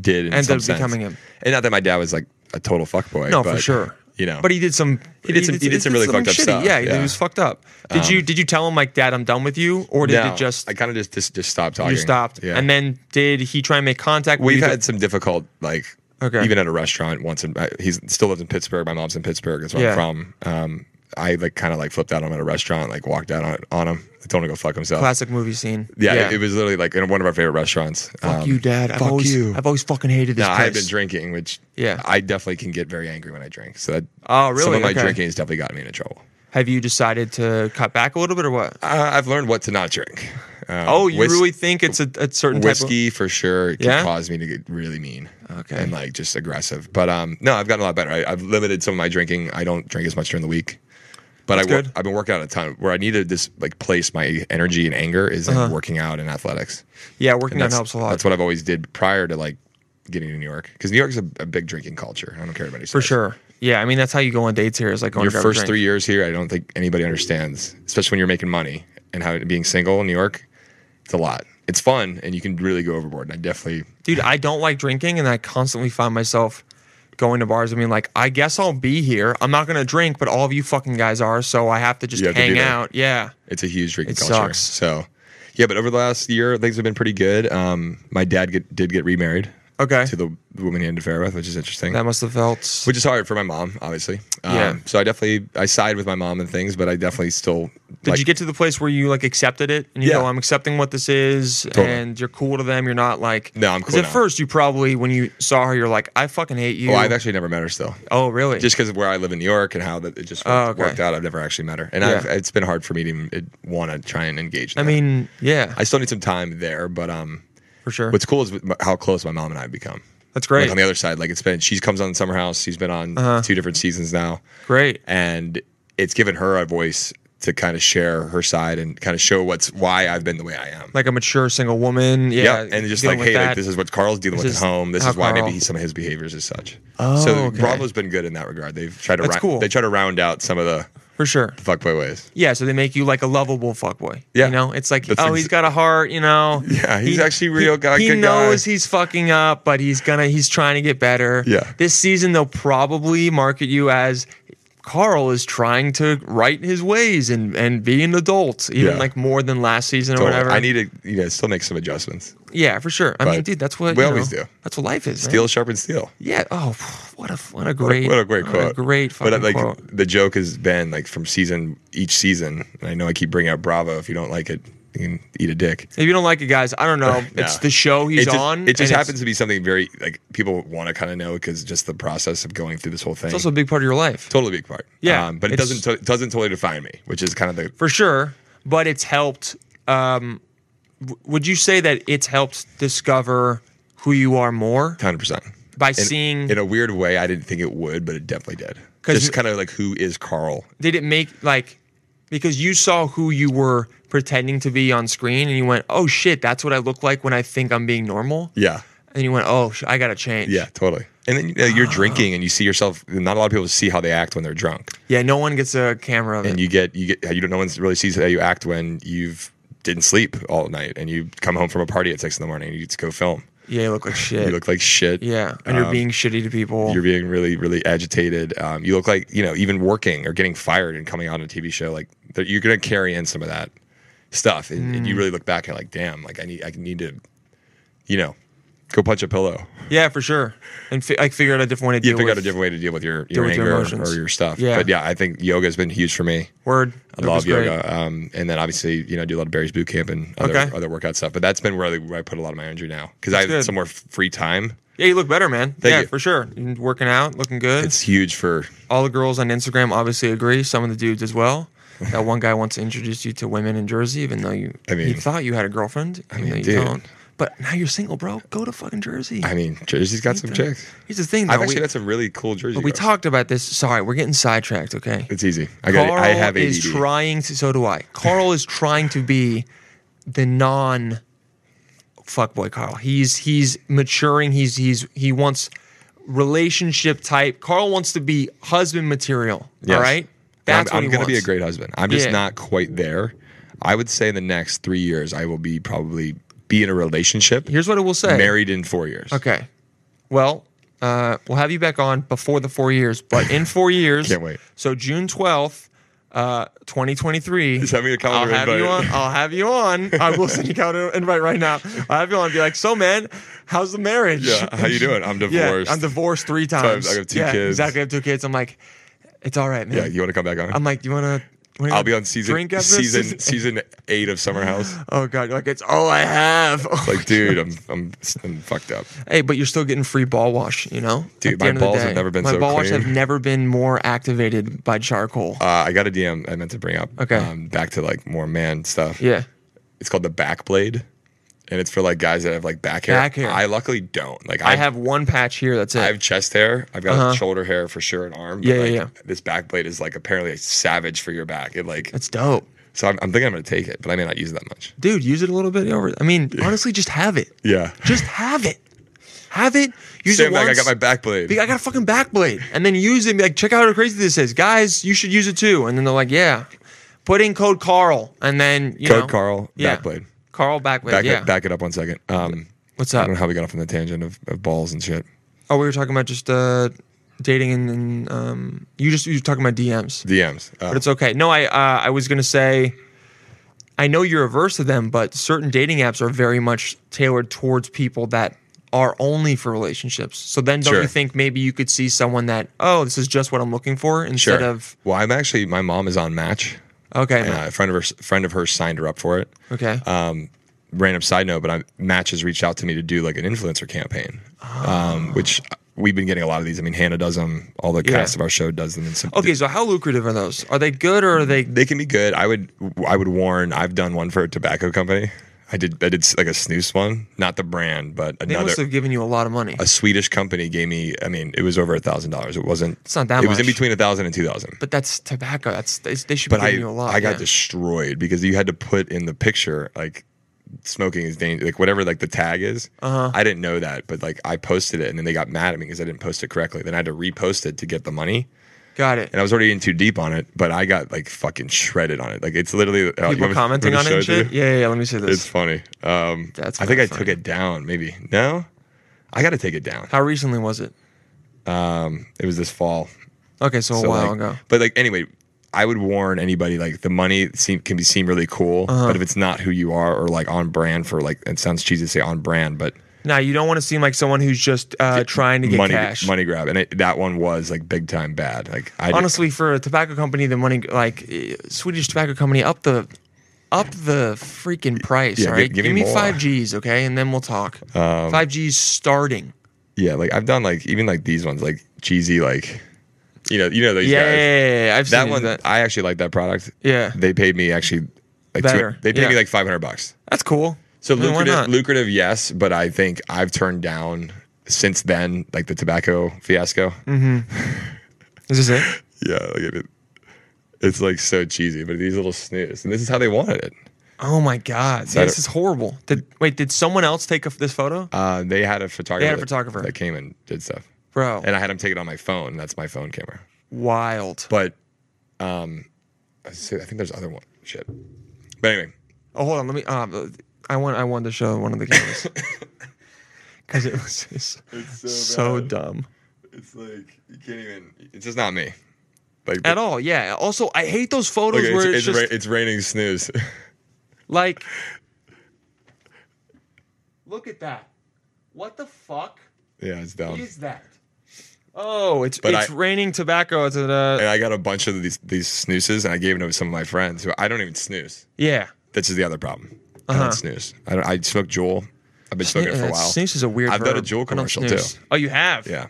E: did in
A: Ended
E: some
A: up
E: sense.
A: becoming him.
E: And not that my dad was like a total fuckboy.
A: no
E: but,
A: for sure
E: You know,
A: but he did some
E: He did some- he did some really fucked up
A: shitty-
E: stuff,
A: yeah, he
E: yeah. Um,
A: was fucked up did you did you tell him like dad i'm done with you or did
E: No,
A: it just
E: I kind of just, just just stopped talking.
A: you stopped
E: Yeah.
A: and then did he try and make contact with
E: we've
A: you
E: had some difficult like.
A: Okay.
E: Even at a restaurant once, in, I- he's still lives in Pittsburgh. My mom's in Pittsburgh. That's where
A: Yeah.
E: I'm from. Um, I like kind of like flipped out on him at a restaurant, like walked out on, on him. I told him to go fuck himself.
A: classic movie scene
E: Yeah, It, it was literally like in one of our favorite restaurants.
A: fuck
E: Um,
A: you dad i've
E: fuck
A: always
E: you.
A: i've always fucking hated this
E: No,
A: place
E: I have been drinking, which
A: Yeah.
E: I definitely can get very angry when I drink. So that
A: Oh, really?
E: Some of my
A: Okay.
E: drinking has definitely gotten me into trouble.
A: have you decided to cut back a little bit or what
E: Uh, I've learned what to not drink. Um,
A: oh you
E: whis-
A: really think it's a, a certain type
E: whiskey for sure can
A: Yeah?
E: cause me to get really mean
A: Okay.
E: and like just aggressive. But um, no, I've gotten a lot better. I, I've limited some of my drinking. I don't drink as much during the week. But I
A: That's
E: work,
A: good.
E: I've been working out a ton. Where I need to just like place my energy and anger is in
A: Uh-huh.
E: working out and athletics.
A: of yeah
E: And
A: working out
E: that's,
A: helps a lot
E: That's what I've always did prior to like getting to New York because New York's a, a big drinking culture. I don't care about
A: for sure yeah i mean that's how you go on dates here is like going
E: Your
A: to grab a
E: first
A: drink.
E: three years here, I don't think anybody understands, especially when you're making money and how being single in New York, it's a lot. It's fun and you can really go overboard. And I definitely
A: dude i don't like drinking and i constantly find myself going to bars and being like i guess i'll be here i'm not gonna drink but all of you fucking guys are so i have to just
E: You have to
A: hang
E: be there.
A: out yeah
E: It's a huge drinking
A: It
E: culture.
A: sucks.
E: So, yeah, but over the last year, things have been pretty good. Um, my dad get, did get remarried.
A: Okay.
E: To the woman he had an affair with, which is interesting.
A: that must have felt
E: which is hard for my mom, obviously. Um,
A: Yeah.
E: So I definitely I side with my mom and things, but I definitely still.
A: Did you get to the place where you like accepted it and you
E: Yeah.
A: go, I'm accepting what this is,
E: Totally.
A: and you're cool to them? You're not like
E: No, I'm
A: 'Cause
E: cool
A: at
E: now.
A: first you probably when you saw her, you're like, I fucking hate you.
E: Oh, I've actually never met her still.
A: oh really?
E: Just because of where I live in New York and how that it just worked,
A: Oh, okay.
E: worked out, I've never actually met her, and
A: Yeah.
E: I've, it's been hard for me to want to try and engage. In
A: I
E: that.
A: mean, yeah,
E: I still need some time there, but um,
A: for sure.
E: what's cool is with my- how close my mom and I have become.
A: That's great.
E: Like on the other side, like it's been she comes on Summer House. She's been on
A: Uh-huh.
E: two different seasons now,
A: Great.
E: and it's given her a voice to kind of share her side and kind of show what's why I've been the way I am.
A: Like a mature single woman. Yeah.
E: Yep. and just
A: dealing
E: like
A: with
E: hey, like
A: that.
E: this is what Carl's dealing
A: This
E: with
A: is
E: at home. This
A: how
E: is why
A: Carl-
E: maybe he, some of his behaviors is such.
A: Oh,
E: so
A: okay.
E: Bravo's been good in that regard. They've tried to
A: That's
E: round,
A: cool.
E: they try to round out some of the
A: for sure.
E: fuckboy ways.
A: Yeah, so they make you like a lovable fuckboy.
E: Yeah.
A: You know, it's like,
E: That's
A: oh,
E: exa-
A: he's got a heart, you know.
E: Yeah, he's actually real guy-
A: He
E: good
A: knows
E: guy.
A: he's fucking up, but he's gonna he's trying to get better.
E: Yeah.
A: This season they'll probably market you as Carl is trying to right his ways and and be an adult, even
E: Yeah.
A: like more than last season or
E: So
A: whatever.
E: I need to you know still make some adjustments.
A: yeah, for sure. I
E: but
A: mean, dude, that's what
E: we
A: you
E: always
A: know,
E: do.
A: That's what life is. man.
E: Steel sharpen steel.
A: Yeah. Oh, what a what a great
E: what a great quote.
A: What a great fucking
E: But uh, like
A: quote.
E: the joke has been like from season each season. And I know I keep bringing up Bravo. If you don't like it, you can eat a dick.
A: If you don't like it, guys, I don't know.
E: Nah.
A: It's the show he's
E: it just,
A: on.
E: It just
A: and it's-
E: happens to be something very like people want to kind of know because just the process of going through this whole thing.
A: It's also a big part of your life.
E: totally big part.
A: Yeah,
E: um, but it
A: it's-
E: doesn't to- doesn't totally define me, which is kind of the.
A: for sure but it's helped um w- would you say that it's helped discover who you are more
E: Hundred percent.
A: By seeing-
E: in a weird way, I didn't think it would, but it definitely did.
A: 'Cause you-
E: Just kind of like who is Carl?
A: did it make like because you saw who you were pretending to be on screen and you went oh shit that's what i look like when i think i'm being normal
E: Yeah,
A: and you went oh sh- i gotta change
E: yeah, totally. And then you know, you're drinking, and you see yourself. Not a lot of people see how they act when they're drunk.
A: yeah no one gets a camera of
E: and
A: it
E: you get you get you don't no one really sees how you act when you've didn't sleep all night and you come home from a party at six in the morning and you just go film.
A: yeah you look like shit
E: You look like shit.
A: yeah and you're
E: Um,
A: being shitty to people
E: you're being really really agitated. Um, you look like you know even working or getting fired and coming on a TV show like that. You're gonna carry in some of that
A: Mm.
E: stuff and, and you really look back and like damn like I need I need to you know Go punch a pillow.
A: Yeah, for sure. And fi- like figure out a different way to
E: You
A: deal
E: figure out
A: with
E: a different way to deal with your, your
A: with your
E: anger
A: emotions.
E: or your stuff.
A: Yeah.
E: But yeah, I think yoga has been huge for me.
A: word.
E: I
A: Yoga's
E: love
A: great.
E: yoga. Um, and then obviously, you know, I do a lot of Barry's boot camp and other,
A: Okay.
E: other workout stuff. But that's been where I, where I put a lot of my energy now because I have
A: good.
E: some more free time.
A: Yeah, you look better, man.
E: Thank
A: yeah,
E: you.
A: for sure. You're working out, looking good.
E: It's huge for
A: All the girls on Instagram obviously agree. Some of the dudes as well. That one guy wants to introduce you to women in Jersey, even though you
E: I mean-
A: you thought you had a girlfriend. I
E: mean,
A: you
E: dude.
A: don't. But now you're single, bro. Go to fucking Jersey.
E: I mean, Jersey's got some chicks.
A: Here's the thing, though.
E: I've actually
A: we,
E: had some really cool Jersey.
A: but we
E: girls.
A: talked about this. Sorry, we're getting sidetracked. Okay.
E: It's easy. I got.
A: Carl
E: I have ADD.
A: is trying to. So do I. Carl is trying to be the non fuckboy Carl. He's he's maturing. He's he's he wants relationship type. Carl wants to be husband material.
E: Yes.
A: All right.
E: And
A: That's
E: I'm,
A: what
E: I'm
A: he
E: gonna be a
A: wants.
E: great husband. I'm just
A: Yeah.
E: not quite there. I would say in the next three years, I will be probably be in a relationship.
A: Here's what I will say.
E: married in four years.
A: Okay. Well, uh, we'll have you back on before the four years, but in four years.
E: Can't wait.
A: So June twelfth. Uh, 2023.
E: Send me a calendar
A: I'll have you on.
E: invite.
A: I'll have you on. I will send you a calendar invite right now. I'll have you on. and Be like, so man, how's the marriage?
E: Yeah. How you doing? I'm
A: Yeah,
E: divorced.
A: I'm divorced three times.
E: I have two
A: yeah,
E: kids.
A: Exactly. I have two kids. I'm like, it's all right, man.
E: Yeah. You want to come back on?
A: I'm like, you wanna? wanna
E: I'll be on season
A: drink after this?
E: season season eight of Summer House.
A: Oh god, you're like it's all I have.
E: Like, dude, I'm I'm I'm fucked up.
A: Hey, but you're still getting free ball wash, you know?
E: Dude,
A: At the
E: my
A: end of the
E: balls have
A: day.
E: never been
A: my
E: so
A: ball wash
E: clean.
A: have never been more activated by charcoal.
E: Uh, I got a DM I meant to bring up. um,
A: Okay.
E: back to like more man stuff.
A: yeah.
E: It's called the back blade, and it's for like guys that have like back hair.
A: Back hair.
E: I luckily don't. Like
A: I have one patch here, that's it.
E: I have chest hair. I've got
A: Uh-huh.
E: shoulder hair for sure and arm.
A: Yeah, yeah,
E: like,
A: yeah.
E: This back blade is like apparently savage for your back. It like
A: that's dope.
E: so. I'm, I'm thinking I'm gonna take it, but I may not use it that much.
A: Dude, use it a little bit over. I mean, honestly, just have it.
E: Yeah.
A: Just have it. Have it. Use it
E: Stand back.
A: once.
E: I got my back blade.
A: Be- I got a fucking back blade. And then use it and be like, check out how crazy this is. Guys, you should use it too. And then they're like, yeah. Put in code Carl. And then, you
E: Code
A: know,
E: Carl,
A: yeah.
E: back blade.
A: Carl Backblade.
E: Back
A: yeah.
E: it, back it up one second. Um,
A: What's
E: I
A: up?
E: don't know how we got off on the tangent of, of balls and shit.
A: Oh, we were talking about just uh, dating and, and um, you just you were talking about DMs,
E: DMs. Uh,
A: but it's okay. No, I uh, I was gonna say, I know you're averse to them, but certain dating apps are very much tailored towards people that are only for relationships. So then, don't
E: Sure.
A: you think maybe you could see someone that oh, this is just what I'm looking for instead of Uh-huh.
E: well, I'm actually my mom is on Match.
A: okay,
E: And uh, a friend of her friend of hers signed her up for it.
A: okay,
E: Uh, Random side note, but I'm, Match has reached out to me to do like an influencer campaign, um, which we've been getting a lot of these. I mean, Hannah does them. All the
A: Ah. Yeah.
E: cast of our show does them. And some,
A: okay. So how lucrative are those? Are they good or are they?
E: they can be good. I would I would warn. I've done one for a tobacco company. I did I did like a snooze one, not the brand, but
A: They
E: another.
A: must have given you a lot of money.
E: a Swedish company gave me. I mean, it was over a thousand dollars. It wasn't.
A: It's not that
E: It was in
A: much.
E: between a thousand and two thousand.
A: but that's tobacco. That's they, they should be
E: But I,
A: giving you a lot.
E: I got
A: yeah.
E: destroyed because you had to put in the picture like smoking is dangerous, like whatever like the tag is. Uh-huh. I didn't know that, but like I posted it and then they got mad at me because I didn't post it correctly. Then I had to repost it to get the money.
A: got it.
E: And I was already in too deep on it, but I got like fucking shredded on it. Like it's literally oh, you
A: People
E: want me-
A: commenting
E: want
A: on
E: me
A: it
E: to
A: and
E: show to
A: shit.
E: you?
A: Yeah, yeah, yeah. Let me see
E: It's
A: this.
E: funny. Um,
A: That's
E: I think
A: kinda
E: I
A: funny.
E: took it down. Maybe no, I got to take it down.
A: How recently was it?
E: It was this fall.
A: Okay, so, a
E: So,
A: while
E: like-
A: ago.
E: But like anyway, I would warn anybody like the money seem, can be seem really cool,
A: Uh-huh.
E: but if it's not who you are or like on brand for like it sounds cheesy to say on brand, but
A: Now you don't want to seem like someone who's just uh, trying to get
E: money
A: cash.
E: money grab and it, that one was like big time bad. Like I
A: Honestly, for a tobacco company, the money like eh, Swedish tobacco company up the up the freaking price.
E: Yeah,
A: all
E: gi-
A: right,
E: give me
A: me
E: more. Um,
A: five Gs, okay, and then we'll talk. Five Gs starting.
E: yeah, like I've done like even like these ones like cheesy like you know you know those
A: Yeah,
E: guys.
A: yeah, yeah, yeah, I've
E: That
A: seen
E: one
A: that.
E: I actually like that product.
A: Yeah.
E: they paid me actually like
A: Better,
E: two, they paid
A: yeah.
E: me like five hundred bucks.
A: That's cool.
E: So
A: I mean, why
E: lucrative,
A: not?
E: lucrative, yes, but I think I've turned down since then, like the tobacco fiasco.
A: Is this it?
E: Yeah, like it, it's like so cheesy, but these little snooze, and this is how they wanted it.
A: Oh my god,
E: I
A: this
E: don't-
A: is horrible. Did wait? Did someone else take a, this photo,
E: Uh, they had a photographer.
A: They had a
E: that-
A: photographer.
E: that came and did stuff,
A: bro?
E: and I had him take it on my phone. That's my phone camera.
A: wild.
E: But um, I see- I think there's other one. Shit. But anyway,
A: Oh, hold on. Let me. Um, I want. I wanted to show one of the cameras because it was it's so, dumb
E: it's like you can't even. It's just not me. Like
A: at all. Yeah. Also, I hate those
E: Look,
A: photos
E: it's,
A: where
E: it's,
A: it's, just
E: ra- it's raining snooze.
A: like. Look at that. What the fuck
E: Yeah, it's dumb.
A: is that? Oh, it's
E: But
A: it's
E: I-
A: raining tobacco. It's uh,
E: And I got a bunch of these these snoozes, and I gave them to some of my friends who I don't even snooze.
A: yeah.
E: That's just the other problem. I
A: Uh-huh.
E: don't snooze. I, don't, I smoke Joel. I've been smoking it for a
A: Yeah,
E: while.
A: Snooze is a weird.
E: I've done a
A: verb.
E: Juul
A: I don't
E: commercial, too.
A: snooze. Oh, you have.
E: Yeah.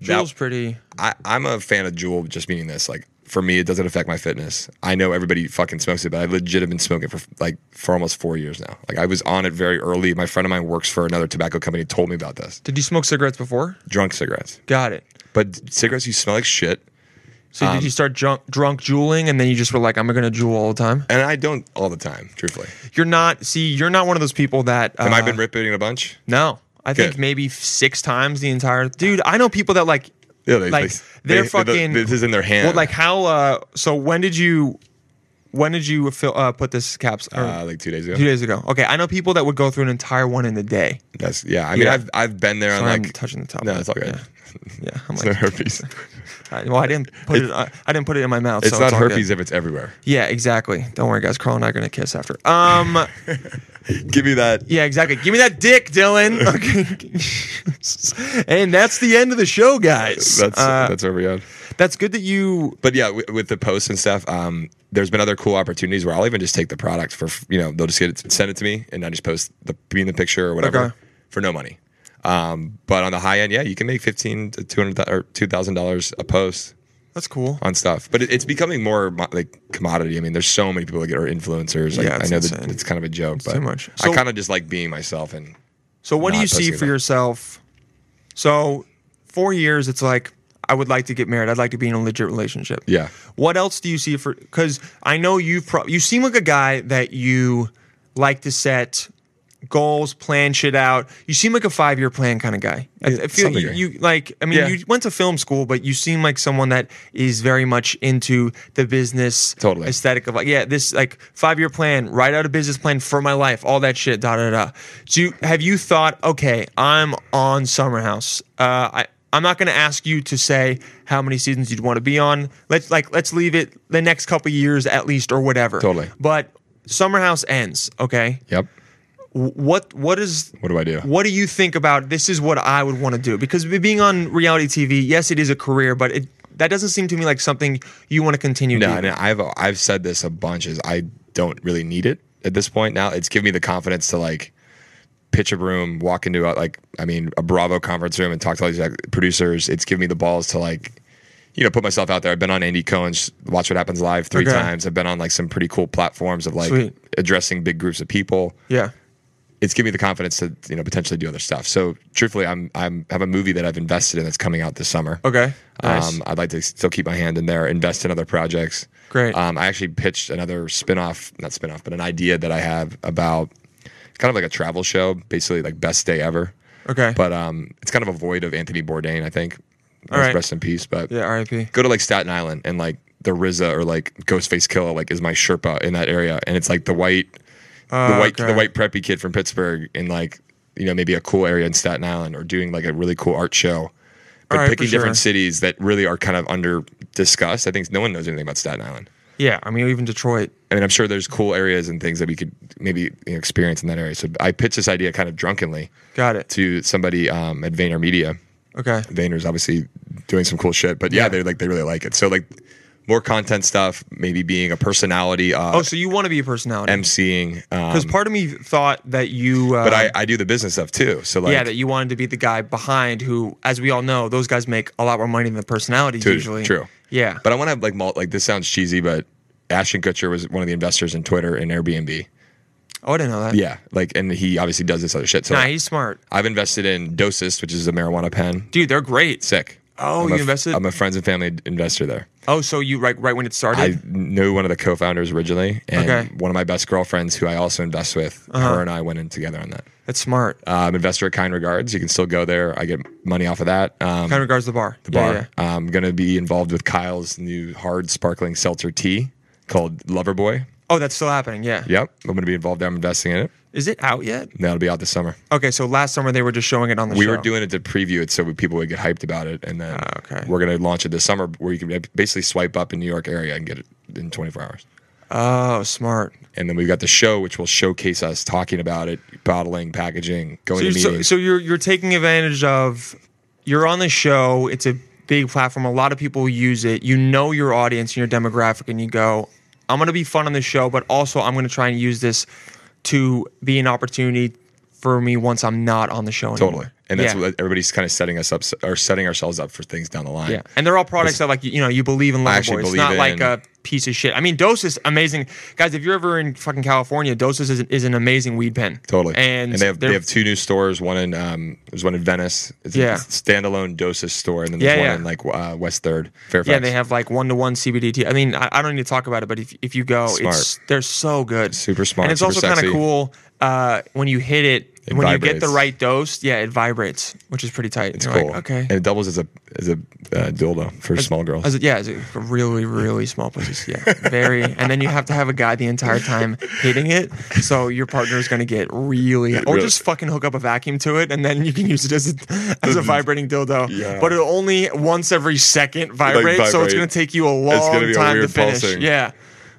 A: Juul's
E: Now,
A: pretty.
E: I, I'm a fan of Juul, just meaning this. Like, for me, it doesn't affect my fitness. I know everybody fucking smokes it, but I legit have been smoking for like for almost four years now. Like, I was on it very early. My friend of mine works for another tobacco company, told me about this.
A: Did you smoke cigarettes before?
E: Drunk cigarettes.
A: Got it.
E: But cigarettes, you smell like shit.
A: So
E: Um,
A: did you start drunk drunk juuling, and then you just were like, I'm gonna jewel all the time?
E: And I don't all the time, truthfully.
A: You're not. See, you're not one of those people that. Uh,
E: Have I been ripping a bunch?
A: No, I think
E: Good.
A: maybe six times the entire. Dude, I know people that like.
E: Yeah, they,
A: like
E: they-
A: they're
E: they-
A: fucking.
E: This is in their hand.
A: Well, like how? Uh, so when did you? When did you fill, uh, put this caps? or-
E: uh, like two days ago.
A: two days ago. Okay, I know people that would go through an entire one in a day.
E: That's yeah. I mean,
A: Yeah.
E: I've I've been there.
A: Sorry,
E: on,
A: I'm
E: like
A: touching the top
E: No,
A: of
E: it's all
A: it.
E: good.
A: Yeah, I'm
E: It's not
A: like,
E: herpes.
A: I- well, I didn't put it. I, I didn't put it in my mouth.
E: It's
A: so
E: not
A: it's all good.
E: herpes if it's everywhere.
A: Yeah, exactly. Don't worry, guys. Carl and I are gonna kiss after. Um.
E: Give me that.
A: Yeah, exactly. Give me that dick, Dylan. Okay. and that's the end of the show, guys.
E: That's
A: Uh,
E: that's where we are.
A: that's good that you.
E: But yeah, with, with the posts and stuff, um, there's been other cool opportunities where I'll even just take the product for you know they'll just get it send it to me and I just post the be in the picture or whatever
A: Okay.
E: for no money. Um, but on the high end, yeah, you can make fifteen to two hundred or two thousand dollars a post
A: That's cool.
E: on stuff. But it, it's becoming more mo- like commodity. I mean, there's so many people that are influencers. Like,
A: Yeah,
E: I
A: it's
E: know
A: insane.
E: that it's kind of a joke, but
A: too much.
E: I
A: So-
E: kind of just like being myself and
A: So, what do
E: Not
A: you see
E: pussy,
A: for
E: though.
A: yourself? So, four years. It's like I would like to get married. I'd like to be in a legit relationship.
E: Yeah.
A: What else do you see for? Because I know you've. Pro- you seem like a guy that you like to set goals, plan shit out. You seem like a five-year plan kind of guy. I, I feel
E: some
A: you,
E: degree.
A: you like. I mean,
E: Yeah.
A: you went to film school, but you seem like someone that is very much into the business
E: Totally.
A: aesthetic of like, yeah, this like five-year plan. Write out a business plan for my life. All that shit. Da da da. Do you, have you thought? Okay, I'm on Summer House. Uh, I. I'm not going to ask you to say how many seasons you'd want to be on. Let's like let's leave it the next couple years at least or whatever.
E: Totally.
A: But Summer House ends, okay?
E: yep.
A: what what is
E: What do I do?
A: what do you think about this is what I would want to do because being on reality TV yes it is a career but it that doesn't seem to me like something you want to continue
E: No,
A: doing.
E: and I've I've said this a bunch is I don't really need it at this point. Now it's given me the confidence to like pitch a room, walk into a, like I mean a Bravo conference room and talk to all these like, producers. It's given me the balls to like you know put myself out there. I've been on Andy Cohen's Watch What Happens Live three
A: Okay.
E: times. I've been on like some pretty cool platforms of like
A: Sweet.
E: addressing big groups of people.
A: yeah
E: It's given me the confidence to you know potentially do other stuff. So truthfully, I'm I'm have a movie that I've invested in that's coming out this summer.
A: okay nice.
E: Um, I'd like to still keep my hand in there, invest in other projects.
A: Great.
E: Um, I actually pitched another spin-off, not spin-off, but an idea that I have about it's kind of like a travel show, basically like best day ever.
A: okay
E: But um, it's kind of a void of Anthony Bourdain, I think.
A: All right.
E: Rest in peace. But
A: yeah R.I.P.
E: go to like Staten Island and like the RZA or like Ghostface Killer like is my Sherpa in that area, and it's like the white, the white,
A: Oh, okay.
E: the white preppy kid from Pittsburgh in like you know maybe a cool area in Staten Island or doing like a really cool art show, but
A: All right,
E: picking
A: for
E: different
A: sure.
E: cities that really are kind of under discussed. I think no one knows anything about Staten Island.
A: yeah I mean even Detroit
E: I mean, I'm sure there's cool areas and things that we could maybe you know, experience in that area. So I pitched this idea kind of drunkenly
A: got it
E: to somebody um, at VaynerMedia.
A: okay
E: Vayner's obviously doing some cool shit, but yeah,
A: Yeah.
E: they like they really like it. So like more content stuff, maybe being a personality, uh,
A: oh so you want to be a personality
E: emceeing. Um,
A: because part of me thought that you uh,
E: but I, I do the business stuff too. So like,
A: yeah, that you wanted to be the guy behind who, as we all know, those guys make a lot more money than the personalities
E: Dude,
A: usually.
E: true.
A: Yeah.
E: but I want to have like mul- like this sounds cheesy, but Ashton Kutcher was one of the investors in Twitter and Airbnb.
A: oh, I didn't know that.
E: Yeah, like and he obviously does this other shit. So
A: Nah,
E: like,
A: he's smart.
E: I've invested in Dosis, which is a marijuana pen.
A: Dude, they're great.
E: Sick.
A: Oh,
E: I'm a
A: you
E: f-
A: invested?
E: I'm a friends and family investor there.
A: Oh, so you right right when it started?
E: I knew one of the co-founders originally, and
A: Okay. Uh-huh.
E: one of my best girlfriends, who I also invest with, her and I went in together on that.
A: That's smart.
E: Um, investor at Kind Regards, you can still go there. I get money off of that. Um,
A: kind regards the bar.
E: the bar. I'm gonna be involved with Kyle's new hard sparkling seltzer tea called Lover Boy.
A: Oh, that's still happening. Yeah.
E: Yep, I'm gonna be involved. there. I'm investing in it.
A: Is it out yet?
E: And that'll be out this summer.
A: Okay, so last summer they were just showing it on the
E: We
A: show.
E: were doing it to preview it so we, people would get hyped about it, and then
A: Ah, okay.
E: we're gonna launch it this summer, where you can basically swipe up in New York area and get it in 24 hours.
A: Oh, smart.
E: And then we've got the show, which will showcase us talking about it, bottling, packaging, going
A: So you're,
E: to
A: so,
E: meetings.
A: so you're you're taking advantage of you're on the show. It's a big platform. A lot of people use it. You know your audience and your demographic, and you go, "I'm going to be fun on the show, but also I'm going to try and use this to be an opportunity for me once I'm not on the show." Anymore.
E: totally. And that's
A: Yeah.
E: what everybody's kind of setting us up or setting ourselves up for things down the line.
A: Yeah, and they're all products that like you know you believe in
E: I
A: Loverboy.
E: actually
A: It's
E: believe
A: not like
E: in-
A: a piece of shit. I mean, Dos is amazing, guys. If you're ever in fucking California, Dos is, is an amazing weed pen.
E: Totally.
A: and,
E: they have
A: they're-
E: they have two new stores. One in um, there's one in Venice. It's
A: Yeah.
E: a standalone dosis store, and then there's
A: Yeah,
E: one
A: yeah.
E: in like uh, West Third Fairfax.
A: Yeah, they have like one to one CBD. tea. I mean, I, I don't need to talk about it, but if, if you go, it's
E: Smart.
A: they're so good,
E: Super smart,
A: and it's
E: super
A: also kind of
E: sexy.
A: cool uh, when you hit it.
E: It
A: when you get the
E: vibrates.
A: right dose, yeah, it vibrates, which is pretty tight.
E: It's
A: You're
E: cool.
A: Like, okay.
E: and it doubles as a as a uh, dildo for small girls.
A: As it- yeah, it's a really, really small pussies. Yeah, very. And then you have to have a guy the entire time hitting it, so your partner is going to get really, or
E: really-
A: just fucking hook up a vacuum to it, and then you can use it as a, as a vibrating dildo.
E: Yeah.
A: But it only once every second vibrates, so it's
E: vibrate.
A: going to take you a long
E: It's gonna be a
A: time to
E: weird
A: finish.
E: pulsing.
A: Yeah,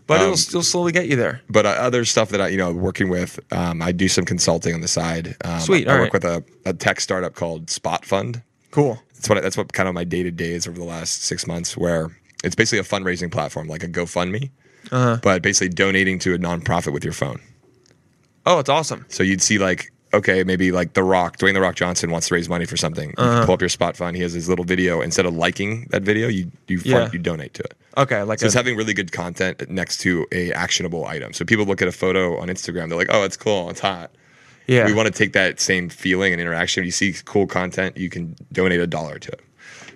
A: but it'll
E: Um,
A: still slowly get you there.
E: but uh, other stuff that I, you know, working with, um, I do some consulting on the side. Um,
A: Sweet,
E: I,
A: all
E: work
A: right.
E: with a, a tech startup called Spot Fund.
A: Cool.
E: That's what that's what kind of my day to day is over the last six months, where it's basically a fundraising platform, like a GoFundMe,
A: Uh-huh.
E: but basically donating to a nonprofit with your phone.
A: Oh, it's awesome.
E: So you'd see like, okay, maybe like The Rock, Dwayne The Rock Johnson wants to raise money for something. You
A: Uh-huh.
E: pull up your spot fund. He has his little video. Instead of liking that video, you you fund,
A: Yeah.
E: you donate to it.
A: Okay, like
E: So
A: a,
E: it's having really good content next to a actionable item. So people look at a photo on Instagram, they're like, oh, it's cool, it's hot.
A: yeah.
E: We want to take that same feeling and interaction. When you see cool content, you can donate a dollar to it.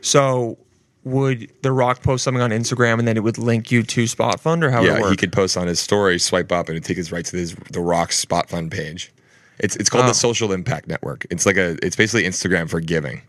A: so. Would The Rock post something on Instagram and then it would link you to Spot Fund or how would it
E: yeah,
A: work?
E: he could post on his story, swipe up, and it'd take us right to his the Rock's spot fund page. It's it's called
A: Oh.
E: the Social Impact Network. It's like a it's basically Instagram for giving.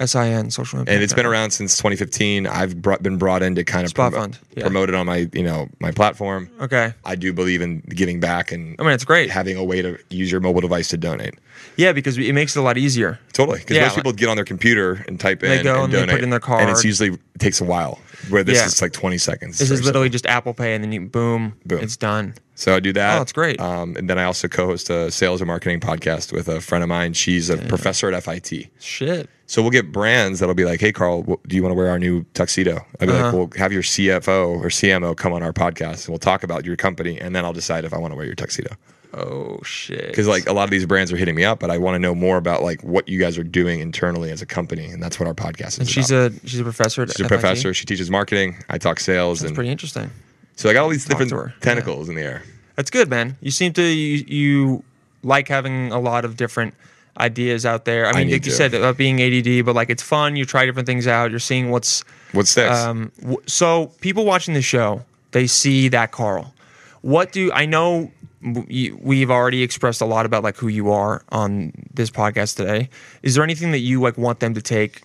A: SIN social impact.
E: and it's been
A: Network.
E: around since 2015. I've brought, been brought in to kind of
A: Spot
E: promo-
A: fund, yeah.
E: promote it on my you know my platform.
A: Okay.
E: I do believe in giving back and
A: I mean, it's great.
E: having a way to use your mobile device to donate.
A: Yeah, because it makes it a lot easier.
E: Totally, because
A: Yeah,
E: most people get on their computer and type
A: They
E: in
A: go
E: and
A: and they put
E: donate,
A: in their
E: and it's
A: card.
E: usually takes a while. Where this
A: Yeah.
E: is like 20 seconds.
A: This
E: or
A: is literally
E: something.
A: just Apple Pay, and then you boom,
E: Boom.
A: it's done.
E: so I do that.
A: Oh, that's great.
E: Um, and then I also co-host a sales and marketing podcast with a friend of mine. She's a professor at FIT.
A: Shit.
E: So we'll get brands that'll be like, "Hey, Carl, wh- do you want to wear our new tuxedo?" I'll be
A: Uh-huh.
E: like, "We'll have your CFO or CMO come on our podcast, and we'll talk about your company, and then I'll decide if I want to wear your tuxedo."
A: Oh shit.
E: Because like a lot of these brands are hitting me up, but I want to know more about like what you guys are doing internally as a company, and that's what our podcast is.
A: and she's
E: about.
A: a she's a professor. At
E: she's a
A: FIT?
E: professor. She teaches marketing. I talk sales,
A: That's
E: and
A: pretty interesting.
E: so I got all these
A: Talk to
E: different
A: her. Yeah.
E: tentacles in the air.
A: That's good, man. You seem to you, you like having a lot of different ideas out there. I mean,
E: need
A: like you
E: to.
A: said about being ADD, but like it's fun. You try different things out. You're seeing what's
E: What's next?
A: Um, w- so people watching the show, they see that Carl. What do I know? w- you- We've already expressed a lot about like who you are on this podcast today. Is there anything that you like want them to take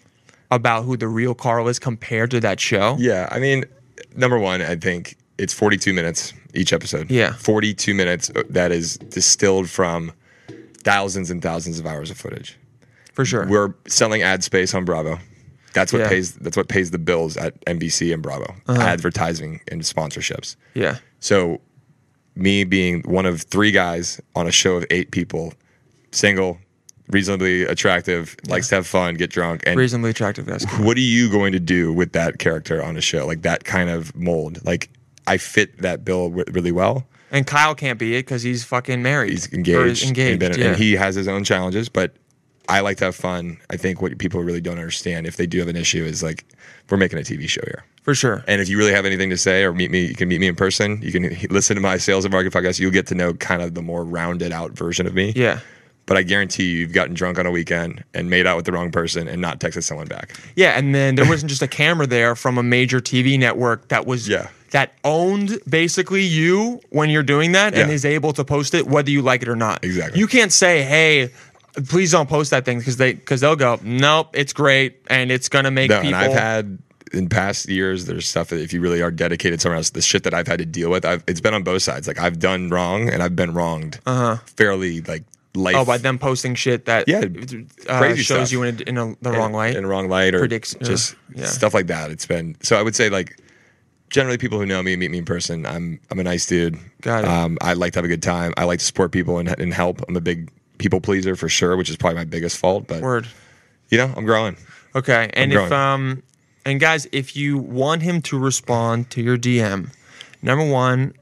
A: about who the real Carl is compared to that show?
E: Yeah, I mean, number one, I think it's 42 minutes each episode.
A: Yeah.
E: 42 minutes uh, that is distilled from thousands and thousands of hours of footage.
A: for sure.
E: We're selling ad space on Bravo. That's what
A: Yeah. Uh-huh.
E: pays. That's what pays the bills at NBC and Bravo. Advertising and sponsorships.
A: yeah,
E: So, me being one of three guys on a show of eight people, single, reasonably attractive, likes to have fun, get drunk, and
A: reasonably attractive guys.
E: what are you going to do with that character on a show like that kind of mold like i fit that bill w- really well
A: And Kyle can't be it because he's fucking married.
E: he's
A: Or
E: engaged, and
A: engaged.
E: been- and,
A: yeah.
E: he has his own challenges but i like to have fun i think what people really don't understand if they do have an issue is like we're making a tv show here
A: for sure.
E: and if you really have anything to say or meet me you can meet me in person you can h- listen to my sales and marketing podcast you'll get to know kind of the more rounded out version of me
A: yeah.
E: but i guarantee you you've gotten drunk on a weekend and made out with the wrong person and not texted someone back
A: Yeah, and then there wasn't just a camera there from a major TV network that was
E: Yeah.
A: that owned basically you when you're doing that and
E: Yeah.
A: is able to post it whether you like it or not.
E: Exactly.
A: You can't say, "Hey, please don't post that thing" because they because they'll go, "Nope, it's great and it's gonna make
E: No,
A: people."
E: and I've had in past years, there's stuff that if you really are dedicated somewhere else, the shit that I've had to deal with, I've, it's been on both sides. Like I've done wrong and I've been wronged fairly like life.
A: Uh-huh. oh, by them posting shit that
E: Yeah,
A: uh,
E: crazy
A: shows
E: stuff.
A: you in, a, in a, the
E: in-
A: wrong light.
E: In the wrong light or
A: Predicts-
E: just
A: yeah.
E: stuff like that. It's been, so I would say like generally people who know me and meet me in person. I'm I'm a nice dude.
A: Got it.
E: Um, I like to have a good time. I like to support people and and help. I'm a big people pleaser for sure, which is probably my biggest fault. But
A: Word.
E: you know, I'm growing.
A: Okay. And if
E: growing.
A: um and guys, if you want him to respond to your DM, number one,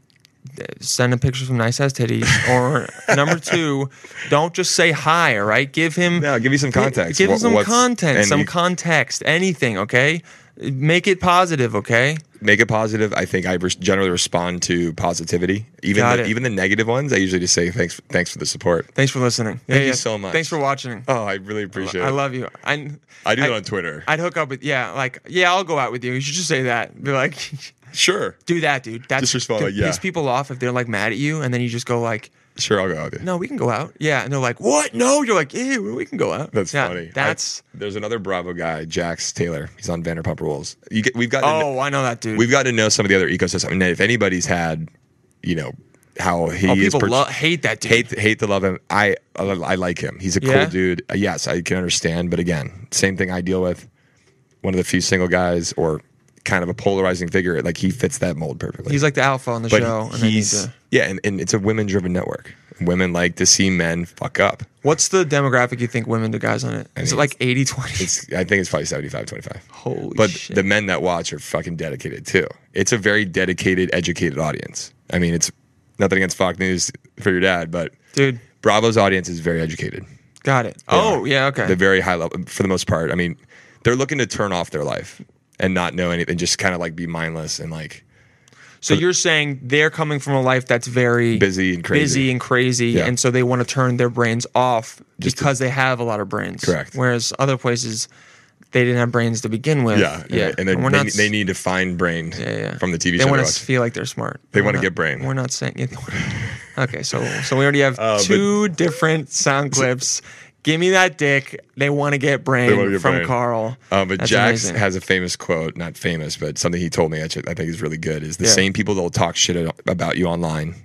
A: th- send him pictures of nice ass titties. Or number two, don't just say hi, all right? Give him
E: No, give me some
A: gi-
E: context.
A: Give him
E: What-
A: some
E: what's-
A: content,
E: and
A: some
E: you-
A: context, anything, okay? Make it positive, okay?
E: make it positive. I think I res- generally respond to positivity, even
A: Got
E: the,
A: it.
E: even the negative ones. I usually just say thanks, thanks for the support.
A: Thanks for listening. Thank
E: you so much.
A: Thanks for watching.
E: Oh, I really appreciate
A: I
E: it.
A: love you. I
E: I do it on Twitter.
A: I'd hook up with yeah, like yeah, I'll go out with you. You should just say that. Be like,
E: sure,
A: do that, dude. That's
E: Just respond
A: dude,
E: like, yeah.
A: Piss people off if they're like mad at you, and then you just go like,
E: sure, I'll go out with you.
A: no, we can go out. Yeah, and they're like, what? No, you're like, yeah, we can go out.
E: That's
A: Yeah,
E: funny. I-
A: That's
E: there's another Bravo guy, Jax Taylor. He's on Vanderpump Rules. You get, we've got
A: oh, I know that dude.
E: we've got to know some of the other ecosystems. And if anybody's had, you know, how he
A: oh,
E: is
A: people
E: per-
A: lo- hate that dude.
E: hate hate to love him. I I, I like him. He's a
A: Yeah?
E: cool dude. Uh, Yes, I can understand, but again, same thing I deal with. One of the few single guys, or kind of a polarizing figure. Like he fits that mold perfectly.
A: He's like the alpha on the
E: but
A: show. and uh, I need
E: he's
A: to-
E: yeah, and, and it's a women-driven network. Women like to see men fuck up.
A: What's the demographic you think women to guys on it? Is it
E: mean,
A: like 80 20?
E: It's I think it's probably 75-25.
A: Holy
E: but
A: shit.
E: the men that watch are fucking dedicated too. It's a very dedicated, educated audience. I mean, it's nothing against Fox News for your dad, but
A: dude,
E: Bravo's audience is very educated.
A: got it.
E: They
A: Oh,
E: are.
A: yeah, okay.
E: They're very high level for the most part. I mean, they're looking to turn off their life and not know anything, just kind of like be mindless and like
A: So you're saying they're coming from a life that's very
E: Busy and crazy.
A: busy and crazy,
E: Yeah.
A: and so they want to turn their brains off
E: Just to-
A: because they have a lot of brains.
E: Correct.
A: Whereas other places, they didn't have brains to begin with.
E: yeah,
A: yeah.
E: And, they,
A: we're
E: they,
A: not
E: they need to find brain
A: yeah, yeah.
E: from the TV
A: They
E: show.
A: want
E: watch.
A: to feel like they're smart.
E: They
A: We're
E: wanna
A: not-
E: get brain. Uh,
A: We're not saying. okay, so so we already have
E: but-
A: two different sound clips. Give me that dick. They want to get brain
E: wanna get
A: from
E: brain.
A: Carl.
E: Um, but
A: That's
E: Jax
A: amazing.
E: has a famous quote, not famous, but something he told me that I think is really good is the
A: Yeah.
E: same people that will talk shit a- about you online,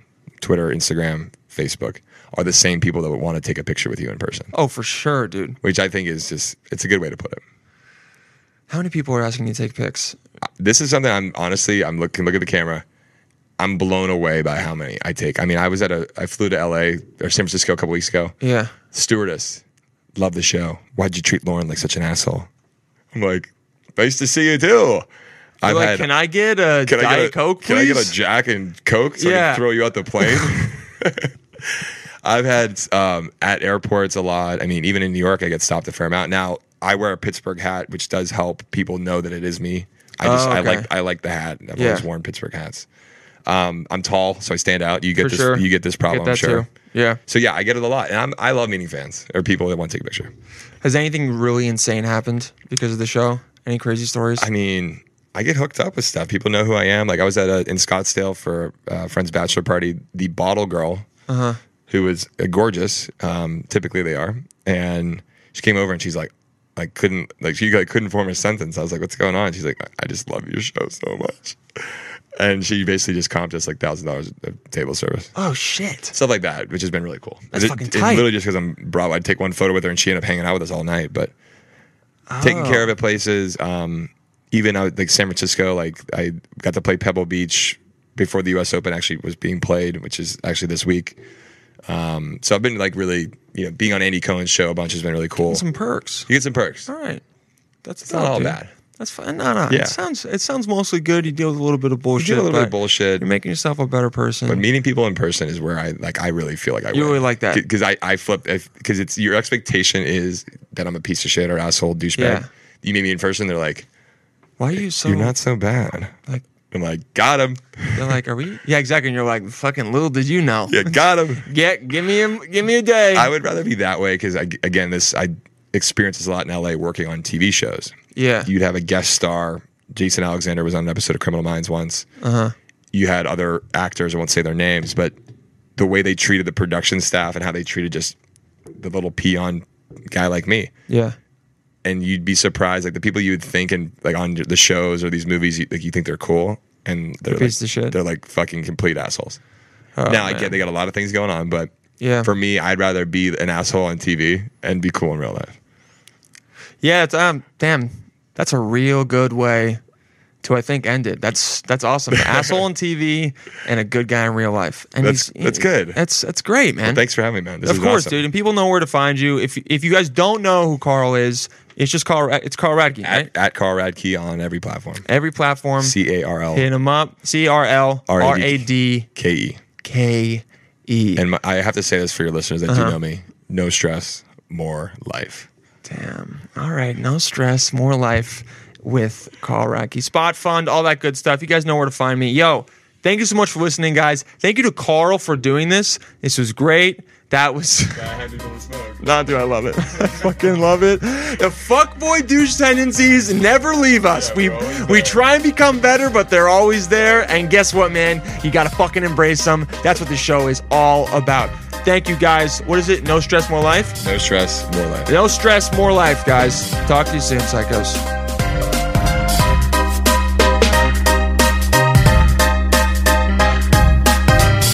E: Twitter, Instagram, Facebook, are the same people that would want to take a picture with you in person,
A: Oh, for sure, dude.
E: which I think is just, it's a good way to put it.
A: How many people are asking you to take pics?
E: This is something I'm honestly, I'm looking, look at the camera. I'm blown away by how many I take. I mean, I was at a, I flew to LA or San Francisco a couple weeks ago.
A: Yeah.
E: Stewardess, love the show. Why'd you treat Lauren like such an asshole? I'm like, nice to see you too. I've
A: You're like, can I get a
E: Can
A: Diet
E: I get a,
A: Coke, please?
E: Can I get a Jack and Coke so I
A: Yeah.
E: can throw you out the plane? I've had um, at airports a lot. I mean, even in New York, I get stopped a fair amount. Now I wear a Pittsburgh hat, which does help people know that it is me. I just
A: Oh,
E: I
A: okay.
E: like I like the hat. I've
A: Yeah.
E: always worn Pittsburgh hats. Um, I'm tall, so I stand out. You get
A: For
E: this.
A: sure.
E: You get this problem.
A: Get that
E: I'm sure.
A: too. Yeah.
E: So yeah, I get it a lot, and I'm, I love meeting fans or people that want to take a picture.
A: Has anything really insane happened because of the show? Any crazy stories?
E: I mean, I get hooked up with stuff. People know who I am. Like I was at a, in Scottsdale for a friend's bachelor party. The bottle girl, who was uh, gorgeous. Um, typically they are, and she came over and she's like, I couldn't like she like couldn't form a sentence. I was like, what's going on? She's like, I- I just love your show so much, and she basically just comped us like thousand dollars of table service.
A: oh shit!
E: Stuff like that, which has been really cool.
A: That's
E: It-
A: fucking
E: it-
A: tight.
E: Literally just because I'm Bravo, I'd take one photo with her and she ended up hanging out with us all night. But taking care
A: Oh.
E: of it places. Um, even out like San Francisco, like I got to play Pebble Beach before the U.S. Open actually was being played, which is actually this week. Um, so I've been like really, you know, being on Andy Cohen's show a bunch has been really cool.
A: Some perks.
E: you get some perks.
A: All right, that's
E: not
A: dope,
E: all
A: dude.
E: bad.
A: That's fine. No, no.
E: Yeah.
A: It sounds it sounds mostly good. You deal with a little bit of
E: You
A: bullshit.
E: get a little bit of
A: but
E: bullshit.
A: You're making yourself a better
E: But
A: person.
E: meeting people in person is where I like. I really feel like I.
A: You really like that.
E: because I I flip because it's your expectation is that I'm a piece of shit or asshole douchebag.
A: Yeah.
E: You meet me in person, they're like,
A: Why are you so?
E: "You're not so bad."
A: Like
E: I'm like, "Got him,
A: they're like, are we? Yeah, exactly. And you're like, fucking little did you know?
E: yeah, got him."
A: Get give me a give me a day.
E: I would rather be that way because again, this I experience this a lot in LA working on TV shows.
A: yeah.
E: You'd have a guest star. Jason Alexander was on an episode of Criminal Minds once.
A: Uh-huh.
E: You had other actors. I won't say their names, but the way they treated the production staff and how they treated just the little peon guy like me.
A: yeah.
E: And you'd be surprised, like the people you would think and like on the shows or these movies, you, like you think they're cool, and they're like,
A: pieces of shit.
E: they're like fucking complete assholes.
A: Oh,
E: now I
A: man.
E: get they got a lot of things going on, but
A: Yeah.
E: for me, I'd rather be an asshole on TV and be cool in real life.
A: Yeah, it's um damn. That's a real good way to I think ended. That's that's awesome. An asshole on TV and a good guy in real life. And
E: That's-
A: he's-
E: that's good.
A: That's that's great, man.
E: Thanks for having me, man. This
A: of
E: is
A: course,
E: awesome.
A: dude. And people know where to find you. If if you guys don't know who Carl is, it's just Carl. Ra- It's Carl Radke, right?
E: At, at Carl Radke on every platform.
A: Every platform.
E: C A R L
A: Hit him up. C R L
E: R A D.
A: R A D
E: K E.
A: K E.
E: And my, I have to say this for your listeners that do know me: no stress, more life.
A: Damn. All right. No stress. More life with Carl Radke. Spot fund. All that good stuff. You guys know where to find me. Yo. Thank you so much for listening, guys. Thank you to Carl for doing this. This was great. That was. Nah, dude, I love it. I fucking love it. The fuckboy douche tendencies never leave us. we we try and become better, but they're always there. And guess what, man? You gotta fucking embrace them. That's what the show is all about. Thank you guys. What is it? No stress, more life?
E: No stress, more life.
A: No stress, more life, guys. Talk to you soon, psychos.